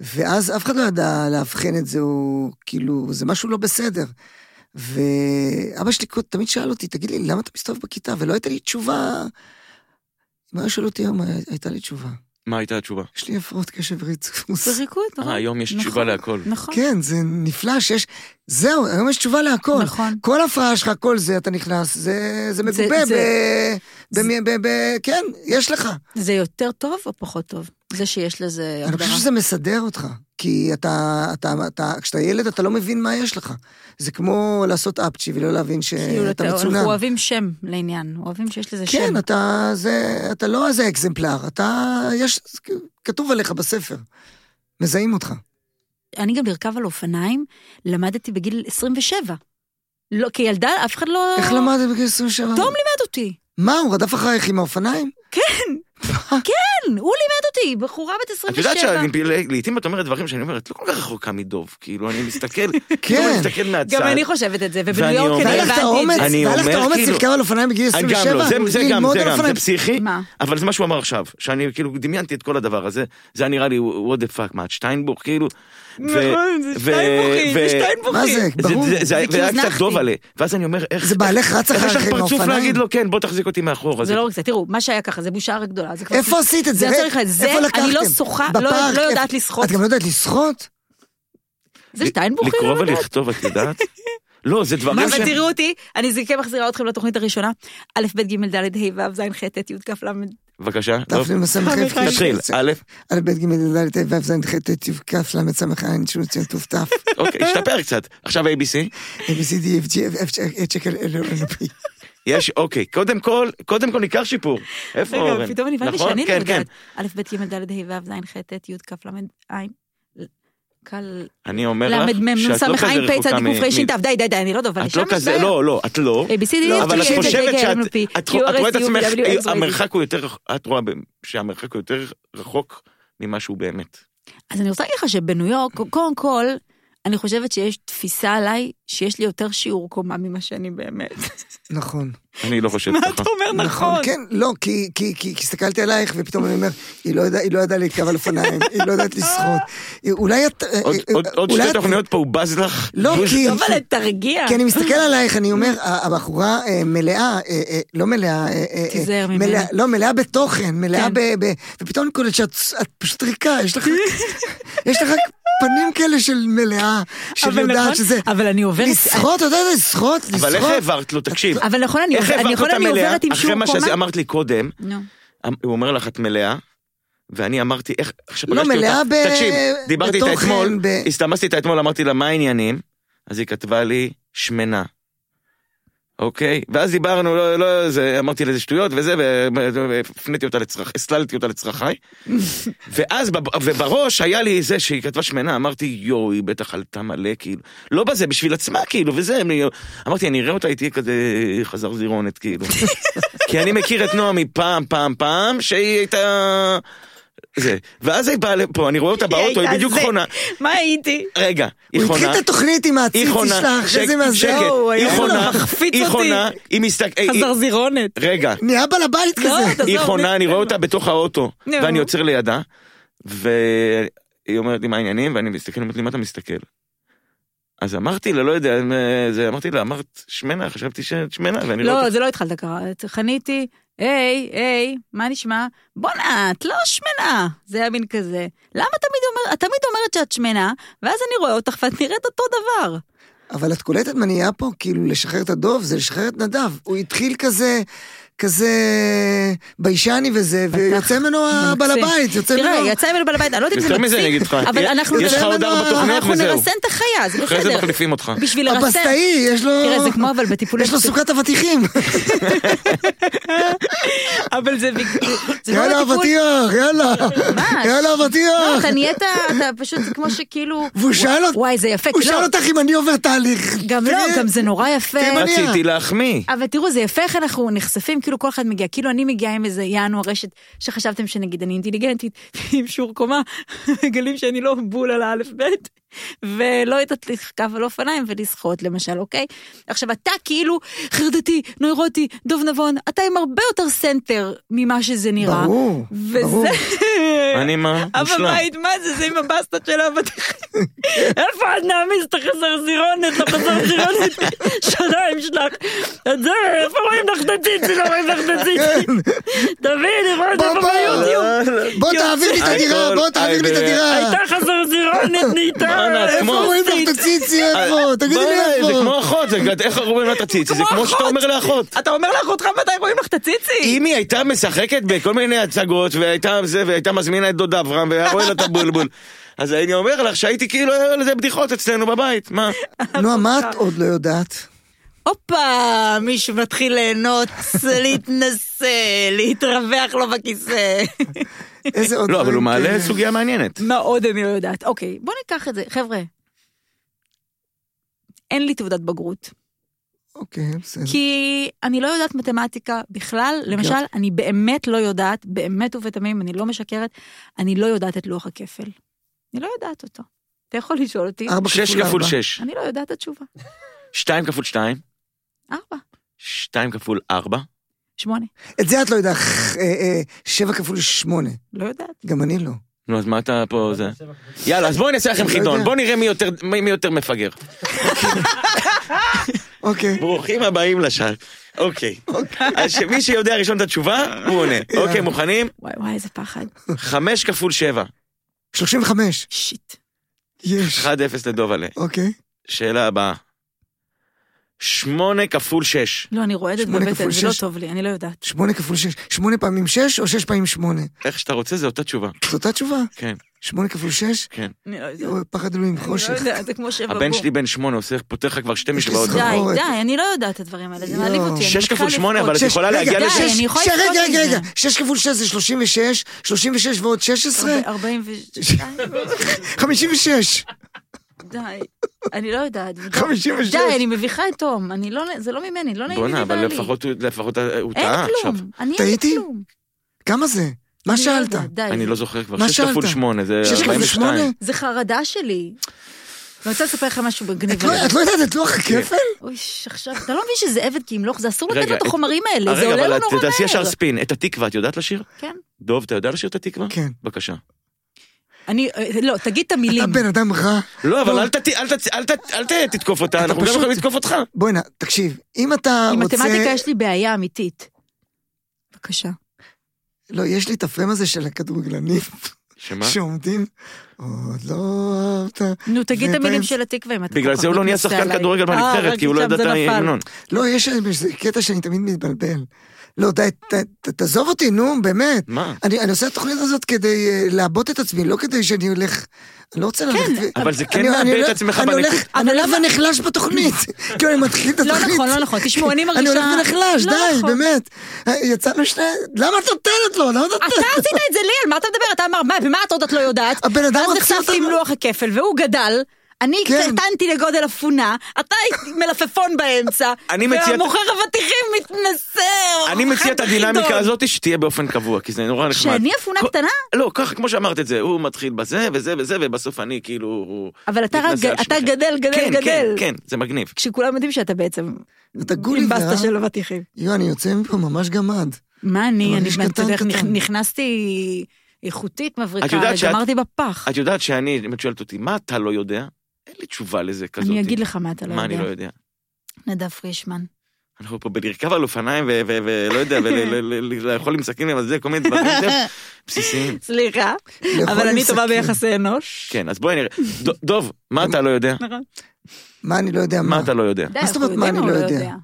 S5: ואז אף אחד לא ידע לאבחן את זה, או כאילו, זה משהו לא בסדר. ואבא שלי כל- תמיד שאל אותי, תגיד לי, למה אתה מסתובב בכיתה? ולא הייתה לי תשובה. אם היה שואל אותי היום, הי- הייתה לי תשובה.
S6: מה הייתה התשובה?
S5: יש לי הפרעות קשב ריצוץ.
S7: זה ריקוד,
S6: אה, היום יש
S7: נכון.
S6: תשובה להכל.
S7: נכון.
S5: כן, זה נפלא שיש... זהו, היום יש תשובה להכל.
S7: נכון.
S5: כל הפרעה שלך, כל זה, אתה נכנס, זה, זה מגובה ב...
S7: זה-
S5: במי- ב... ב... כן, יש לך.
S7: זה יותר טוב או פחות טוב? זה שיש לזה
S5: אני
S7: הגדרה.
S5: חושב שזה מסדר אותך, כי אתה, אתה, אתה, כשאתה ילד אתה לא מבין מה יש לך. זה כמו לעשות אפצ'י ולא להבין
S7: כאילו,
S5: שאתה
S7: אתה- אנחנו
S5: אה, מצונן.
S7: אוהבים שם לעניין, אוהבים שיש לזה שם.
S5: כן, אתה, זה, אתה לא איזה אקזמפלר, אתה, יש, כתוב עליך בספר, מזהים אותך.
S7: אני גם לרכב על אופניים, למדתי בגיל 27. לא, כילדה, אף אחד לא...
S5: איך למדת בגיל 27?
S7: תום לימד אותי.
S5: מה, הוא רדף אחרייך עם האופניים?
S7: כן, הוא לימד אותי, בחורה בת
S6: את
S7: 27.
S6: יודעת שלעיתים את אומרת דברים שאני אומר, את לא כל כך רחוקה מדוב, כאילו, אני מסתכל, פתאום אני
S5: כן.
S6: מסתכל מהצד.
S7: גם אני חושבת את זה, ובניו
S6: ואני
S7: יורק
S6: אומר-
S7: אני
S5: והיה
S6: אני
S5: לך את
S7: הבנתי
S5: האומץ,
S7: את זה.
S6: אני
S5: והיה לך את
S6: אומר,
S5: האומץ
S6: כאילו-
S5: לרכב על אופניים בגיל 27?
S6: גם לא, זה, זה גם,
S5: ללמוד
S6: זה
S5: על
S6: גם, זה
S5: אופניים.
S6: פסיכי,
S7: מה?
S6: אבל זה מה שהוא אמר עכשיו, שאני כאילו דמיינתי את כל הדבר הזה, זה היה נראה לי, what the fuck, מה, את שטיינבורג, כאילו? ו-
S7: נכון, זה
S6: ו-
S7: שטיינבוכים, זה
S6: ו-
S7: שטיינבוכים.
S5: מה זה? ברור.
S6: זה- זה- זה-
S7: זה כאילו
S6: והיה קצת
S7: שהזנחתי.
S6: דוב עליה, ואז אני אומר, איך...
S5: זה בעלך רץ
S6: איך יש
S5: אחריך
S6: לך
S5: עם
S6: פרצוף
S5: האופניים?
S6: להגיד לו, כן, בוא תחזיק אותי מאחורה.
S7: זה לא רק זה, תראו, מה שהיה ככה, זה בושה רק גדולה. זה כבר-
S5: איפה עשית את זה?
S7: זה יוצר לך את זה,
S5: איפה
S7: אני
S5: לקחתם?
S7: לא שוחה- לא-
S5: בפארק?
S7: לא יודעת
S5: איפה-
S7: לשחות.
S5: את גם לא יודעת לשחות?
S7: זה שטיינבוכים?
S6: לקרוא
S7: לא יודעת.
S6: ולכתוב, את יודעת? לא, זה דברים
S7: אבל תראו אותי, אני זיקי מחזירה אתכם לתוכנית הראשונה, א', ב', ג', ד', ה', ו', ז', ח', ט', י', כ', ל',
S6: בבקשה, דוב,
S5: תפני מסמך
S7: חמישה.
S6: תתחיל, א',
S5: א', ב', ג', ד', ה', ו', ז', ח', ט', י', כ', ל', ס', ע', ש', צ', ט', ת',
S6: אוקיי, השתפר קצת, עכשיו ABC.
S5: A, B, C, D, F, G, F, F, H, H, L, L, O, N, P.
S6: יש, אוקיי, קודם כל, קודם כל ניכר שיפור. איפה
S7: רגע,
S6: אורן?
S7: פתאום אני הבנתי
S6: נכון?
S7: שאני לא
S6: כן, כן.
S7: יודעת. א', ב', ג', ד', ה', ו', ז', ח', ט', י', כ', ל', ע', קל,
S6: אני אומר לך,
S7: ל', מ', נ',
S6: שאת
S7: ס',
S6: לא כזה
S7: ע', פ', צ',
S6: רחוקה מ...
S7: ק', ר', ש',
S6: מ-
S7: ת', די, די, די, אני לא דובה,
S6: את לא כזה, לא, לא, את לא.
S7: ABCD,
S6: אבל את
S7: FG,
S6: חושבת
S7: FG,
S6: שאת,
S7: FG,
S6: את
S7: FG,
S6: חו- את רואה את
S7: FG,
S6: עצמך, אה,
S7: FG, FG.
S6: המרחק הוא יותר, את רואה ב- שהמרחק הוא יותר רחוק ממה שהוא באמת.
S7: אז אני רוצה להגיד לך שבניו יורק, קודם כל, אני חושבת שיש תפיסה עליי שיש לי יותר שיעור קומה ממה שאני באמת.
S5: נכון.
S6: אני לא חושב
S7: מה
S6: ככה.
S7: אתה אומר נכון?
S5: כן, לא, כי כי- כי הסתכלתי עלייך, ופתאום אני אומר, היא לא יודעת- היא לא יודעה להתקרב על אופניים, היא לא יודעת לשחות. היא- אולי את... אה,
S6: עוד- עוד- עוד
S5: אולי
S6: שתי
S5: את-
S6: תוכניות פה הוא בז לך.
S5: לא,
S6: בוז-
S5: כי...
S7: אבל תרגיע.
S5: כי אני מסתכל עלייך, אני אומר, ה- הבחורה אה, מלאה, אה, אה, לא מלאה, אה, אה, אה,
S7: תיזהר ממנה.
S5: מלאה- לא, מלאה בתוכן, מלאה
S7: כן.
S5: ב... ב- ופתאום אני קולט שאת את פשוט ריקה, יש לך יש לך פנים כאלה של מלאה, של
S7: אבל נכון,
S5: יודעת שזה...
S7: אבל אני עוברת...
S5: לשחות, אתה יודע איזה לשחות?
S6: אבל איך
S5: לשחות?
S6: העברת לו, תקשיב.
S7: אבל נכון, אני
S6: איך
S7: עוברת- אני
S6: העברת
S7: יכולה,
S6: אותה
S7: אני
S6: מלאה,
S7: עוברת עם
S6: אחרי
S7: שיעור
S6: מה
S7: קומה.
S6: שאמרת לי קודם, אמ-
S7: נו.
S6: הוא אומר לך, את מלאה, ואני אמרתי, איך, כשפגשתי
S5: לא,
S6: אותה,
S5: מלאה ב-
S6: תקשיב, דיברתי איתה
S5: בתוכן,
S6: אתמול,
S5: ב-
S6: הסתמסתי איתה אתמול, אמרתי לה, מה העניינים? אז היא כתבה לי, שמנה. אוקיי? ואז דיברנו, לא, לא, זה, אמרתי לה, זה שטויות וזה, ו- והפניתי אותה לצרכ... הסללתי אותה לצרכיי. ואז, בב- ובראש היה לי זה שהיא כתבה שמנה, אמרתי, יואו, היא בטח עלתה מלא, כאילו. לא בזה, בשביל עצמה, כאילו, וזה, אני... אמרתי, אני אראה אותה איתי כזה חזר זירונת, כאילו. כי אני מכיר את נועה מפעם, פעם, פעם, שהיא הייתה... זה. ואז היא באה לפה, אני רואה אותה באוטו, היא
S7: הייתה
S6: בדיוק
S7: זה.
S6: חונה.
S7: מה הייתי?
S6: רגע, היא
S5: הוא
S6: חונה.
S5: התחיל את התוכנית עם
S6: היא
S5: העציץ
S6: חונה,
S5: שלה, אחרי זה עם
S6: שק-
S5: הזה.
S6: שקט,
S7: הוא
S6: היא
S7: היה
S6: חונה,
S7: מחפיץ
S6: היא
S7: אותי.
S6: חונה, היא מסתכל,
S7: חזרזירונת.
S6: רגע,
S5: נהיה בעל הבית
S7: לא,
S5: כזה.
S7: אתה-
S6: היא
S7: עזוב,
S6: חונה,
S7: נו.
S6: אני רואה אותה בתוך האוטו,
S7: נו.
S6: ואני עוצר לידה, והיא אומרת לי מה העניינים, ואני מסתכל, אומרת לי, מה אתה מסתכל? אז אמרתי לה, לא יודע, אה, זה, אמרתי לה, אמרת שמנה, חשבתי שאת שמנה, ואני רואה
S7: לא,
S6: אותך.
S7: זה לא התחלת ככה. חניתי, היי, היי, מה נשמע? בואנה, את לא שמנה. זה היה מין כזה. למה תמיד אומר- את תמיד אומרת שאת שמנה, ואז אני רואה אותך ואת נראית אותו דבר.
S5: אבל את קולטת מה נהיה פה? כאילו, לשחרר את הדוב זה לשחרר את נדב. הוא התחיל כזה... כזה ביישני וזה, ויוצא ממנו
S7: זה
S5: הבעל
S7: מקסים.
S5: אה, הבית, יוצא ממנו...
S7: תראה, יצא ממנו בעל הבית, אני לא יודעת אם זה
S6: יותר
S7: מקסים,
S6: מזה אני אגיד לך,
S7: אבל
S6: יש-
S7: אנחנו
S6: יש לך עוד ארבע תוכניות
S7: אנחנו
S6: וזהו.
S7: נרסן את החיה, זה
S6: אחרי זה
S7: בסדר.
S6: מחליפים אותך.
S7: בשביל לרסן.
S5: הבסטאי, יש לו...
S7: תראה, זה כמו אבל בטיפולי...
S5: יש לו
S7: פסיכ-
S5: סוכת אבטיחים.
S7: אבל זה בג- זה כמו
S5: יאללה
S7: בטיפול...
S5: אבטיח, יאללה.
S7: ממש.
S5: יאללה
S7: לא,
S5: אבטיח.
S7: אתה נהיית, אתה פשוט זה כמו שכאילו...
S5: והוא שאל אותי-
S7: וואי, זה יפה.
S5: הוא
S7: לא,
S5: שאל אותך אם אני עובר תהליך.
S7: גם לא,
S5: תראי,
S7: גם זה נורא יפה.
S5: תראי מה אני-
S6: רציתי להחמיא.
S7: אבל תראו, זה יפה איך אנחנו נחשפים, כאילו כל אחד מגיע, כאילו אני מגיעה עם איזה יענו הרשת, שחשבתם שנגיד אני אינטליגנטית, עם שיעור קומה, מגלים שאני לא בול על האלף-בית, ולא יודעת לרכב על אופניים ולשחות למשל, אוקיי? עכשיו, אתה כאילו חרדתי, נוירוטי, דוב נבון, אתה עם הרבה יותר סנטר ממה שזה נראה.
S5: ברור, ברור.
S7: וזה...
S6: אני מה?
S7: אב
S6: מושלם.
S7: הבית, מה זה, זה עם הבסטות של האבטיחים. איפה את נעמיס את החזרזירונת, החזרזירונת שדיים שלך? את זה, איפה רואים לך את הציצי, לא רואים לך את הציצי.
S6: כן.
S7: תביאי, אני רואה את זה
S5: בוא, בוא.
S7: ביוטיוב.
S5: בוא תעביר לי את הדירה,
S6: הכל,
S5: בוא תעביר לי את
S6: I bet.
S5: הדירה.
S7: הייתה חזרזירונת, נהייתה.
S6: אנא,
S7: איפה
S6: כמו-
S5: איפה רואים לך את הציצי, איפה? תגידי לי
S6: ביי, זה
S5: איפה.
S6: כמו אחות, זה גד- איך רואים לה את הציצי? זה כמו שאתה אומר לאחות.
S7: אתה אומר לאחותך מתי רואים לך את הציצי?
S6: אם היא הייתה משחקת בכל מיני הצגות, והייתה זה, והייתה מזמינה את דוד אברהם, והיה רואה לה את הבולבול, אז אני אומר לך שהייתי כאילו, היה לזה בדיחות אצלנו בבית, מה?
S5: נועה, מה את עוד לא יודעת?
S7: הופה, מישהו מתחיל ליהנות, להתנסה, להתרווח לו בכיסא.
S5: איזה עוד...
S6: לא, אבל הוא
S5: דברים
S6: מעלה
S5: כאלה?
S6: סוגיה מעניינת.
S7: מה עוד אני לא יודעת? אוקיי, בוא ניקח את זה. חבר'ה, אין לי תעודת בגרות,
S5: אוקיי, בסדר.
S7: כי אני לא יודעת מתמטיקה בכלל. למשל, אני באמת לא יודעת, באמת ובתמים, אני לא משקרת, אני לא יודעת את לוח הכפל. אני לא יודעת אותו. אתה יכול לשאול אותי,
S5: ארבע
S6: שש כפול
S5: ארבע.
S6: שש,
S7: אני לא יודעת את התשובה.
S6: שתיים כפול שתיים,
S7: ארבע,
S6: שתיים כפול ארבע,
S7: שמונה,
S5: את זה את לא יודעת. אה, אה, שבע כפול שמונה.
S7: לא יודעת.
S5: גם אני לא.
S6: נו אז מה אתה פה זה? יאללה, אז בואו נעשה לכם חידון,
S5: יודע.
S6: בואו נראה מי יותר- מי מי יותר מפגר.
S5: אוקיי.
S6: ברוכים הבאים לשער. אוקיי. אז שמי שיודע ראשון את התשובה, הוא עונה. אוקיי, מוכנים?
S7: וואי וואי, איזה פחד.
S6: חמש כפול שבע,
S5: 35.
S7: שיט.
S5: יש.
S6: 1-0 לדובלה.
S5: אוקיי.
S6: שאלה הבאה. שמונה כפול שש.
S7: לא, אני רועדת
S5: שמונה
S7: בבטן,
S5: כפול
S7: זה לא
S5: שש.
S7: טוב לי, אני לא יודעת.
S5: שמונה כפול שש. שמונה פעמים שש או שש פעמים שמונה?
S6: איך שאתה רוצה זה אותה תשובה.
S5: זאת אותה תשובה?
S6: כן.
S5: שמונה כפול שש?
S7: אני לא יודעת.
S5: יואו, פחד אלוהים,
S7: אני לא
S5: חושך.
S7: יודעת, זה כמו שבע
S6: הבן
S7: בור.
S6: שלי בן שמונה עושה, פותח לך כבר שתי
S5: יש לי
S6: משוואות.
S5: זכות.
S7: די,
S5: ביקורת.
S7: די, אני לא יודעת את הדברים האלה, זה
S5: יואו.
S7: מעליב אותי. אני
S6: שש
S7: מתחילה
S6: כפול שמונה,
S7: לבכות.
S6: אבל את
S5: לא. שש-
S6: יכולה להגיע
S5: רגע,
S6: לזה.
S5: שש-
S7: אני יכולה
S5: ש-
S7: לבחור
S5: רגע, רגע,
S7: מזה.
S5: רגע, שש כפול שש זה 36, 36 ועוד 16?
S7: ארבע- ארבעים ו... אוקיי.
S5: 56.
S7: די, אני לא יודעת. זה-
S5: 56.
S7: די, אני מביכה את תום, אני לא- זה לא ממני, לא נעים לי
S6: בואנה, אבל
S7: ולא לי.
S6: לפחות הוא- לפחות הוא
S7: אין
S6: טעה עכשיו.
S7: כלום, אני אין לי
S5: טעיתי?
S7: כלום.
S5: כמה זה? מה
S7: אני לא
S5: שאלת?
S7: יודעת, די.
S6: אני לא זוכר כבר.
S5: מה
S6: שש כפול
S5: שאלת?
S6: שמונה, זה
S5: שש כפול שמונה?
S6: 42.
S7: זה חרדה שלי. אני רוצה לספר לך משהו בגניב.
S6: כן.
S5: את לא- את לא יודעת את לוח הכפל?
S7: אוי, עכשיו, אתה לא מבין שזה עבד כי ימלוך, זה אסור לתת
S6: רגע,
S7: לו את
S6: את- אה,
S7: החומרים האלה, זה
S6: רגע,
S7: עולה
S6: אבל
S7: לו
S6: את-
S7: נורא
S6: תעשי ישר
S7: מהר.
S6: ספין. את התקווה, את יודעת לשיר?
S7: כן.
S6: דוב, אתה יודע לשיר את התקווה?
S5: כן.
S6: בבקשה.
S7: אני, אה, לא, תגיד את
S5: אתה
S7: המילים.
S5: בן אדם רע.
S6: לא, אבל אל תת- אל תת- אל תת- אל ת- תתקוף אותה, אנחנו גם
S5: פשוט-
S6: יכולים לתקוף אותך.
S5: בוא'נה, תקשיב, אם אתה
S7: עם
S5: רוצה...
S7: מתמטיקה יש לי בעיה אמיתית. בבקשה.
S5: לא, יש לי את הפריים הזה של הכדורגלנים
S6: שמה?
S5: שעומדים. עוד לא אהבת.
S7: נו, תגיד את המילים
S5: ופרס.
S7: של התקווה אם אתה כל
S6: בגלל
S7: כך
S6: זה הוא לא נהיה
S7: מתנשא
S6: שחקן
S7: עליי.
S6: כדורגל
S7: אה,
S6: בנבחרת,
S7: רק
S6: כי הוא לא
S7: שם
S6: ידע את
S7: זה נפל.
S6: ההמנון.
S5: לא, יש איזה קטע שאני תמיד מתבלבל. לא, די, ת- ת- תעזוב אותי, נו, באמת.
S6: מה?
S5: אני, אני עושה את התוכנית הזאת כדי אה, לעבות את עצמי, לא כדי שאני הולך... אני לא רוצה ללכת... ו-
S6: אבל זה כן
S5: אני- אני
S6: מאבד את
S5: הולך-
S6: עצמך
S5: אני
S6: בנקוד.
S5: הולך, אני הולך ונחלש בתוכנית. כאילו, אני מתחיל את
S7: לא
S5: התוכנית.
S7: נכון, לא נכון. תשמעו, אני מרגישה...
S5: אני הולך ונחלש,
S7: לא
S5: די,
S7: נכון.
S5: באמת. אה, יצאנו שני... למה את נותנת לו? למה את
S7: אתה
S5: נותנת?
S7: עשית את זה לי, על מה אתה מדבר? אתה אמר, מה, במה את עוד את לא יודעת?
S5: הבן אדם
S7: אז
S5: הוציא
S7: נחשפתי עם
S5: אותנו.
S7: לוח הכפל, והוא גדל. אני
S5: כן.
S7: קטנתי לגודל אפונה, אתה מלפפון באמצע,
S6: אני מציע-
S7: והמוכר אבטיחים מתנשא.
S6: אני מציע את
S7: אוכל
S6: הדינמיקה
S7: חידון.
S6: הזאת שתהיה באופן קבוע, כי זה נורא נחמד.
S7: שאני אפונה
S6: כל-
S7: קטנה?
S6: לא, ככה כמו שאמרת את זה, הוא מתחיל בזה וזה וזה, ובסוף אני כאילו... הוא
S7: אבל אתה רק
S6: מתנשא על
S7: ג- אתה
S6: שניכם.
S7: גדל, גדל,
S6: כן, כן,
S7: גדל.
S6: כן, זה מגניב.
S7: כשכולם יודעים שאתה בעצם...
S5: אתה גולי
S7: עם בסטה
S5: ורע.
S7: של אבטיחים.
S5: יואו, אני יוצא מפה ממש גמד.
S7: מה אני,
S5: אתה
S7: אני
S5: מרגיש
S7: אתה
S5: קטן,
S7: יודע,
S5: קטן.
S7: נכ- נכנסתי איכותית,
S6: את יודעת
S7: מבריקה,
S6: שאת-
S7: גמרתי בפח.
S6: את יודעת שאני, אם את שואלת אותי, מה אתה לא יודע? אין לי תשובה לזה כזאת.
S7: אני אגיד לך מה אתה לא
S6: מה אני לא
S7: יודע.
S6: יודע?
S7: נדב פרישמן.
S6: אנחנו פה בלרכב על אופניים ו- ו- ולא יודע, ולאכול עם סכין למזל, כל מיני דברים יותר בסיסיים.
S7: סליחה,
S5: לאכול
S7: אבל
S5: עם
S7: אני טובה
S5: סכין.
S7: ביחסי אנוש.
S6: כן, אז בואי נראה. ד- דוב, מה אתה לא יודע?
S7: נכון.
S5: מה אני לא יודע מה?
S6: מה אתה לא יודע?
S7: די,
S5: מה זאת
S7: אנחנו
S5: אומרת, מה
S7: יודעים
S5: אני
S7: או
S5: לא יודע?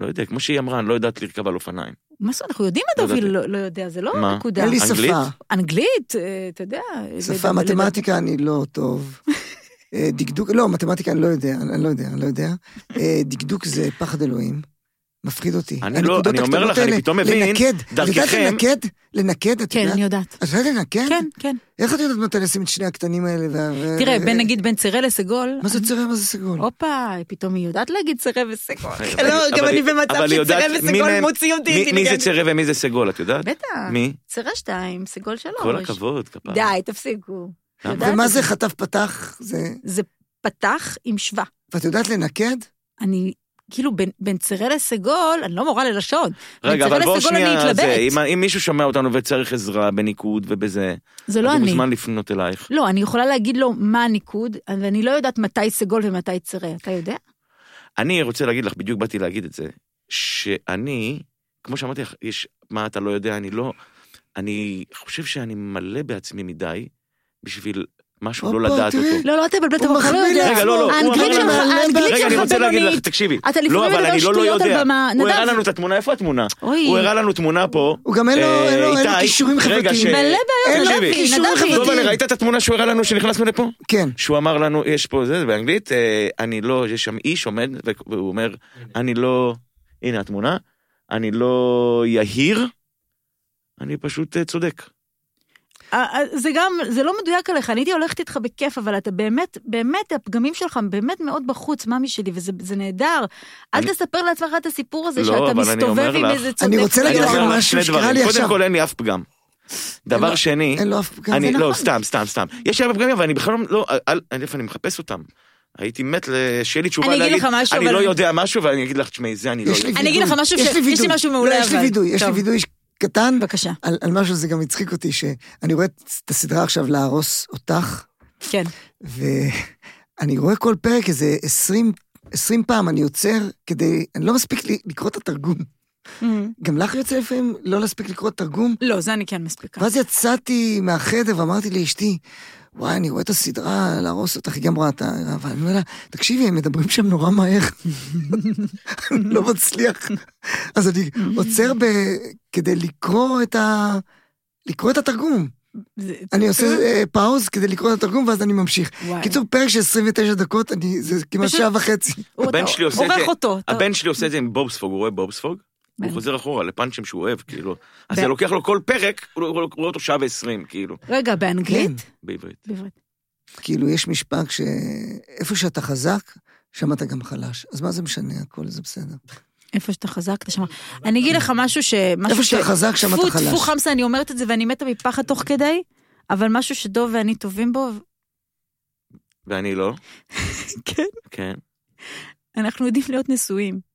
S6: לא יודע, כמו שהיא אמרה, אני לא יודעת לרכב על אופניים.
S7: מה זאת אומרת, אנחנו יודעים
S6: לא
S7: מה דובי
S6: ידעתי.
S7: לא- לא יודע, זה לא
S6: מה?
S7: נקודה.
S5: אין לי
S6: אנגלית?
S5: שפה.
S7: אנגלית, אה, אתה יודע.
S5: שפה,
S7: לדבר-
S5: מתמטיקה אני לא טוב. אה, דקדוק, לא, מתמטיקה אני לא יודע, אני אני לא יודע, אני לא יודע. אה, דקדוק זה פחד אלוהים. מפחיד אותי.
S6: אני לא-
S5: הנקודות
S6: אני אומר
S5: הקטנות
S6: לך, אני
S5: האלה,
S6: פתאום מבין,
S5: לנקד, את
S6: דרככם-
S5: יודעת לנקד? לנקד, את
S7: כן,
S5: יודעת? אה?
S7: אני יודעת.
S5: את יודעת לנקד?
S7: כן, כן.
S5: איך את יודעת מתי לשים את שני הקטנים האלה? וה- וה-
S7: תראה,
S5: וה-
S7: בין נגיד בין צירה לסגול,
S5: אה, מה זה צרה, מה זה סגול?
S7: הופה, פתאום היא יודעת להגיד צירה וסגול.
S6: אבל-
S7: לא, גם
S6: אבל
S7: אני
S6: היא- אבל
S7: במצב
S6: היא
S7: שצירה
S6: יודעת מי
S7: וסגול
S6: מהם-
S7: מוציא אותי
S6: מי- מי זה
S7: אינטליגנט.
S6: צרה ומי זה סגול, את יודעת?
S7: בטח.
S6: מי?
S7: צירה שתיים, סגול שלוש.
S6: כל הכבוד, כפרה.
S7: די, תפסיקו.
S6: למה?
S7: יודעת-
S5: ומה זה חטף פתח? זה...
S7: זה פתח עם שווה.
S5: ואת יודעת לנקד?
S7: אני, כאילו, בין- בין צירה לסגול, אני לא מורה ללשון. בין
S6: רגע,
S7: צירה
S6: אבל בואו
S7: לסגול אני
S6: שנייה, זה,
S7: אתלבט.
S6: אם- אם מישהו שומע אותנו וצריך עזרה בניקוד ובזה,
S7: זה
S6: אז
S7: לא
S6: הוא
S7: אני.
S6: מוזמן לפנות אלייך.
S7: לא, אני יכולה להגיד לו מה הניקוד, ואני לא יודעת מתי סגול ומתי צירה. אתה יודע?
S6: אני רוצה להגיד לך, בדיוק באתי להגיד את זה, שאני, כמו שאמרתי לך, יש, מה אתה לא יודע, אני לא, אני חושב שאני מלא בעצמי מדי בשביל משהו לא
S5: הופה,
S6: לדעת
S5: תראי.
S6: אותו.
S7: לא, לא, אתה מבלבל את
S5: הוא
S7: המוח, אתה לא
S5: מחמיא
S7: יודע.
S6: רגע,
S5: לעצמו.
S6: לא, לא, הוא אמר
S7: האנגלית
S6: לנו-
S7: שלך,
S5: רגע,
S7: האנגלית
S6: רגע, אני
S7: שלך
S6: רוצה להגיד לך,
S7: בינונית.
S6: תקשיבי.
S7: אתה לפעמים
S6: לא, אבל
S7: מדבר
S6: אני לא לא
S7: שטויות על
S6: יודע.
S7: במה,
S6: הוא
S7: נדב.
S6: הראה לנו את התמונה, איפה התמונה?
S7: אוי.
S6: הוא הראה לנו תמונה פה.
S5: הוא גם אין לו-
S6: אה,
S5: אין לו- אין לו
S6: איתי.
S5: כישורים
S6: רגע, ש-
S5: חברתיים.
S7: מלא בעיות,
S5: אין
S7: נדבי,
S5: לי כישורים
S7: נדבי.
S6: דוב, אני
S5: חברתיים.
S6: ראית את התמונה שהוא הראה לנו כשנכנסנו לפה?
S5: כן.
S6: שהוא אמר לנו, יש פה זה, זה באנגלית, אה, אני לא, יש שם איש עומד, והוא אומר, אני לא, הנה התמונה, אני לא יהיר, אני פשוט אה, צודק.
S7: אה, אה, זה גם, זה לא מדויק עליך, אני הייתי הולכת איתך בכיף, אבל אתה באמת, באמת, הפגמים שלך הם באמת מאוד בחוץ, מאמי שלי, וזה זה נהדר. אל
S6: אני-
S7: תספר לעצמך את הסיפור הזה
S6: לא,
S7: שאתה
S6: אבל אני אומר
S7: מסתובב עם
S6: לך-
S7: איזה צודק.
S5: אני רוצה
S6: אני
S5: להגיד
S7: ולא.
S5: לכם
S6: אומר לך
S5: משהו
S6: שני
S5: שקרה
S6: דברים.
S5: לי
S6: קודם
S5: עכשיו.
S6: כל, אין לי אף פגם. דבר
S5: לא-
S6: שני,
S5: אין לו אף פגם.
S6: אני,
S5: זה
S6: לא,
S5: נכון.
S6: סתם, סתם, סתם. יש הרבה פגמים, אבל אני בכלל לא, א', א', אני מחפש אותם. הייתי מת ל- שיהיה לי תשובה
S7: אני
S6: להגיד,
S7: אגיד לך משהו,
S6: אני
S7: אבל-
S6: לא יודע משהו, ואני אגיד לך, תשמעי, זה אני לא
S5: יש לי
S6: יודע.
S5: וידוי.
S7: אני אגיד לך משהו ש- יש לי
S5: וידוי.
S7: משהו מעולה,
S5: לא, יש לי
S7: אבל.
S5: וידוי, יש לי
S7: טוב.
S5: וידוי קטן.
S7: בבקשה,
S5: על, על משהו זה גם הצחיק אותי, שאני רואה את את הסדרה עכשיו להרוס אותך,
S7: כן.
S5: ואני רואה כל פרק איזה 20, 20 פעם, אני עוצר כדי, אני לא מספיק לי, לקרוא את התרגום. גם לך יוצא לפעמים לא להספיק לקרוא את התרגום?
S7: לא, זה אני כן מספיקה.
S5: ואז יצאתי מהחדר ואמרתי לאשתי, וואי, אני רואה את הסדרה, להרוס אותך, היא גם רואה את ה... אבל אני אומר לה, תקשיבי, הם מדברים שם נורא מהר. אני לא מצליח. אז אני עוצר ב... כדי לקרוא את ה... לקרוא את התרגום.
S7: זה- אה,
S5: אני עושה
S7: אוקיי.
S5: אה, פאוז כדי לקרוא את התרגום, ואז אני ממשיך.
S7: וואי.
S5: קיצור, פרק של 29 דקות, אני... זה כמעט
S7: פשוט-
S5: שעה וחצי.
S7: הוא-
S6: הבן
S7: אתה
S6: שלי עושה את זה-
S7: עורך אותו. אתה-
S6: הבן שלי עושה את זה עם בובספוג, הוא רואה בובספוג, הוא
S7: בן.
S6: חוזר אחורה לפאנצ'ים שהוא אוהב, כאילו. אז
S7: ב-
S6: זה לוקח לו כל פרק, הוא לא- הוא- הוא רואה אותו שעה ועשרים, כאילו,
S7: רגע, באנגלית?
S5: כן.
S6: בעברית.
S7: בעברית.
S5: כאילו, יש משפט שאיפה שאתה חזק, שם אתה גם חלש. אז מה זה משנה? הכל זה בסדר.
S7: איפה שאתה חזק, אתה שמע. אני אגיד לך משהו ש... משהו
S5: איפה שאתה
S7: ש-
S5: חזק, שם
S7: טפו,
S5: אתה
S7: טפו
S5: חלש.
S7: חמסה, אני אומרת את זה ואני מתה מפחד תוך כדי, אבל משהו שדוב ואני טובים בו,
S6: ואני לא,
S7: כן,
S6: כן.
S7: אנחנו יודעים להיות נשואים.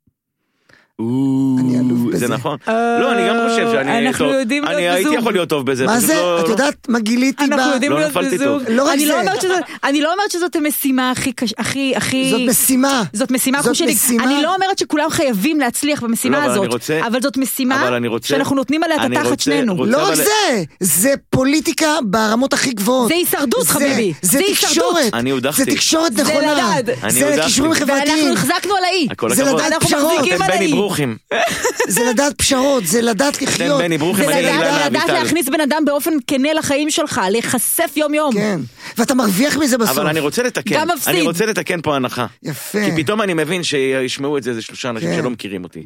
S5: אני אלוף בזה.
S6: זה נכון.
S5: אה,
S6: לא, אני גם חושב שאני
S7: אה, אנחנו
S6: טוב.
S7: יודעים
S6: אני
S7: להיות
S6: הייתי
S7: בזוג.
S6: יכול להיות טוב בזה.
S5: מה
S6: פשוט
S5: זה?
S6: לא-
S5: את יודעת מה גיליתי ב...
S7: אנחנו יודעים
S6: לא
S7: להיות
S6: נפלתי
S7: בזוג.
S6: טוב.
S5: לא רק
S7: אני
S5: זה.
S7: לא אומרת שזאת- אני לא אומרת שזאת המשימה הכי קשה, הכי, הכי...
S5: זאת משימה.
S7: זאת משימה,
S5: זאת
S7: אחוז שלי.
S5: משימה.
S7: אני לא אומרת שכולם חייבים להצליח במשימה
S6: לא, אבל אני
S7: הזאת,
S6: רוצה-
S7: אבל זאת משימה
S6: אבל אני רוצה-
S7: שאנחנו נותנים עליה את
S6: אני
S7: התחת
S6: רוצה-
S7: שנינו.
S6: רוצה-
S5: לא
S6: אבל-
S5: רק זה, זה פוליטיקה ברמות הכי גבוהות.
S7: זה הישרדות,
S5: זה-
S7: חביבי.
S5: זה
S7: זה הישרדות.
S5: תקשורת.
S6: אני הודחתי.
S5: זה תקשורת
S7: זה
S5: נכונה.
S7: לדעת.
S6: אני
S5: זה
S6: הודחתי.
S5: כישורים
S7: ואנחנו
S5: חברתיים.
S7: החזקנו על האי.
S6: כל
S5: זה
S6: הכבוד.
S5: לדעת
S7: אנחנו
S5: פשרות.
S7: מחזיקים
S6: אתם
S7: על
S6: בני
S7: האי.
S6: ברוכים.
S5: זה לדעת פשרות, זה לדעת
S6: אתם
S5: לחיות.
S6: בני ברוכים,
S7: זה
S6: אני
S7: לדעת
S6: אילנה
S7: לדעת
S6: אביטל.
S7: להכניס בן אדם באופן כנה לחיים שלך, להיחשף יום-יום.
S5: כן. ואתה מרוויח מזה בסוף.
S6: אבל אני רוצה לתקן.
S7: גם מפסיד.
S6: אני רוצה לתקן פה הנחה.
S5: יפה.
S6: כי פתאום אני מבין שישמעו את זה איזה שלושה אנשים
S5: כן.
S6: שלא מכירים אותי.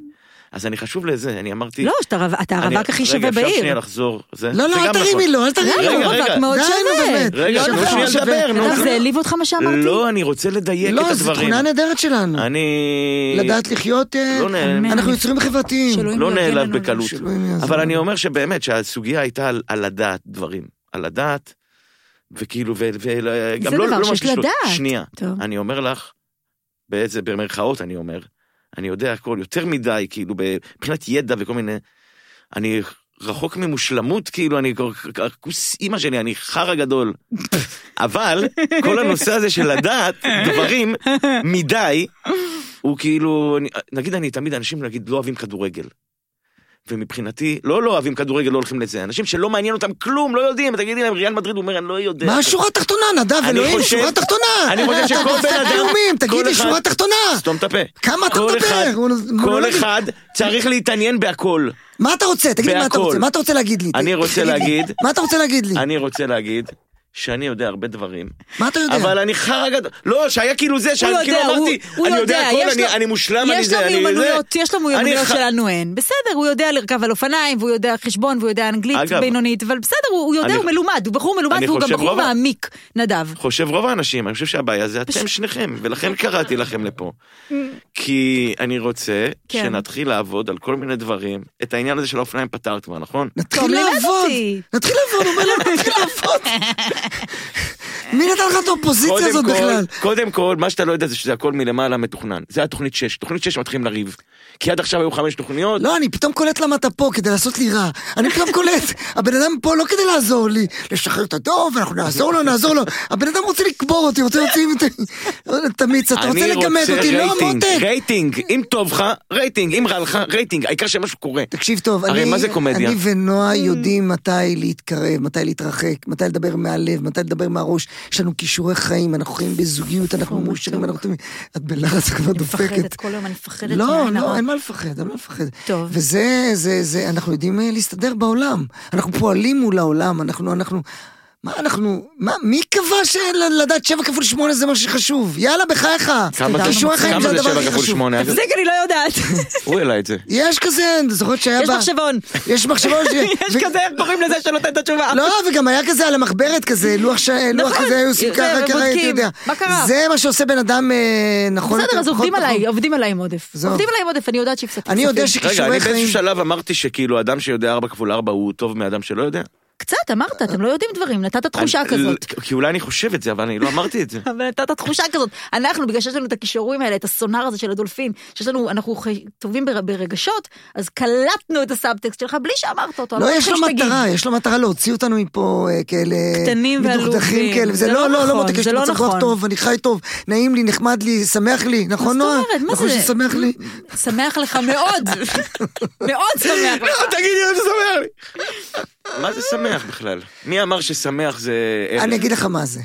S6: אז אני חשוב לזה, אני אמרתי...
S7: לא, שאתה רו- אתה
S6: אני-
S7: הרווק הכי
S6: רגע,
S7: שווה
S6: אפשר שנייה
S7: בעיר.
S6: לחזור? זה-
S5: לא,
S6: זה
S5: לא,
S6: גם
S5: אל
S6: נכון.
S5: תרימי לו, אל
S7: למה?
S5: תרימי
S6: רגע,
S5: לו.
S7: הוא רווק
S6: רגע.
S7: מאוד
S5: די, נו,
S7: שווה.
S5: באמת.
S6: רגע,
S7: לא
S6: שנייה,
S7: נכון.
S6: שנייה לדבר, נו.
S7: אדם, זה העליב אותך מה שאמרתי?
S6: לא, אני רוצה לדייק את
S5: לא, זו
S6: הדברים.
S5: תכונה נהדרת שלנו.
S6: אני...
S5: לדעת לחיות, אה,
S6: לא נעלב.
S5: אנחנו יוצרים חברתיים.
S7: שאלוהים
S6: לא
S7: יגן
S6: נעלב
S7: לנו.
S6: בקלות.
S5: שאלוהים יעזור.
S6: אבל אני אומר שבאמת שהסוגיה הייתה על, על לדעת דברים. על לדעת, וכאילו, וגם
S7: זה
S6: לא,
S7: דבר
S6: לא
S7: שיש
S6: ממש לשלוט.
S7: לדעת.
S6: שנייה,
S7: טוב.
S6: אני אומר לך, באיזה, במרכאות אני אומר, אני יודע הכל יותר מדי, כאילו, מבחינת ידע וכל מיני, אני רחוק ממושלמות, כאילו, אני כל כך, כוס אימא שלי, אני חרא גדול. אבל כל הנושא הזה של לדעת דברים מדי, הוא כאילו, אני- נגיד אני תמיד, אנשים נגיד לא אוהבים כדורגל. ומבחינתי, לא לא אוהבים כדורגל, לא הולכים לזה. אנשים שלא מעניין אותם כלום, לא יודעים, תגידי להם, ריאל מדריד, הוא אומר, אני לא יודע.
S5: מה השורה התחתונה, נדב
S6: אני
S5: אלוהים,
S6: חושב-
S5: שורה תחתונה!
S6: אני חושב
S5: אתה
S6: שכל
S5: דופק
S6: בן אדם-
S5: איומים,
S6: כל
S5: תגיד לי
S6: אחד-
S5: שורה תחתונה!
S6: סתום את הפה.
S5: כמה אתה
S6: כל
S5: מדבר?
S6: אחד-
S5: הוא- הוא לא
S6: כל
S5: מבין.
S6: אחד צריך להתעניין בהכל.
S5: מה אתה רוצה? תגיד לי מה אתה
S6: בהכל.
S5: רוצה, מה אתה רוצה להגיד לי?
S6: אני רוצה
S5: תגיד לי.
S6: להגיד-
S5: מה אתה רוצה להגיד לי?
S6: אני רוצה להגיד שאני יודע הרבה דברים,
S5: מה אתה יודע?
S6: אבל אני חרא גדול. לא, שהיה כאילו זה,
S7: הוא
S6: שאני כאילו
S7: יודע,
S6: אמרתי,
S7: הוא- הוא
S6: אני יודע
S7: יודע,
S6: הכל,
S7: יש
S6: אני-
S7: לו-
S6: אני מושלם, אני
S7: יש לו
S6: זה, אני זה.
S7: מיומנויות, יש לו מיומנויות
S6: ח-
S7: שלנו אין. בסדר, הוא יודע לרכב על אופניים, והוא יודע חשבון, והוא יודע אנגלית
S6: אגב,
S7: בינונית, אבל בסדר, הוא הוא יודע,
S6: אני-
S7: הוא מלומד, הוא בחור מלומד,
S6: אני
S7: והוא גם
S6: חושב
S7: בחור
S6: רוב ה-
S7: מעמיק, נדב.
S6: חושב רוב האנשים, אני חושב שהבעיה זה אתם שניכם, ולכן קראתי לכם לפה. כי אני רוצה
S7: כן.
S6: שנתחיל לעבוד על כל מיני דברים. את העניין הזה של האופניים פתרת כבר, נכון?
S5: נתחיל
S7: טוב, לימד
S5: לעבוד!
S7: אותי.
S5: נתחיל לעבוד, הוא אומר לנו, נתחיל לעבוד! מי נתן לך את האופוזיציה הזאת
S6: כל,
S5: בכלל?
S6: קודם כל, מה שאתה לא יודע זה שזה הכל מלמעלה מתוכנן. זה התוכנית 6, תוכנית 6 מתחילים לריב. כי עד עכשיו היו חמש תוכניות,
S5: לא, אני פתאום קולט למה אתה פה, כדי לעשות לי רע. אני פתאום קולט, הבן אדם פה לא כדי לעזור לי, לשחרר את הדוב, אנחנו נעזור לו, נעזור לו. הבן אדם רוצה לקבור אותי, רוצה להוציא את- את המיץ, אתה רוצה
S6: אני
S5: לגמד
S6: רוצה
S5: אותי, לא
S6: רייטינג,
S5: מותק.
S6: רייטינג, אם טוב לך, רייטינג, אם רע לך, רייטינג, העיקר שמשהו קורה.
S5: תקשיב טוב,
S6: הרי
S5: אני,
S6: מה זה קומדיה?
S5: אני
S7: Mm.
S5: ונועה יודעים מתי להתקרב, מתי להתרחק, מתי לדבר מהלב, מתי לדבר מהראש. יש לנו כישורי חיים, אנחנו חיים בזוגיות, אנחנו מאושרים, אנחנו... טובים. את בלחץ כבר דופקת.
S7: מפחדת כל יום, נכון, אני מפחדת.
S5: לא,
S7: מהעין
S5: לא,
S7: הרע.
S5: אין מה לפחד, אין מה לפחד.
S7: טוב.
S5: וזה, זה, זה, אנחנו יודעים אה, להסתדר בעולם. אנחנו פועלים מול העולם, אנחנו, אנחנו... מה אנחנו, מה, מי קבע שלדעת 7 כפול 8 זה מה שחשוב? יאללה, בחייך.
S6: כמה זה
S5: כישורי חיים
S6: כמה
S5: זה
S6: זה
S5: הדבר
S6: 7
S5: הכי
S6: כפול
S5: חשוב.
S6: 8?
S7: תפסיק, אני לא יודעת.
S6: הוא העלה את זה.
S5: יש כזה, אני זוכרת שהיה
S7: יש
S5: בה-
S7: מחשבון.
S5: יש מחשבון ש...
S7: יש
S5: ו-
S7: כזה, איך קוראים לזה שנותן את התשובה?
S5: לא, וגם היה כזה על המחברת כזה, לוח ש- לוח
S7: נכון,
S5: כזה, היו עושים
S7: זה,
S5: ככה, ככה,
S7: בודקים.
S5: אתה יודע.
S7: מה קרה?
S5: זה מה שעושה בן אדם אה, נכון. יותר,
S7: בסדר, אז
S5: פחות
S7: עובדים
S5: נכון.
S7: עליי, עובדים עליי עם עודף.
S5: זהו.
S7: עובדים עליי עם עודף, אני יודעת שהפסקתי.
S5: אני יודע
S7: כספים.
S6: רגע,
S5: שכישורי
S6: אני באיזשהו
S5: חיים...
S6: שלב אמרתי שכאילו אדם שיודע 4 כפול 4 הוא טוב מאדם שלא יודע.
S7: קצת, אמרת, אתם לא יודעים דברים, נתת תחושה
S6: אני-
S7: כזאת.
S6: לא, כי אולי אני חושב את זה, אבל אני לא אמרתי את זה.
S7: אבל נתת תחושה כזאת. אנחנו, בגלל שיש לנו את הכישורים האלה, את הסונאר הזה של הדולפין, שיש לנו, אנחנו ח- טובים בר- ברגשות, אז קלטנו את הסאבטקסט שלך בלי שאמרת אותו.
S5: לא,
S7: אמרתי
S5: יש לו
S7: שתגיד.
S5: מטרה, יש לו מטרה להוציא אותנו מפה אה, כאלה...
S7: קטנים ועלובים.
S5: מדוכדכים כאלה, וזה
S7: זה
S5: לא,
S7: לא
S5: לא, לא
S7: נכון,
S5: מותק, יש
S7: זה
S5: לי
S7: לא
S5: מצב רוח
S7: נכון.
S5: טוב, אני חי טוב, נעים לי, נחמד לי, שמח לי, נכון
S7: מה
S5: נועה?
S7: זאת אומרת? מה
S5: נכון
S7: זה?
S5: ששמח לי?
S7: שמח לך מאוד. מאוד שמח לך.
S6: תגידי, מה זה שמח לי? מה זה שמח בכלל? מי אמר ששמח זה... ערך?
S5: אני אגיד לך מה זה.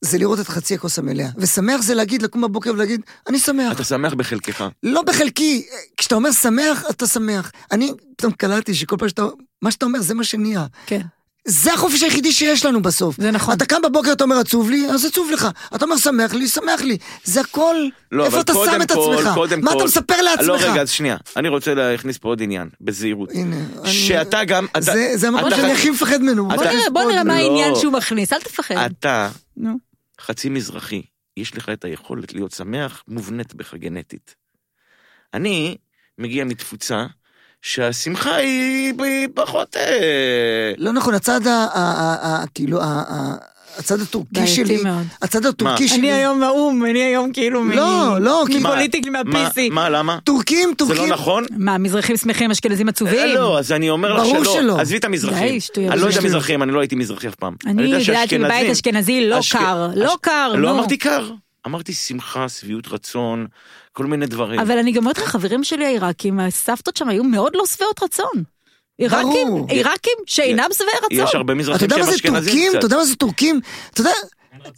S5: זה לראות את חצי הכוס המלאה. ושמח זה להגיד, לקום בבוקר ולהגיד, אני שמח.
S6: אתה שמח בחלקך.
S5: לא בחלקי, כשאתה אומר שמח, אתה שמח. אני פתאום קלטתי שכל פעם שאתה, מה שאתה אומר זה מה שנהיה.
S7: כן.
S5: זה החופש היחידי שיש לנו בסוף.
S7: זה נכון.
S5: אתה קם בבוקר, אתה אומר עצוב לי, אז עצוב לך. אתה אומר שמח לי, שמח לי. זה הכל,
S6: לא,
S5: איפה
S6: אבל
S5: אתה
S6: קודם
S5: שם את
S6: כל,
S5: עצמך?
S6: קודם
S5: מה
S6: כל-
S5: אתה מספר לעצמך?
S6: לא, רגע, אז שנייה. אני רוצה להכניס פה עוד עניין, בזהירות.
S5: הנה, אני-
S6: שאתה גם... אתה-
S5: זה, זה המקום
S6: אתה-
S5: שאני הכי מפחד ממנו.
S6: אתה-
S7: בוא
S5: בוא
S7: נראה,
S5: נראה,
S7: בוא נראה מה
S6: לא.
S7: העניין שהוא מכניס, אל תפחד.
S6: אתה
S7: נו.
S6: חצי מזרחי, יש לך את היכולת להיות שמח מובנית בך גנטית. אני מגיע מתפוצה שהשמחה היא היא פחות... אה,
S5: לא נכון, הצד ה... ה- ה- ה- כאילו, ה- ה- הצד הטורקי
S7: בעייתי
S5: שלי,
S7: מאוד.
S5: הצד הטורקי
S6: מה?
S5: שלי,
S7: מהאו"ם, אני היום כאילו מ-
S5: לא, לא, כי-
S6: מה-
S7: מפוליטיקלי,
S6: מה-
S7: מהפיסי.
S6: מה, למה?
S5: טורקים,
S6: זה
S5: טורקים,
S6: לא נכון?
S7: מה, מזרחים שמחים, אשכנזים
S6: אה,
S7: עצובים?
S6: לא, אז אני אומר לך שלא.
S5: ברור שלא.
S6: עזבי את המזרחים.
S7: די, שטויות.
S6: אני לא יודע
S7: שטויות.
S6: מזרחים, אני לא הייתי מזרחי אף פעם.
S7: אני
S6: יודע
S7: גדלתי בבית
S6: שאשכנזים-
S7: אשכנזי, לא
S6: אשכ-
S7: קר, לא
S6: אש-
S7: קר,
S6: לא
S7: נו.
S6: אמרתי קר, אמרתי שמחה, שביעות רצון, כל מיני דברים.
S7: אבל אני גם אומרת לך, חברים שלי העיראקים, הסבתות שם היו מאוד לא שבעות רצון. עיראקים,
S5: ברור.
S7: עיראקים שאינם שבעי
S6: יש
S7: לא רצון.
S6: הרבה
S5: אתה
S6: מזרחים
S5: יודע מה
S6: שהם
S5: זה
S6: אשכנזים
S5: טורקים? אתה
S6: קצת.
S5: יודע מה זה טורקים? אתה יודע,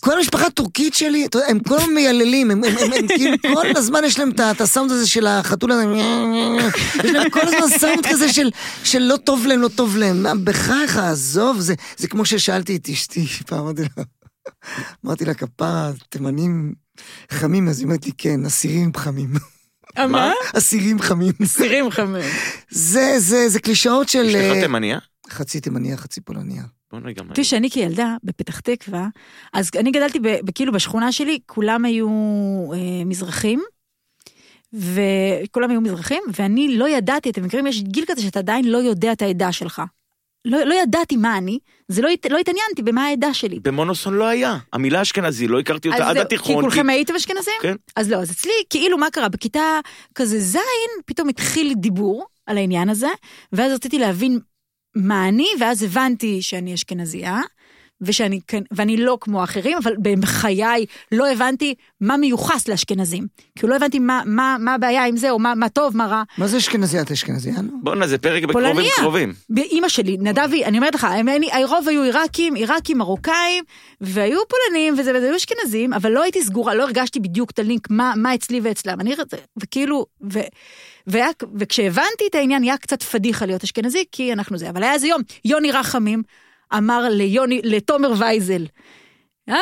S5: כל המשפחה הטורקית שלי, אתה יודע, הם כל הזמן מייללים, הם- הם- הם הם כאילו כל הזמן יש להם את ה- את הסאונד הזה של החתול הזה, יש להם כל הזמן סאונד כזה של- של לא טוב להם, לא טוב להם. מה, בחייך, עזוב, זה- זה כמו ששאלתי את אשתי פעם, אמרתי לה, אמרתי לה, כפרה, תימנים חמים, אז היא אומרת לי, כן, אסירים חמים.
S7: מה?
S5: אסירים חמים.
S7: סירים חמים.
S5: זה, זה, זה קלישאות של...
S6: יש לך
S5: אה,
S6: תימניה?
S5: חצי תימניה, חצי פולניה.
S6: בוא נראה גם...
S7: תראי, שאני כילדה, בפתח תקווה, אז אני גדלתי ב- ב- כאילו בשכונה שלי, כולם היו אה, מזרחים. וכולם היו מזרחים, ואני לא ידעתי, אתם מכירים, יש גיל כזה שאתה עדיין לא יודע את העדה שלך. לא, לא ידעתי מה אני, זה לא, הת- לא התעניינתי במה העדה שלי.
S6: במונוסון לא היה. המילה אשכנזי, לא הכרתי אותה עד
S7: אז זהו, כי
S6: התיכון. כי-
S7: כולכם הייתם אשכנזים?
S6: כן.
S7: אז לא, אז אצלי, כאילו, מה קרה? בכיתה כזה זין, פתאום התחיל דיבור על העניין הזה, ואז רציתי להבין מה אני, ואז הבנתי שאני אשכנזייה, ושאני, כן- ואני לא כמו האחרים, אבל בחיי לא הבנתי מה מיוחס לאשכנזים. כאילו לא הבנתי מה, מה, מה הבעיה עם זה, או מה, מה טוב, מה רע.
S5: מה זה אשכנזייה? את אשכנזייה, לא? נו?
S6: בואנה, זה פרק בקרובים
S7: פולניה.
S6: קרובים.
S7: אימא שלי, נדבי, אני אומרת לך, הם- אני- הרוב היו עיראקים, עיראקים, מרוקאים, והיו פולנים, וזה, וזה היו אשכנזים, אבל לא הייתי סגורה, לא הרגשתי בדיוק את הלינק, מה, מה אצלי ואצלם. אני, רצ- וכאילו, ו, והיה, וכשהבנתי את העניין, היה קצת פדיחה להיות אשכנזי, כי אנחנו זה. אבל היה איזה יום, יוני רחמים אמר ליוני, לתומר וייזל, אתה,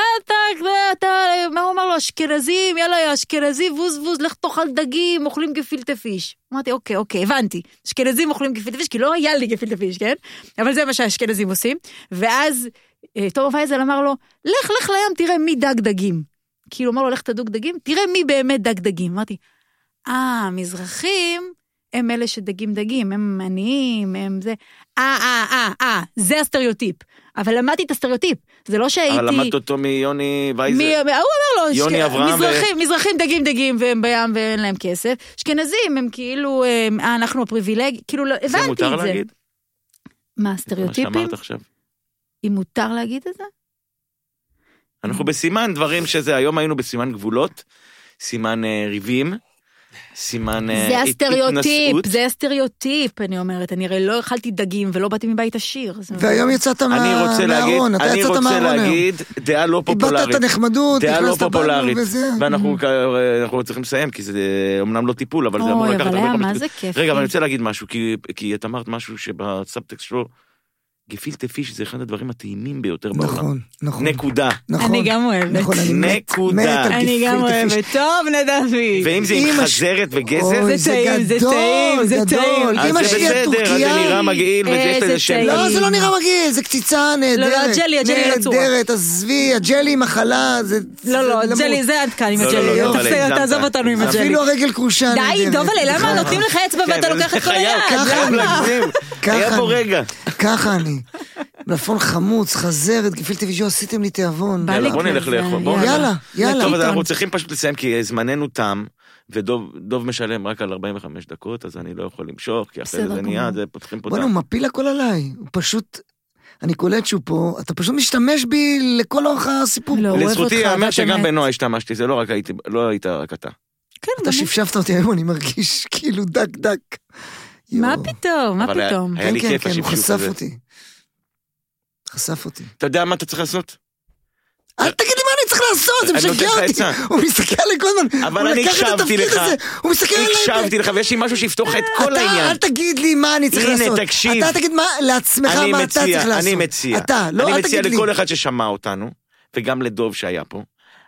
S7: אתה, מה הוא אמר לו, אשכנזים, יאללה, יא אשכנזי, ווז ווז, לך תאכל דגים, אוכלים גפילטע פיש. אמרתי, אוקיי, אוקיי, הבנתי. אשכנזים אוכלים גפילטע פיש, כי לא היה לי גפילטע פיש, כן? אבל זה מה שהאשכנזים עושים. ואז אה, תומר וייזל אמר לו, לך, לך לים, תראה מי דג דגים. כאילו, אמר לו, לך תדוג דגים, תראה מי באמת דג דגים. אמרתי, אה, המזרחים הם אלה שדגים דגים, הם עניים, הם זה. אה, אה, אה, אה, זה הסטריאוטיפ. אבל למדתי את הסטריאוטיפ, זה לא שהייתי...
S6: אבל למדת אותו מיוני
S7: מי,
S6: וייזר.
S7: מי- הוא אמר לו,
S6: יוני
S7: שכ-
S6: אברהם אה, ו-
S7: מזרחים, מזרחים דגים דגים והם בים ואין להם כסף, אשכנזים הם כאילו, הם, אה, אנחנו הפריבילג, כאילו לא, הבנתי את זה.
S6: זה מותר להגיד?
S7: מה,
S6: מה
S7: סטריאוטיפים?
S6: שאמרת עכשיו.
S7: אם מותר להגיד את זה?
S6: אנחנו בסימן דברים שזה, היום היינו בסימן גבולות, סימן אה, ריבים, סימן אה,
S7: זה
S6: הת-
S7: הסטריאוטיפ,
S6: התנשאות.
S7: זה הסטריאוטיפ, אני אומרת, אני הרי לא אכלתי דגים ולא באתי מבית עשיר. זה-
S5: אוקיי. והיום יצאת מה-
S6: אני רוצה להגיד,
S5: מהארון, אתה
S6: אני
S5: יצאת
S6: רוצה
S5: מהארון היום.
S6: להגיד, דעה לא
S5: איבדת את
S6: פופולרית.
S5: הנחמדות,
S6: דעה לא
S5: נכנסת בנו
S6: פופולרית, נכון,
S5: וזה.
S6: ואנחנו כ- אנחנו צריכים לסיים, כי זה אומנם לא טיפול, אבל זה אמור
S7: אוי,
S6: לקחת
S7: אבל
S6: הרבה
S7: היה,
S6: כמה
S7: מה
S6: שתיים.
S7: זה כיף.
S6: רגע, אבל אני רוצה להגיד משהו, כי- כי את אמרת משהו שבסאבטקסט שלו, גפילטה פיש זה אחד הדברים הטעימים ביותר בעולם.
S5: נכון, נכון,
S6: נקודה.
S5: נכון.
S7: אני גם אוהבת.
S5: נכון, אני מת-
S6: נקודה.
S5: מת על
S7: אני
S5: גפילטע
S7: גם
S5: פיש.
S7: אוהבת. טוב, נדבי.
S6: ואם זה עם
S5: אמא ש-
S6: חזרת וגזר,
S5: אוי,
S7: זה טעים, זה
S5: גדול,
S7: טעים, זה
S5: גדול.
S7: טעים.
S6: אז
S5: אמא
S6: זה
S5: שלי היא
S6: בסדר, אז זה
S5: הטורקייה.
S6: נראה מגעיל, ויש
S7: איזה
S6: לזה שם.
S7: טעים.
S5: לא, זה לא נראה מגעיל, זה קציצה נהדרת.
S7: לא, הג'לי, הג'לי לא צורה.
S5: נהדרת, עזבי, הג'לי היא מחלה, זה...
S7: לא, לא,
S5: למות.
S7: ג'לי, זה עד כאן עם
S6: לא, לא,
S7: הג'לי.
S5: לא,
S7: תפסיק,
S6: אבל
S7: תעזוב
S6: הגזמת,
S7: אותנו עם
S6: הגזמת.
S7: הג'לי.
S5: אפילו הרגל כרושה
S7: די,
S5: נהדרת.
S7: דובלה, למה נותנים לך אצבע
S6: כן,
S7: ואתה לוקח את כל היד?
S5: ככה,
S7: למה?
S6: היה
S5: ככה.
S6: פה רגע.
S5: ככה אני. מלפפון חמוץ, חזרת, גפילטע פישו, עשיתם לי תיאבון.
S7: בא
S6: יאללה,
S7: לי
S6: בוא
S7: כזה,
S6: נלך לאכול, בוא נלך.
S5: יאללה, יאללה.
S6: טוב, אז
S7: ביטון.
S6: אנחנו צריכים פשוט לסיים, כי זמננו תם, ודוב דוב משלם רק על 45 דקות, אז אני לא יכול למשוך, כי אחרי
S7: בסדר
S6: זה זה נהיה,
S7: גמור.
S6: זה פותחים פה
S5: בוא'נה,
S6: דם.
S5: הוא מפיל הכל עליי. הוא פשוט... אני קולט שהוא פה, אתה פשוט משתמש בי לכל אורך הסיפור.
S7: לא, הוא אוהב
S6: לזכותי
S7: אותך,
S6: ייאמר
S7: אבל
S6: שגם
S7: באמת.
S6: בנועה השתמשתי, זה לא רק הייתי, לא היית רק אתה.
S7: כן,
S5: אתה
S7: באמת.
S5: שפשפת אותי היום, אני מרגיש כאילו דק דק.
S7: מה
S5: יואו.
S7: פתאום, מה
S6: אבל אה, היה-
S7: פתאום?
S6: היה לי
S5: כן,
S6: כיף
S5: כן, כן, הוא
S6: השפשוף
S5: חשף
S6: הזה.
S5: אותי. חשף אותי.
S6: אתה יודע מה אתה צריך לעשות?
S5: אל תגיד לי מה אני צריך לעשות, זה
S6: אה. אני נותן
S5: משגע
S6: לך עצה.
S5: אותי. הוא מסתכל עלי כל הזמן.
S6: אבל
S5: הוא
S6: אני
S5: לקח את
S6: הקשבתי
S5: התפקיד
S6: לך.
S5: הזה, הוא מסתכל
S7: כן, לא
S5: עליי.
S6: הקשבתי לך, ויש לי משהו שיפתוח את כל
S7: אה,
S5: אתה,
S6: העניין.
S5: אל תגיד לי מה אני צריך
S6: הנה,
S5: לעשות.
S6: תקשיב.
S5: אתה תגיד מה, לעצמך
S6: אני
S5: מה אתה צריך
S6: מציע,
S5: לעשות.
S6: אני מציע.
S5: אתה, לא,
S6: אני
S5: אל
S6: מציע
S5: תגיד לי.
S6: לכל אחד ששמע אותנו, וגם לדוב שהיה פה,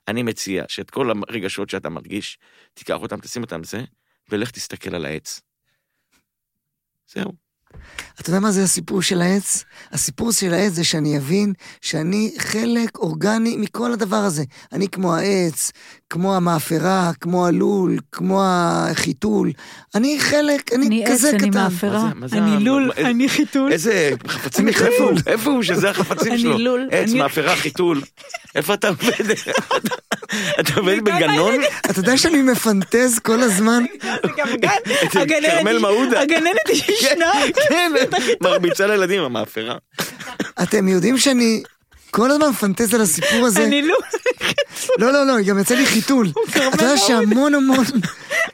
S6: אני מציע שאת כל הרגשות שאתה מרגיש, תיקח אותם, תשים אותם זה, ולך תסתכל על העץ. זהו.
S5: אתה יודע מה זה הסיפור של העץ? הסיפור של העץ זה שאני אבין שאני חלק אורגני מכל הדבר הזה. אני כמו העץ, כמו המאפרה, כמו הלול, כמו החיתול. אני חלק, אני,
S7: אני עץ,
S5: כזה
S7: אני
S5: קטן.
S7: מאפרה,
S6: מה זה- מה זה ה-
S7: אני לול,
S6: איזה-
S7: אני חיתול.
S6: איזה חפצים,
S5: אני
S6: איפה
S5: חלול.
S6: הוא? איפה הוא שזה החפצים
S7: אני
S6: שלו?
S7: לול,
S6: עץ,
S7: אני-
S6: מאפרה, חיתול. איפה אתה עובד? אתה עובד בגנון?
S5: אתה יודע שאני מפנטז כל הזמן?
S6: כרמל מעודה.
S7: הגננת היא ישנה.
S6: כן, מרביצה לילדים, המאפרה.
S5: אתם יודעים שאני כל הזמן מפנטז על הסיפור הזה?
S7: אני לול.
S5: לא, לא, לא, גם יצא לי חיתול. אתה יודע שהמון המון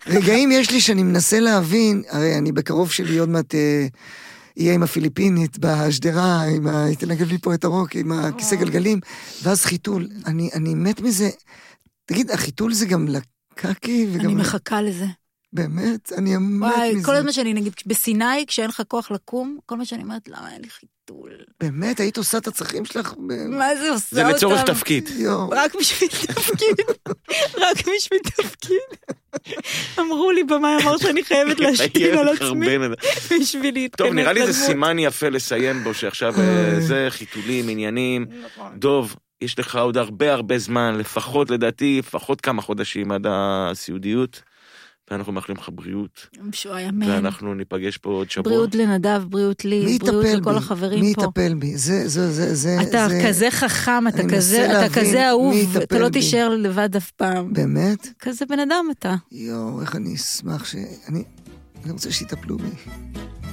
S5: רגעים יש לי שאני מנסה להבין, הרי אני בקרוב שלי עוד מעט אה, אהיה עם הפיליפינית בשדרה, עם ה... היא תנגב לי פה את הרוק, עם
S7: אה.
S5: הכיסא גלגלים, ואז חיתול. אני, אני מת מזה. תגיד, החיתול זה גם לקקי וגם...
S7: אני מחכה לזה.
S5: באמת? אני מת
S7: וואי,
S5: מזה.
S7: כל הזמן שאני, נגיד, בסיני, כשאין לך כוח לקום, כל מה שאני אומרת, למה אין לי חיתול?
S5: באמת, היית עושה את הצרכים שלך? ב...
S7: מה זה עושה
S6: זה
S7: אותם?
S6: לצורך תפקיד.
S5: יואו.
S7: רק בשביל תפקיד, רק בשביל תפקיד. אמרו לי, במאי אמר שאני חייבת להשתין על עצמי
S6: חרבן.
S7: בשביל להתכנס
S6: טוב, נראה לי זה
S7: לדמות.
S6: סימן יפה לסיים בו, שעכשיו אה, זה חיתולים, עניינים.
S7: נכון.
S6: דוב, יש לך עוד הרבה הרבה זמן, לפחות לדעתי, לפחות כמה חודשים עד הסיעודיות, ואנחנו מאחלים לך בריאות,
S7: שוי, אמן.
S6: ואנחנו ניפגש פה עוד שבוע.
S7: בריאות לנדב, בריאות לי, בריאות לכל
S5: מי
S7: החברים פה.
S5: יטפל בי? זה, זה, זה, זה...
S7: אתה
S5: זה...
S7: כזה חכם, אתה
S5: אני
S7: כזה,
S5: מנסה
S7: אתה
S5: להבין מי
S7: כזה אהוב,
S5: יטפל
S7: אתה לא
S5: בי.
S7: תישאר לבד אף פעם.
S5: באמת?
S7: כזה בן אדם אתה.
S5: יואו, איך אני אשמח ש... אני, אני רוצה שיטפלו בי.